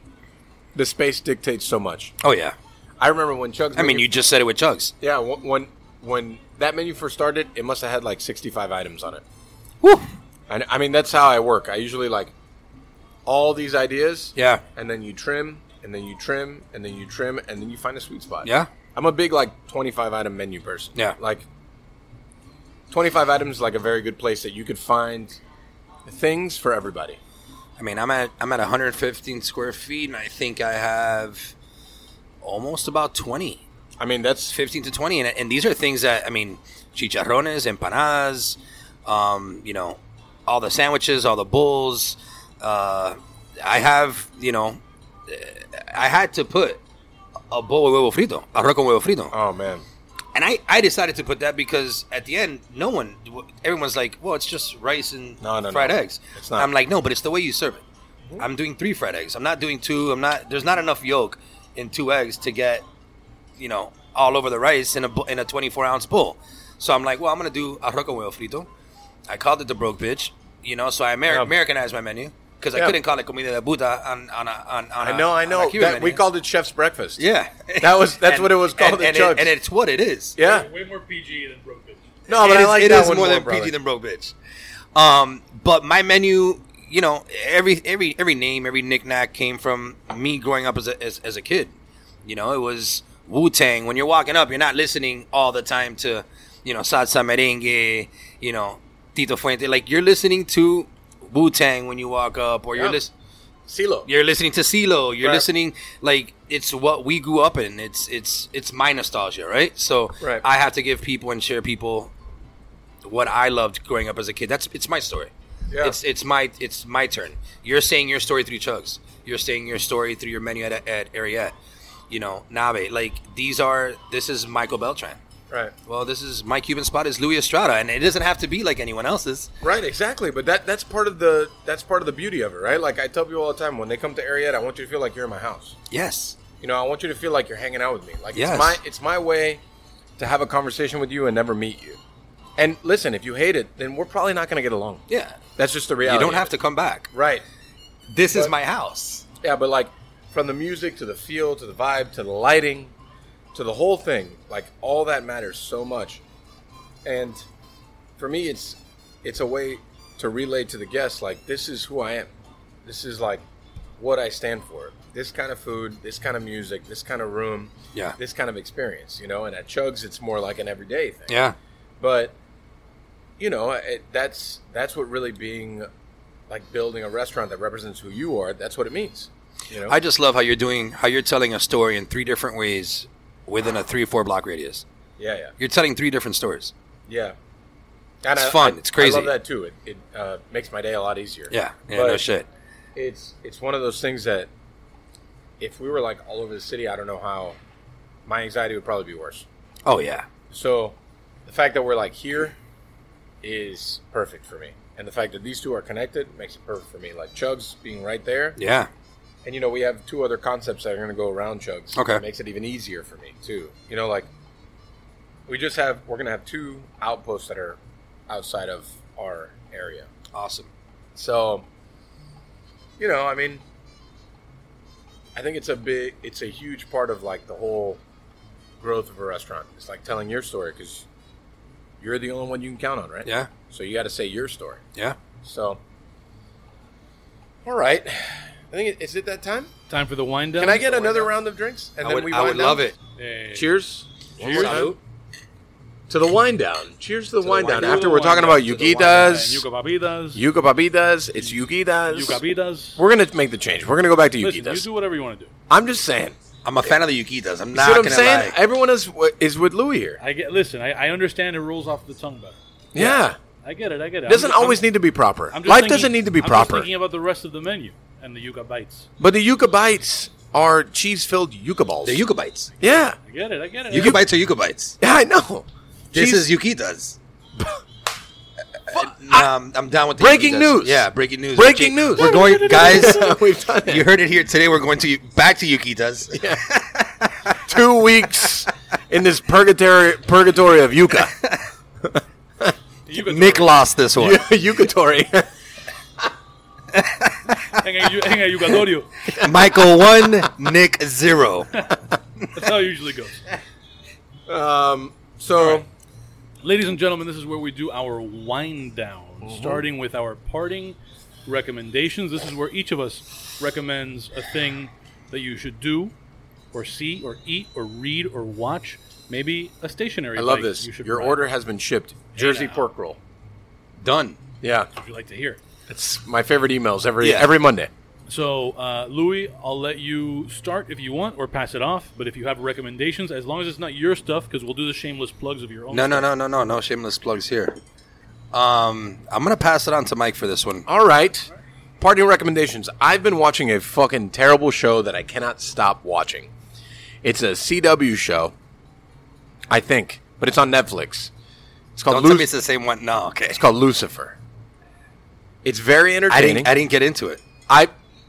C: the space dictates so much.
A: Oh yeah.
C: I remember when Chuck's.
A: I mean,
C: menu-
A: you just said it with Chugs.
C: Yeah, wh- when when that menu first started, it must have had like 65 items on it.
A: Woo.
C: And I mean, that's how I work. I usually like all these ideas.
A: Yeah.
C: And then you trim, and then you trim, and then you trim, and then you find a sweet spot.
A: Yeah.
C: I'm a big like 25 item menu person.
A: Yeah.
C: Like 25 items is like a very good place that you could find things for everybody.
A: I mean, I'm at I'm at 115 square feet, and I think I have almost about 20,
C: I mean, that's
A: 15 to 20, and, and these are things that I mean, chicharrones, empanadas, um, you know, all the sandwiches, all the bowls. Uh, I have, you know, eh, I had to put a bowl of huevo frito, arroz con huevo frito.
C: oh man.
A: And I, I decided to put that because at the end, no one, everyone's like, well, it's just rice and
C: No, no,
A: fried
C: no.
A: eggs.
C: It's not.
A: I'm like, no, but it's the way you serve it. I'm doing three fried eggs. I'm not doing two. I'm not. There's not enough yolk in two eggs to get, you know, all over the rice in a bu- in a 24 ounce bowl. So I'm like, well, I'm gonna do arroz con huevo frito. I called it the broke bitch, you know. So I Amer-
C: Yeah.
A: Americanized my menu because I
C: Yeah.
A: couldn't call it comida de puta on on a, on, on
C: I know,
A: a,
C: Ah, I
A: on a
C: know.
A: Cuban
C: That, we
A: menu.
C: called it chef's breakfast.
A: yeah.
C: That was- that's what it was called
A: And,
C: at
A: and,
C: Chuck's.
A: it, and it's what it is.
C: Yeah.
D: Way more PG than broke bitch.
C: No,
A: It
C: but I
A: is-
C: like
A: it
C: that
A: is
C: one
A: more than
C: brother.
A: PG than broke bitch. Um, but my menu, you know, every every every name, every knickknack came from me growing up as a as, as a kid. You know, it was Wu Tang. When you're walking up, you're not listening all the time to, you know, salsa merengue, you know, Tito Fuente. Like you're listening to Wu Tang when you walk up, or you're
C: Yeah.
A: listening.
C: CeeLo.
A: You're listening to CeeLo. You're
C: Right.
A: listening like it's what we grew up in. It's it's it's my nostalgia, right? So
C: Right.
A: I have to give people and share people what I loved growing up as a kid. That's it's my story.
C: Yeah.
A: It's it's my it's my turn. You're saying your story through Chugs. You're saying your story through your menu at at Ariette. You know, Nabe. Like these are this is Michael Beltran.
C: Right.
A: Well, this is my Cuban spot is Louis Estrada, and it doesn't have to be like anyone else's.
C: Right, exactly. But that that's part of the that's part of the beauty of it, right? Like I tell people all the time, when they come to Ariette, I want you to feel like you're in my house.
A: Yes.
C: You know, I want you to feel like you're hanging out with me. Like
A: Yes.
C: it's my it's my way to have a conversation with you and never meet you. And listen, if you hate it, then we're probably not going to get along.
A: Yeah.
C: That's just the
A: You
C: reality.
A: don't
C: of
A: have
C: it.
A: to come back.
C: Right.
A: This is
C: But-
A: my house.
C: Yeah, but like from the music to the feel to the vibe to the lighting to the whole thing, like all that matters so much. And for me, it's it's a way to relay to the guests like this is who I am. This is like what I stand for. This kind of food, this kind of music, this kind of room,
A: Yeah.
C: this kind of experience, you know. And at Chugs, it's more like an everyday thing
A: Yeah.
C: but you know it, that's that's what really being like building a restaurant that represents who you are that's what it means you know
A: I just love how you're doing, how you're telling a story in three different ways within a three or four block radius.
C: yeah yeah
A: You're telling three different stories.
C: yeah and
A: It's fun, it's crazy.
C: i love that too it, it uh, makes my day a lot easier
A: Yeah, yeah,
C: But
A: no shit.
C: it's it's one of those things that if we were like all over the city i don't know how my anxiety would probably be worse
A: Oh yeah,
C: So the fact that we're like here is perfect for me. And the fact that these two are connected makes it perfect for me. Like Chugs being right there.
A: yeah,
C: And you know, we have two other concepts that are gonna go around Chugs.
A: Okay.
C: It makes it even easier for me too. You know, like we just have we're gonna have two outposts that are outside of our area.
A: Awesome.
C: So, you know, I mean, I think it's a big, it's a huge part of like the whole growth of a restaurant. It's like telling your story because you're the only one you can count on, right?
A: Yeah.
C: So you got to say your story.
A: Yeah.
C: So, all right. I think it, is it that time?
D: Time for the wind down.
C: Can I get another round of drinks? And
A: I would, I would
C: wind down?
A: love it.
D: Hey.
C: Cheers.
A: Cheers. Salud.
C: To the wind down. Cheers to the wind down.
D: To the
C: After we're
D: wind
C: talking
D: down,
C: about
D: to the wind down.
C: yugitas,
D: Yuca Babidas.
C: yuca papitas, it's yugitas.
D: Yuca Babidas.
C: We're gonna make the change. We're gonna go back to
D: Listen, you
C: Yukitas.
D: do whatever you want to do.
C: I'm just saying.
A: I'm a fan of the Yukitas. I'm
C: You
A: not
C: see what I'm
A: gonna
C: saying?
A: lie.
C: Everyone is is with Louis here.
D: I get. Listen, I, I understand the rules off the tongue better.
C: Yeah,
D: I get it. I get it.
C: it doesn't
D: I'm just-
C: always
D: I'm-
C: need to be proper.
D: I'm
C: Life
D: just thinking-
C: doesn't need to be
D: I'm just
C: proper.
D: thinking about the rest of the menu and the yuca bites.
C: But the yuca bites are cheese filled yuca balls.
A: The Yuka bites.
C: yeah,
D: I get it. I get it.
A: Yuka bites are Yuka bites.
C: yeah, I know.
A: This
C: Cheese-
A: is Yukitas. Um, I'm down with the
C: Breaking
A: Yukitas.
C: news.
A: Yeah, breaking news.
C: Breaking
A: We're
C: news.
A: We're going, guys.
C: We've done it.
A: you heard it here today. We're going to back to Yukitas.
C: two weeks in this purgatory purgatory of yuca
A: Nick lost this one.
C: yukatory.
D: Hang on, you, hang on, yucadorio.
A: Michael one, Nick zero.
D: That's how it usually goes.
C: um, so
D: Ladies and gentlemen, this is where we do our wind down,
C: Uh-huh.
D: starting with our parting recommendations. This is where each of us recommends a thing that you should do, or see, or eat, or read, or watch. Maybe a stationary.
C: I love
D: bike
C: this.
D: you should
C: Your
D: ride,
C: order has been shipped. Jersey
D: now.
C: pork roll.
A: Done.
C: Yeah,
D: If you like to hear.
C: it's my favorite emails every
A: Yeah.
C: every Monday.
D: So, uh, Louis, I'll let you start if you want, or pass it off. But if you have recommendations, as long as it's not your stuff, because we'll do the shameless plugs of your own.
A: No, no, no, no, no, no. Shameless plugs here. Um, I'm gonna pass it on to Mike for this one.
C: All right. Party recommendations. I've been watching a fucking terrible show that I cannot stop watching. It's a CW show, I think, but it's on Netflix. It's
A: Don't
C: called
A: tell me
C: Luc-
A: it's the same one. No, okay.
C: It's called Lucifer. It's very
A: I
C: entertaining.
A: didn't. I didn't get into it.
C: I,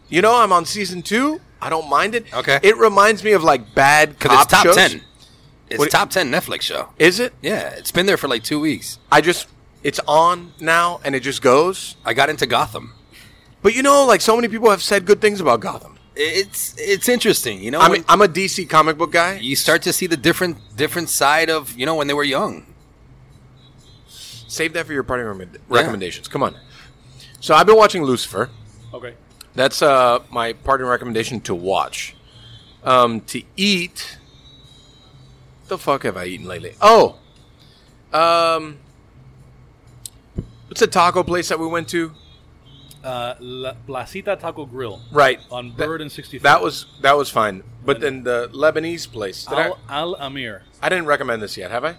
C: you know, I'm on season two. I don't mind it.
A: Okay.
C: It reminds me of like bad
A: Because
C: cop
A: it's top
C: shows.
A: ten. It's
C: What-
A: top ten Netflix show.
C: Is it?
A: Yeah, it's been there for like two weeks.
C: I just, it's on now, and it just goes.
A: I got into Gotham.
C: But you know, like so many people have said good things about Gotham.
A: It's it's interesting, you know.
C: I
A: when
C: mean, I'm a DC comic book guy.
A: you start to see the different different side of you know when they were young.
C: Save that for your party recommend- recommendations. Come on. So I've been watching Lucifer.
D: Okay.
C: That's uh, my party recommendation to watch. Um, to eat. The fuck have I eaten lately? Oh, um, what's the taco place that we went to?
D: Uh, La Placita Taco Grill.
C: Right
D: On
C: That-
D: Bird and 64.
C: That was that was fine. But then the Lebanese place. Did I,
D: Al, Al Amir.
C: I didn't recommend this yet, have I?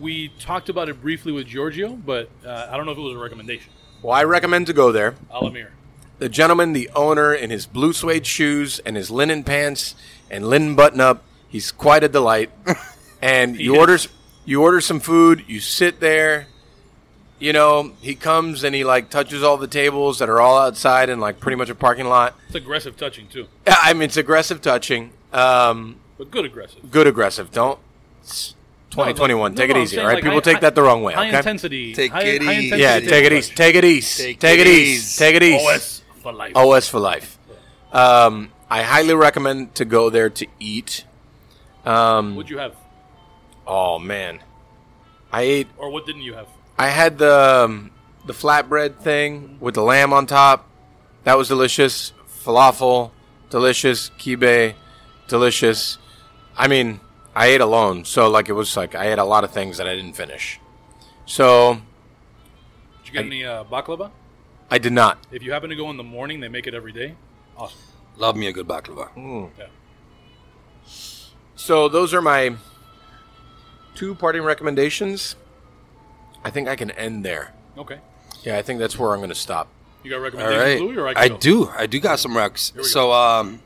D: We talked about it briefly with Giorgio, but uh, I don't know if it was a recommendation.
C: Well, I recommend to go there.
D: Al Amir.
C: the gentleman, the owner, in his blue suede shoes and his linen pants and linen button up. He's quite a delight. And you
D: is.
C: orders you order some food, you sit there, you know, he comes and he like touches all the tables that are all outside and like pretty much a parking lot.
D: It's aggressive touching, too,
C: I mean it's aggressive touching. Um,
D: but good aggressive.
C: good aggressive. Don't it's twenty twenty one.
D: No,
C: Take
D: no,
C: it
D: I'm
C: easy, all
D: saying,
C: right?
D: like,
C: People
D: high-
C: take
D: high-
C: that the wrong way.
D: High
C: Okay?
D: intensity.
A: Take
D: high,
A: it
D: high
A: easy.
D: intensity
C: Yeah, take it
D: touch.
C: easy. Take it easy.
A: Take
C: Take it
A: it
C: easy.
A: easy.
C: Take it easy. Oh.
D: OS for life.
C: OS for life. Um, I highly recommend to go there to eat.
D: What'd you have?
C: Oh man, I ate.
D: Or what didn't you have?
C: I had the um, the flatbread thing with the lamb on top. That was delicious. Falafel, delicious. Kibe, delicious. I mean, I ate alone, so like it was like I had a lot of things that I didn't finish. So
D: Did you get
C: I-
D: any uh, baklava?
C: I did not.
D: If you happen to go in the morning, they make it every day. Awesome.
A: Love me a good baklava.
C: So those are my two parting recommendations. I think I can end there.
D: Okay.
C: Yeah, I think that's where I'm going to stop.
D: You got
A: All right,
D: recommendations, Louis, or I can
A: I
D: go?
A: do. I do got some
D: Here
A: recs.
D: we
A: So um,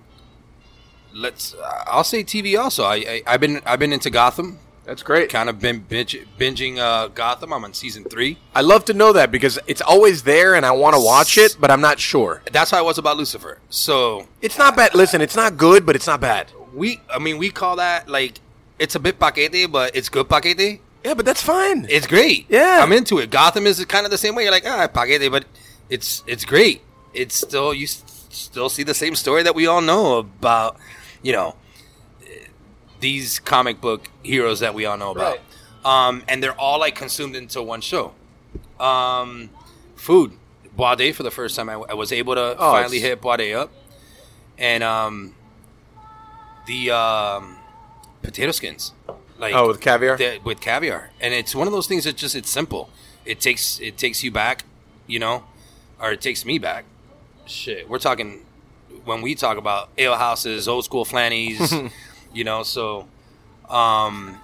A: let's. uh, I'll say TV also. I, I I've been I've been into Gotham.
C: That's great.
A: Kind of been binge, binging uh, Gotham. I'm on season three.
C: I love to know that because it's always there and I want to watch it, but I'm not sure.
A: That's how I was about Lucifer. So
C: It's not bad. Listen, it's not good, but it's not bad.
A: we, I mean, we call that like it's a bit paquete, but it's good paquete.
C: Yeah, but that's fine.
A: It's great.
C: Yeah.
A: I'm into it. Gotham is kind of the same way. You're like, ah, paquete, but it's it's great. It's still you s- still see the same story that we all know about, you know, eh, these comic book heroes that we all know about, um, and they're all like consumed into one show. Um, food, Boade for the first time, I, I was able to
C: Oh,
A: finally
C: it's-
A: hit Boade up, and um, the um, potato skins, like
C: oh, with caviar.
A: that- with caviar, and it's one of those things that just it's simple. It takes it takes you back, you know, or it takes me back. Shit, we're talking when we talk about ale houses, old school flannies, you know. So, um,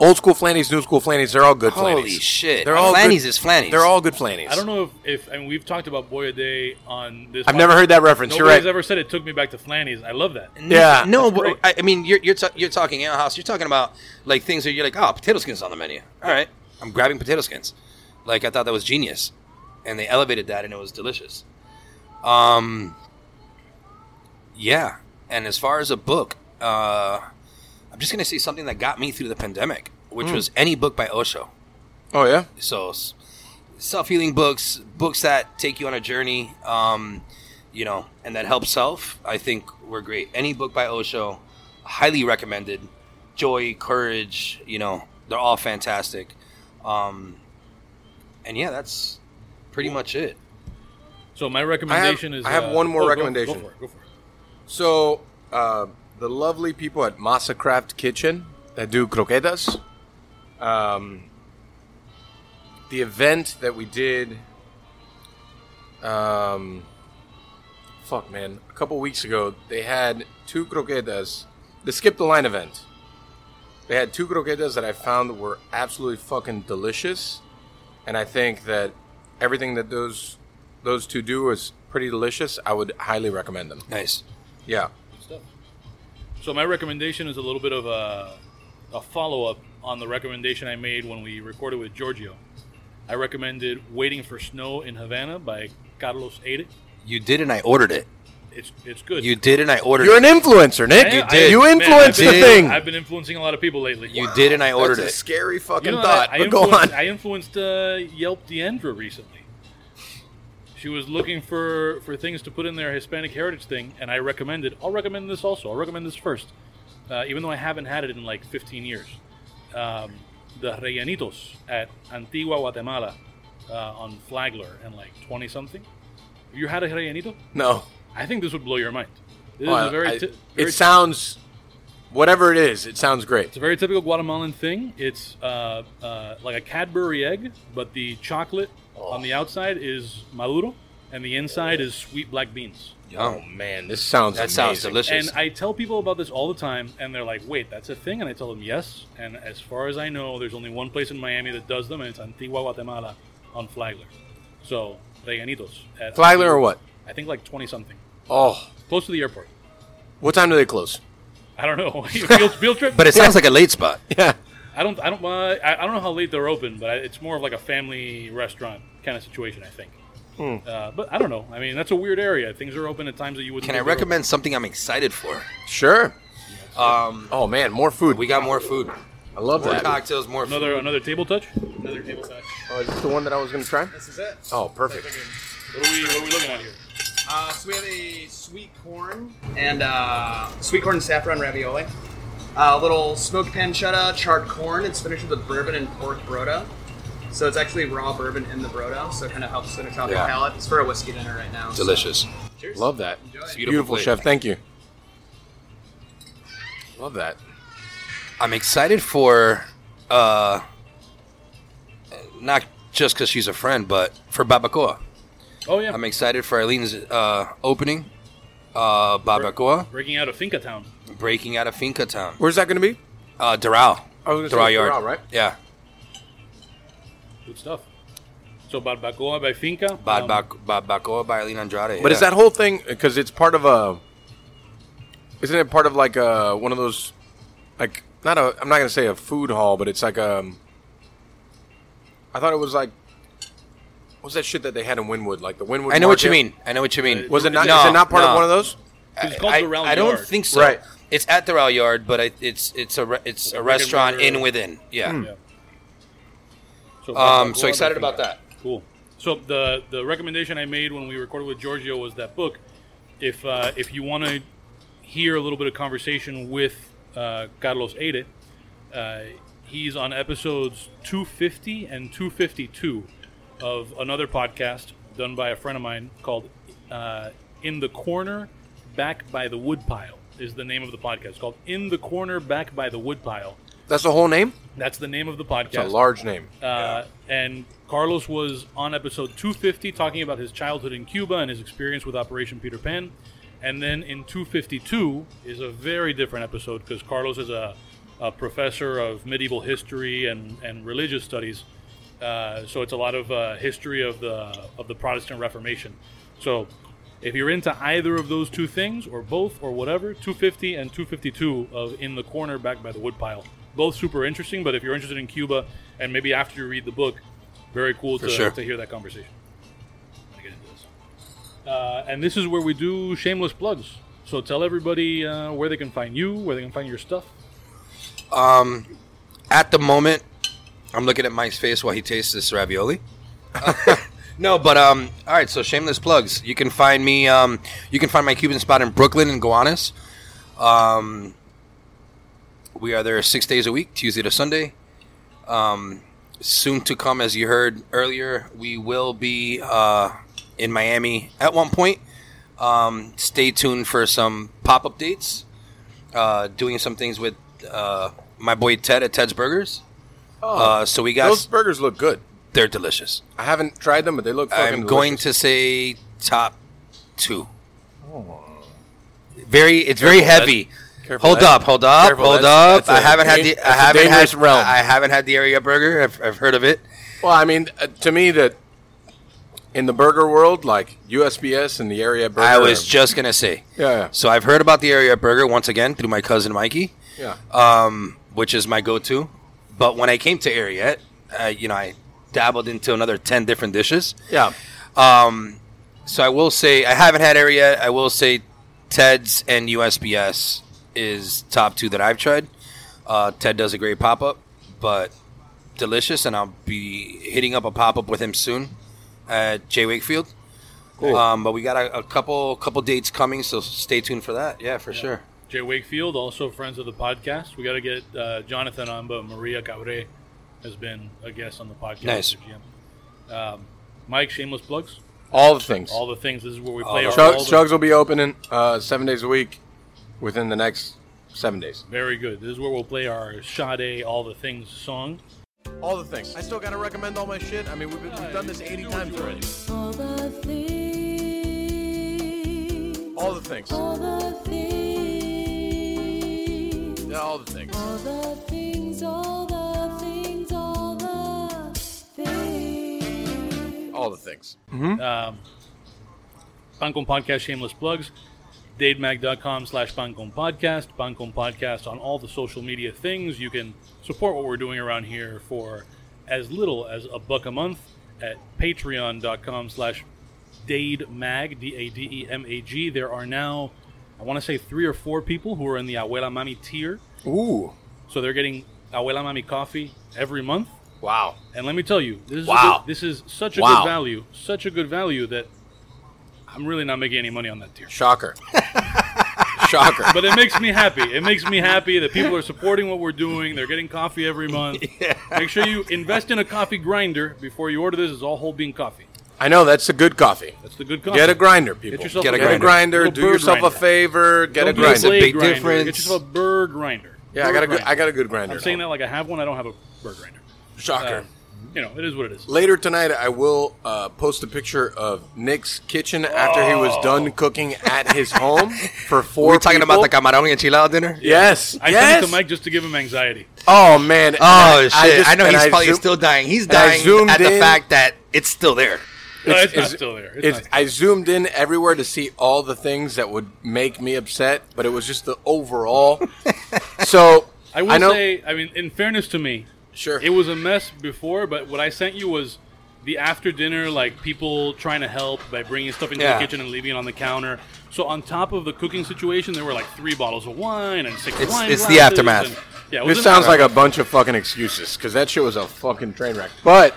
C: Old school flannies, new school flannies. They're all good flannies.
A: holy shit,
C: They're all
A: flannies
C: good-
A: is flannies.
C: They're all good flannies.
D: I don't know if, if and we've talked about Boy a Day on this.
C: I've never heard that reference.
D: Nobody's
C: You're right.
D: ever said it took me back to Flannies. I love that.
A: N-
C: Yeah.
A: no,
D: That's
A: but I, I mean you're you're, ta- you're talking ale house. You're talking about like things that you're like, oh, potato skins on the menu. All right, I'm grabbing potato skins. Like I thought that was genius, and they elevated that, and it was delicious. Um, yeah. And as far as a book, uh, I'm just gonna say something that got me through the pandemic, which was any book by Osho
C: oh yeah.
A: so self healing books, books that take you on a journey, um, you know, and that help self. I think were great. Any book by Osho, highly recommended. Joy, courage, you know, they're all fantastic. Um, and yeah, that's pretty much it.
D: So my recommendation is
C: I have
D: uh,
C: one more
D: go- go-
C: recommendation.
D: Go, for it, go for it.
C: So, uh, the lovely people at Masa Craft Kitchen that do croquetas. Um, the event that we did, um, fuck man, a couple weeks ago, they had two croquetas. The skip the line event. They had two croquetas that I found were absolutely fucking delicious, and I think that everything that those those two do is pretty delicious. I would highly recommend them.
A: Nice.
C: Yeah.
D: So my recommendation is a little bit of a, a follow up on the recommendation I made when we recorded with Giorgio. I recommended "Waiting for Snow in Havana" by Carlos Aide.
A: You did, and I ordered it.
D: It's it's good.
A: You did, and I ordered
C: You're an
A: it.
C: influencer, Nick.
D: I- I-
C: You
D: man,
C: influenced
D: I've
C: the
D: been-
C: thing.
D: I've been influencing a lot of people lately.
A: You did, and I ordered
C: That's a
A: it.
C: scary fucking
D: You know,
C: thought.
D: I, I
C: but go
D: influenced-
C: on.
D: I influenced uh, Yelp Deandra recently. She was looking for, for things to put in their Hispanic heritage thing, and I recommended. I'll recommend this also. I'll recommend this first, uh, even though I haven't had it in like 15 years. Um, the Rellenitos at Antigua Guatemala uh, on Flagler and like 20 something. Have you had a Rellenito?
C: no.
D: I think this would blow your mind. This
C: Oh,
D: is a very,
C: I-
D: ti- very
C: it sounds, whatever it is, it sounds
D: It's
C: great.
D: a very typical Guatemalan thing. It's uh, uh, like a Cadbury egg, but the chocolate on
C: Oh.
D: the outside is maduro, and the inside is sweet black beans.
C: Oh man, this sounds
A: That sounds
C: amazing.
A: delicious.
D: And I tell people about this all the time, and they're like, "Wait, that's a thing?" And I tell them, "Yes." And as far as I know, there's only one place in Miami that does them, and it's Antigua Guatemala on Flagler. So rellenitos. At
C: Flagler or what?
D: I think like twenty something,
C: Oh,
D: close to the airport.
C: what time do they close?
D: I don't know. field, field trip.
A: but it sounds like a late spot.
C: Yeah.
D: I don't, I don't, uh, I I don't know how late they're open, but I- it's more of like a family restaurant kind of situation, I think. Uh, but I don't know. I mean, that's a weird area. Things are open at times that you wouldn't.
A: Can I
D: think they're open.
A: recommend something I'm excited for?
C: Sure.
A: Um,
C: Oh man, more food.
A: we got more food,
C: I love
A: more
C: that.
A: cocktails, more food.
D: another another table touch?
I: Another table touch.
C: Oh, is this the one that I was gonna try?
I: This is it.
C: Oh, perfect.
D: What are we What are we looking at here?
I: Uh, so we have a sweet corn and uh, sweet corn and saffron ravioli. Uh, A little smoked pancetta, charred corn. It's finished with a bourbon and pork broda. So it's actually raw bourbon in the broda, so it kind of helps finish off
A: Yeah.
I: your palate. It's for a whiskey dinner right now. so-
A: Delicious.
I: Cheers.
C: Love that.
I: Enjoy.
A: Sweet. Beautiful
C: Beautiful,
A: plate.
C: chef. Thank you. Love that.
A: I'm excited for, uh, not just because she's a friend, but for Babacoa.
D: Oh yeah,
A: I'm excited for Eileen's uh, opening, uh, Babacoa,
D: breaking out of Finca Town.
A: breaking out of Finca Town.
C: Where's that gonna be?
A: Uh, Doral.
C: I was gonna say
A: Doral Yard.
C: Doral, right?
A: Yeah.
D: Good stuff. So barbacoa by Finca. Um,
A: Babac- Babacoa by Eileen Andrade.
C: But
A: yeah.
C: is that whole thing because it's part of a? Isn't it part of like a one of those, like not a? I'm not gonna say a food hall, but it's like um. I thought it was like, what was that shit that they had in Winwood? Like the Winwood.
A: I know what you
C: Market?
A: mean. I know what you mean.
C: Was it not?
A: No,
C: is it not part
A: no.
C: of one of those?
D: it's called
A: I,
D: the Round
A: I don't
D: Yard.
A: think so.
C: Right.
A: It's at Doral Yard, but I, it's it's a re- it's a restaurant
D: mortar.
C: Hmm.
A: in within. Yeah.
D: Yeah. So,
A: Mm. Um, so excited about that.
D: Cool. So the the recommendation I made when we recorded with Giorgio was that book. If uh, if you want to hear a little bit of conversation with uh, Carlos Eide, uh, he's on episodes 250 and 252 of another podcast done by a friend of mine called uh, "In the Corner, Back by the Woodpile." Is the name of the podcast It's called "In the Corner, Back by the Woodpile"?
C: That's the whole name.
D: That's the name of the podcast.
C: It's a large name.
D: Uh, and Carlos was on episode 250 talking about his childhood in Cuba and his experience with Operation Peter Pan. And then in 252 is a very different episode because Carlos is a, a professor of medieval history and, and religious studies. Uh, so it's a lot of uh, history of the of the Protestant Reformation. So if you're into either of those two things or both or whatever, 250 and 252 of In the Corner Back by the Woodpile. Both super interesting, but if you're interested in Cuba and maybe after you read the book, very cool to,
A: sure.
D: to hear that conversation. I'm gonna get into this. Uh, and this is where we do shameless plugs. So tell everybody uh, where they can find you, where they can find your stuff.
A: Um, at the moment, I'm looking at Mike's face while he tastes this ravioli. no, but um, all right. So shameless plugs. You can find me. Um, you can find my Cuban spot in Brooklyn in Gowanus. Um, we are there six days a week, Tuesday to Sunday. Um, soon to come, as you heard earlier, we will be uh, in Miami at one point. Um, stay tuned for some pop up dates uh, doing some things with uh, my boy Ted at Ted's Burgers. uh, so we got
C: Those burgers look good.
A: they're delicious.
C: I haven't tried them, but they look. Fucking
A: I'm going to say top two. Very, it's very heavy.
C: Oh. Careful,
A: hold
C: Ed.
A: up, hold up,
C: Careful,
A: hold
C: Ed.
A: up.
C: That's
A: I
C: a
A: haven't had
C: dan-
A: the I
C: that's a
A: haven't had
C: dangerous realm.
A: I haven't had the area burger. I've, I've heard of it.
C: Well, I mean, uh, to me, that in the burger world, like USPS and the area burger.
A: I was just gonna say.
C: Yeah,
A: So I've heard about the area burger once again through my cousin Mikey.
C: yeah.
A: um, which is my go-to. But when I came to Ariette, uh, you know, I dabbled into another ten different dishes.
C: yeah.
A: Um, so I will say I haven't had Ariette. I will say Ted's and USPS is top two that I've tried. Uh, Ted does a great pop-up, but delicious, and I'll be hitting up a pop-up with him soon at Jay Wakefield.
C: Cool.
A: Um, but we got a, a couple couple dates coming, so stay tuned for that. Yeah, for sure.
D: Jay Wakefield, also friends of the podcast. We got to get uh, Jonathan on, but Maria Cabre has been a guest on the podcast.
A: Nice.
D: GM. Um, Mike, shameless plugs.
C: All the things.
D: All the things. This is where we play
A: the
D: our
A: things.
D: all
C: Chugs,
D: the-
C: Chugs will be opening uh, seven days a week within the next seven days.
D: Very good. This is where we'll play our Sade All the Things song.
C: All the things. I still gotta recommend all my shit. I mean, we've, we've done this eighty times already.
J: All the things,
C: All the things.
J: all the things,
C: Yeah, all the things.
J: all the things, all the things, all the things.
C: All the things.
D: Um, Pancom Podcast shameless plugs. DadeMag.com slash Pancom Podcast. Pancom Podcast on all the social media things. You can support what we're doing around here for as little as a buck a month at patreon.com slash Dade Mag, D A D E M A G. There are now, I want to say, three or four people who are in the Abuela Mami tier.
C: Ooh.
D: So they're getting Abuela Mami coffee every month.
C: Wow.
D: And let me tell you, this is a
C: Wow.
D: good- this is such a
C: Wow.
D: good value, such a good value that I'm really not making any money on that tier.
C: Shocker. Shocker.
D: But it makes me happy. It makes me happy that people are supporting what we're doing. They're getting coffee every month. Make sure you invest in a coffee grinder before you order this. It's all whole bean coffee.
C: I know that's a good coffee.
D: That's the good coffee.
C: Get a grinder, people.
D: Get yourself
A: Get
D: a
A: a
C: Get a
D: grinder.
C: grinder.
D: Little
C: Do
D: bird
C: yourself
D: grinder.
C: a favor. Get
D: Don't
C: a
D: do
C: grinder.
D: blade
A: big
D: grinder. Get
A: difference.
D: yourself a burr grinder.
C: Yeah, I got a
D: Burr
C: good.
D: grinder.
C: I got a good grinder.
D: I'm saying that like I have one. I don't have a burr grinder.
C: Shocker.
D: Uh, you know, it is what it is.
C: Later tonight, I will uh, post a picture of Nick's kitchen after he was
D: Oh.
C: done cooking at his home for four.
A: We're talking about the
C: people.
A: camarón and enchilada dinner.
C: Yes.
D: I
C: yes.
D: sent it to Mike just to give him anxiety.
C: Oh man. Oh
A: Oh shit! I know he's probably still dying. He's
C: I
A: dying
C: zoomed
A: at the
C: in.
A: fact that it's still there.
D: No,
C: It's-
D: it's, not
C: is-
D: still there. It's
C: It's,
D: not.
C: I zoomed in everywhere to see all the things that would make me upset, but it was just the overall. so
D: I will
C: know,
D: say, I mean, in fairness to me,
C: sure.
D: it was a mess before, but what I sent you was the after dinner, like people trying to help by bringing stuff into
A: Yeah.
D: the kitchen and leaving it on the counter. So on top of the cooking situation, there were like three bottles of wine and six
A: It's-
D: wine
A: it's the
D: glasses
A: aftermath.
D: and Yeah, it was
C: This
D: in-
C: sounds like a bunch of fucking excuses because that shit was a fucking train wreck. But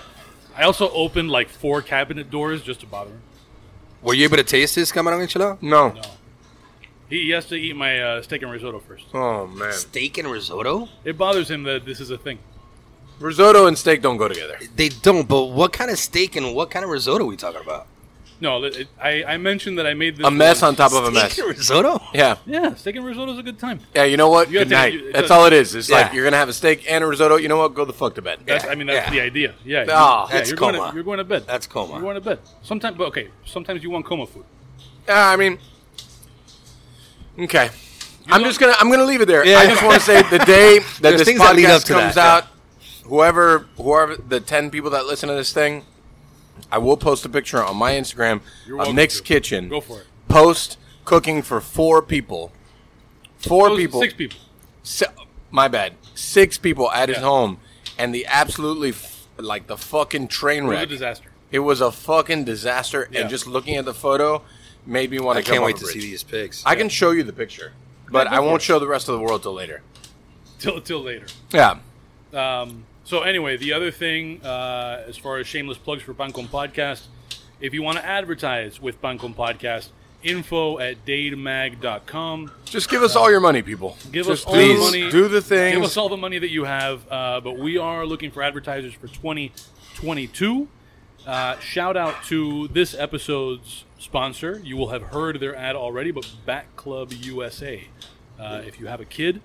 D: I also opened like four cabinet doors just to bother him.
A: Were you able to taste this camarón enchilada?
C: no,
D: He, he has to eat my uh, steak and risotto first.
C: oh man,
A: Steak and risotto?
D: It bothers him that this is a thing.
C: risotto and steak don't go together.
A: They don't. But what kind of steak and what kind of risotto are we talking about?
D: No, it, it- I, I mentioned that I made this
C: A mess on
D: once.
C: top of a
A: steak
C: mess.
A: and risotto?
C: Yeah,
D: Yeah, steak and risotto is a good time.
C: yeah. You know what?
D: You have
C: Good
D: to-
C: night.
D: you-
C: That's
D: uh,
C: all it is. It's like
A: yeah.
C: you're gonna have a steak and a risotto. You know what? Go the fuck to bed.
D: That's,
A: Yeah,
D: I mean, that's
A: yeah. Oh,
D: the idea. Yeah. you-
C: Ah,
D: yeah,
A: that's
D: you're going, to,
A: coma.
D: you're going to bed.
A: That's coma.
D: You're going to bed. Sometimes, but okay, sometimes you want coma food.
C: Yeah, I mean, okay. I'm
D: don't-
C: just gonna I'm gonna leave it there. I just want to say the day that
A: There's
C: this
A: things that lead up
C: podcast
A: to
C: comes
A: that,
C: out, whoever whoever the ten people that listen to this thing, I will post a picture on my Instagram of
D: welcome
C: Nick's
D: to.
C: kitchen.
D: Go for it.
C: Post cooking for four people. Four
D: Those-
C: people.
D: Six people.
C: Si- my bad. Six people at his
D: Yeah.
C: home, and the absolutely f- like the fucking train
D: It was a
C: wreck.
D: disaster.
C: It was a fucking disaster,
D: Yeah.
C: and just looking at the photo made me want
A: I
C: to.
A: can't wait to see these pigs.
C: I can show you the picture, but I won't show the rest of the world till later.
D: Till, till later.
C: Yeah.
D: Um, so anyway, the other thing, uh, as far as shameless plugs for Pancom Podcast, if you want to advertise with Pancom Podcast, info at dademag.com.
C: Just give us all your money, people.
D: Give
C: Just
D: us all
C: please
D: the money.
C: do the things.
D: Give us all the money that you have. Uh, but we are looking for advertisers for 2022. Uh, shout out to this episode's sponsor. You will have heard their ad already, but Bat Club USA. Uh, if you have a kid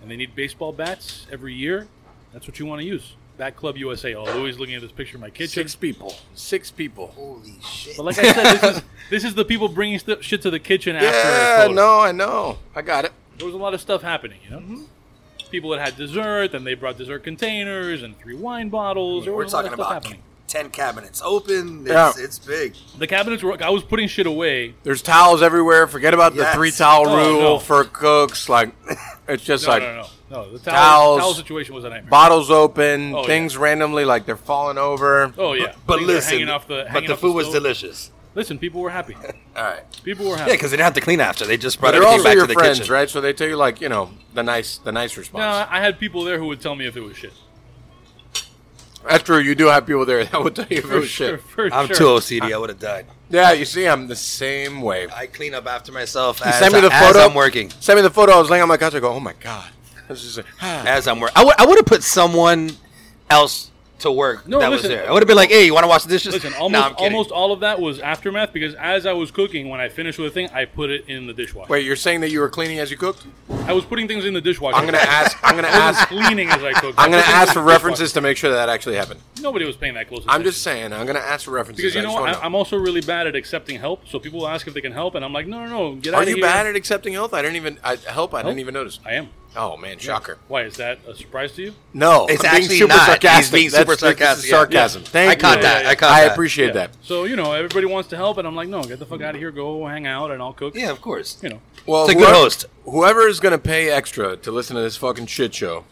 D: and they need baseball bats every year, that's what you want to use. Bat Club USA. Oh, Louis looking at this picture in my kitchen.
C: Six people. Six people.
A: Holy shit.
D: But like I said, this is, this is the people bringing st- shit to the kitchen after. a
C: Yeah,
D: photo
C: no, I know. I got it.
D: there was a lot of stuff happening, you know?
A: Mm-hmm.
D: People that had dessert, and they brought dessert containers and three wine bottles. There
A: We're
D: was a lot of
A: talking
D: stuff
A: about
D: happening.
A: ten cabinets open.
C: Yeah.
A: It's, it's big.
D: The cabinets were. I was putting shit away.
C: There's towels everywhere. Forget about
A: Yes.
C: the three towel
D: Oh,
C: rule
D: no.
C: for cooks. Like, it's just
D: No,
C: like
D: no, no, no. No, The towel,
C: towels,
D: towel situation was a nightmare.
C: bottles open,
D: Oh, yeah.
C: things randomly like they're falling over.
D: oh yeah,
A: But
D: Things were
A: listen,
D: hanging off the,
A: but
D: hanging
A: the
D: off
A: food was
D: stove.
A: delicious.
D: Listen, people were happy.
A: All right.
D: People were
A: Yeah,
D: happy.
A: because they didn't have to clean after. They just brought
C: But they're
A: everything
C: also
A: back
C: your
A: to the
C: friends,
A: kitchen.
C: right? So they tell you like you know the nice the nice response.
D: no, I had people there who would tell me if it was shit.
C: That's true. You do have people there that would tell you if it was
D: sure,
C: shit.
D: for
A: I'm
D: sure.
A: too OCD. I would have died.
C: Yeah, you see, I'm the same way.
A: I clean up after myself
C: He
A: as,
C: sent me the
A: as
C: photo.
A: I'm working.
C: Sent me the photo. I was laying on my couch. I go, oh my god. This is a-
A: As I'm working. I would I would have put someone else to work
D: No,
A: that was
D: listen.
A: there. I would have been like, hey, you want to wash the dishes?
D: Listen,
A: Nah,
D: almost
A: I'm kidding.
D: almost all of that was aftermath because as I was cooking, when I finished with a thing, I put it in the dishwasher.
C: Wait, you're saying that you were cleaning as you cooked?
D: I was putting things in the dishwasher.
C: I'm gonna ask. I'm gonna
D: I wasn't
C: ask.
D: cleaning as I cooked.
C: I'm gonna ask
D: I put things in
C: for
D: the dishwasher.
C: references to make sure that actually happened.
D: Nobody was paying that close attention.
C: I'm just saying. I'm gonna ask for references.
D: Because you
C: I
D: know
C: just
D: what?
C: wanna
D: I- I'm also really bad at accepting help. So people ask if they can help, and I'm like, no, no, no, get out
C: Are
D: of
C: you
D: here.
C: bad at accepting health? I didn't even. I help. I didn't even notice.
D: I am.
C: Oh man, shocker.
D: Why is that a surprise to you?
C: No,
A: It's
C: I'm being
A: actually
C: super
A: not. He's
C: sarcastic.
A: being
C: That's-
A: super
C: this is
A: sarcastic, yeah.
C: sarcasm. Thank
A: I caught
C: you.
A: that.
D: yeah,
A: I caught
C: I
A: that.
C: appreciate that.
D: So you know, everybody wants to help, and I'm like, no, get the fuck out of here. Go hang out, and I'll cook.
A: Yeah, of course.
D: You know,
C: Well,
A: It's a good host.
C: Whoever is going to pay extra to listen to this fucking shit show,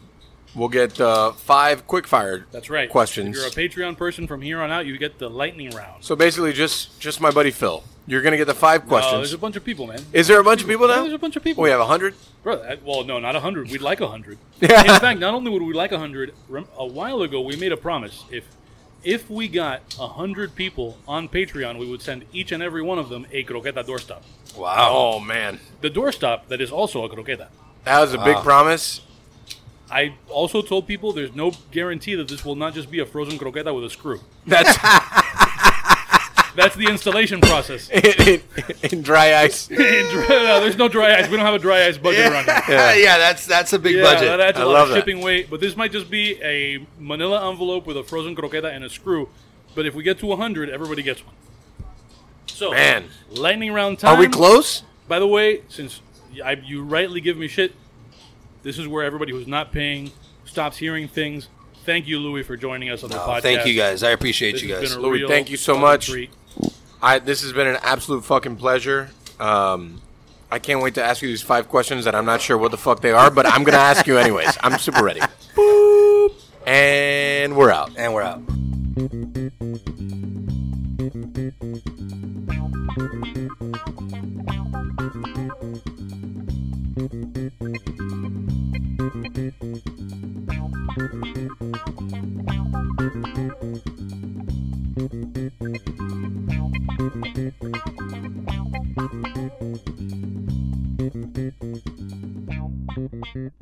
C: will get uh, five quickfire.
D: that's right.
C: Questions.
D: If you're a Patreon person from here on out, you get the lightning round.
C: so basically, just just my buddy Phil. You're going to get the five
D: Uh,
C: questions.
D: there's a bunch of people, man.
C: is there a bunch of people
D: Yeah,
C: now?
D: there's a bunch of people.
C: we have a hundred.
D: Brother, I- well, no, not 100. We'd like 100.
C: Yeah.
D: In fact, not only would we like 100, rem- a while ago we made a promise. If if we got 100 people on Patreon, we would send each and every one of them a croqueta doorstop.
A: Wow.
C: Oh man,
D: The doorstop that is also a croqueta.
C: that was a big promise.
D: I also told people there's no guarantee that this will not just be a frozen croqueta with a screw.
C: That's
D: That's the installation process.
C: in, in- in dry ice.
D: No, there's no dry ice. We don't have a dry ice budget around here.
A: Yeah. that's that's a big
D: Yeah,
A: budget.
D: that adds a
C: I
D: lot
C: love
D: of
C: that.
D: shipping weight. But this might just be a manila envelope with a frozen croqueta and a screw. But if we get to 100, everybody gets one. So,
C: Man.
D: lightning round time.
C: Are we close?
D: By the way, since I, you rightly give me shit, this is where everybody who's not paying stops hearing things. Thank you, Louis, for joining us on the
A: Oh,
D: podcast.
A: thank you guys. I appreciate
D: This
A: you
D: has
A: guys.
D: been a
C: Louis,
D: real
C: thank you so
D: fucking
C: much.
D: treat.
C: I, this has been an absolute fucking pleasure. Um, I can't wait to ask you these five questions that I'm not sure what the fuck they are, but I'm gonna ask you anyways. I'm super ready. Boop, and we're out.
A: and we're out.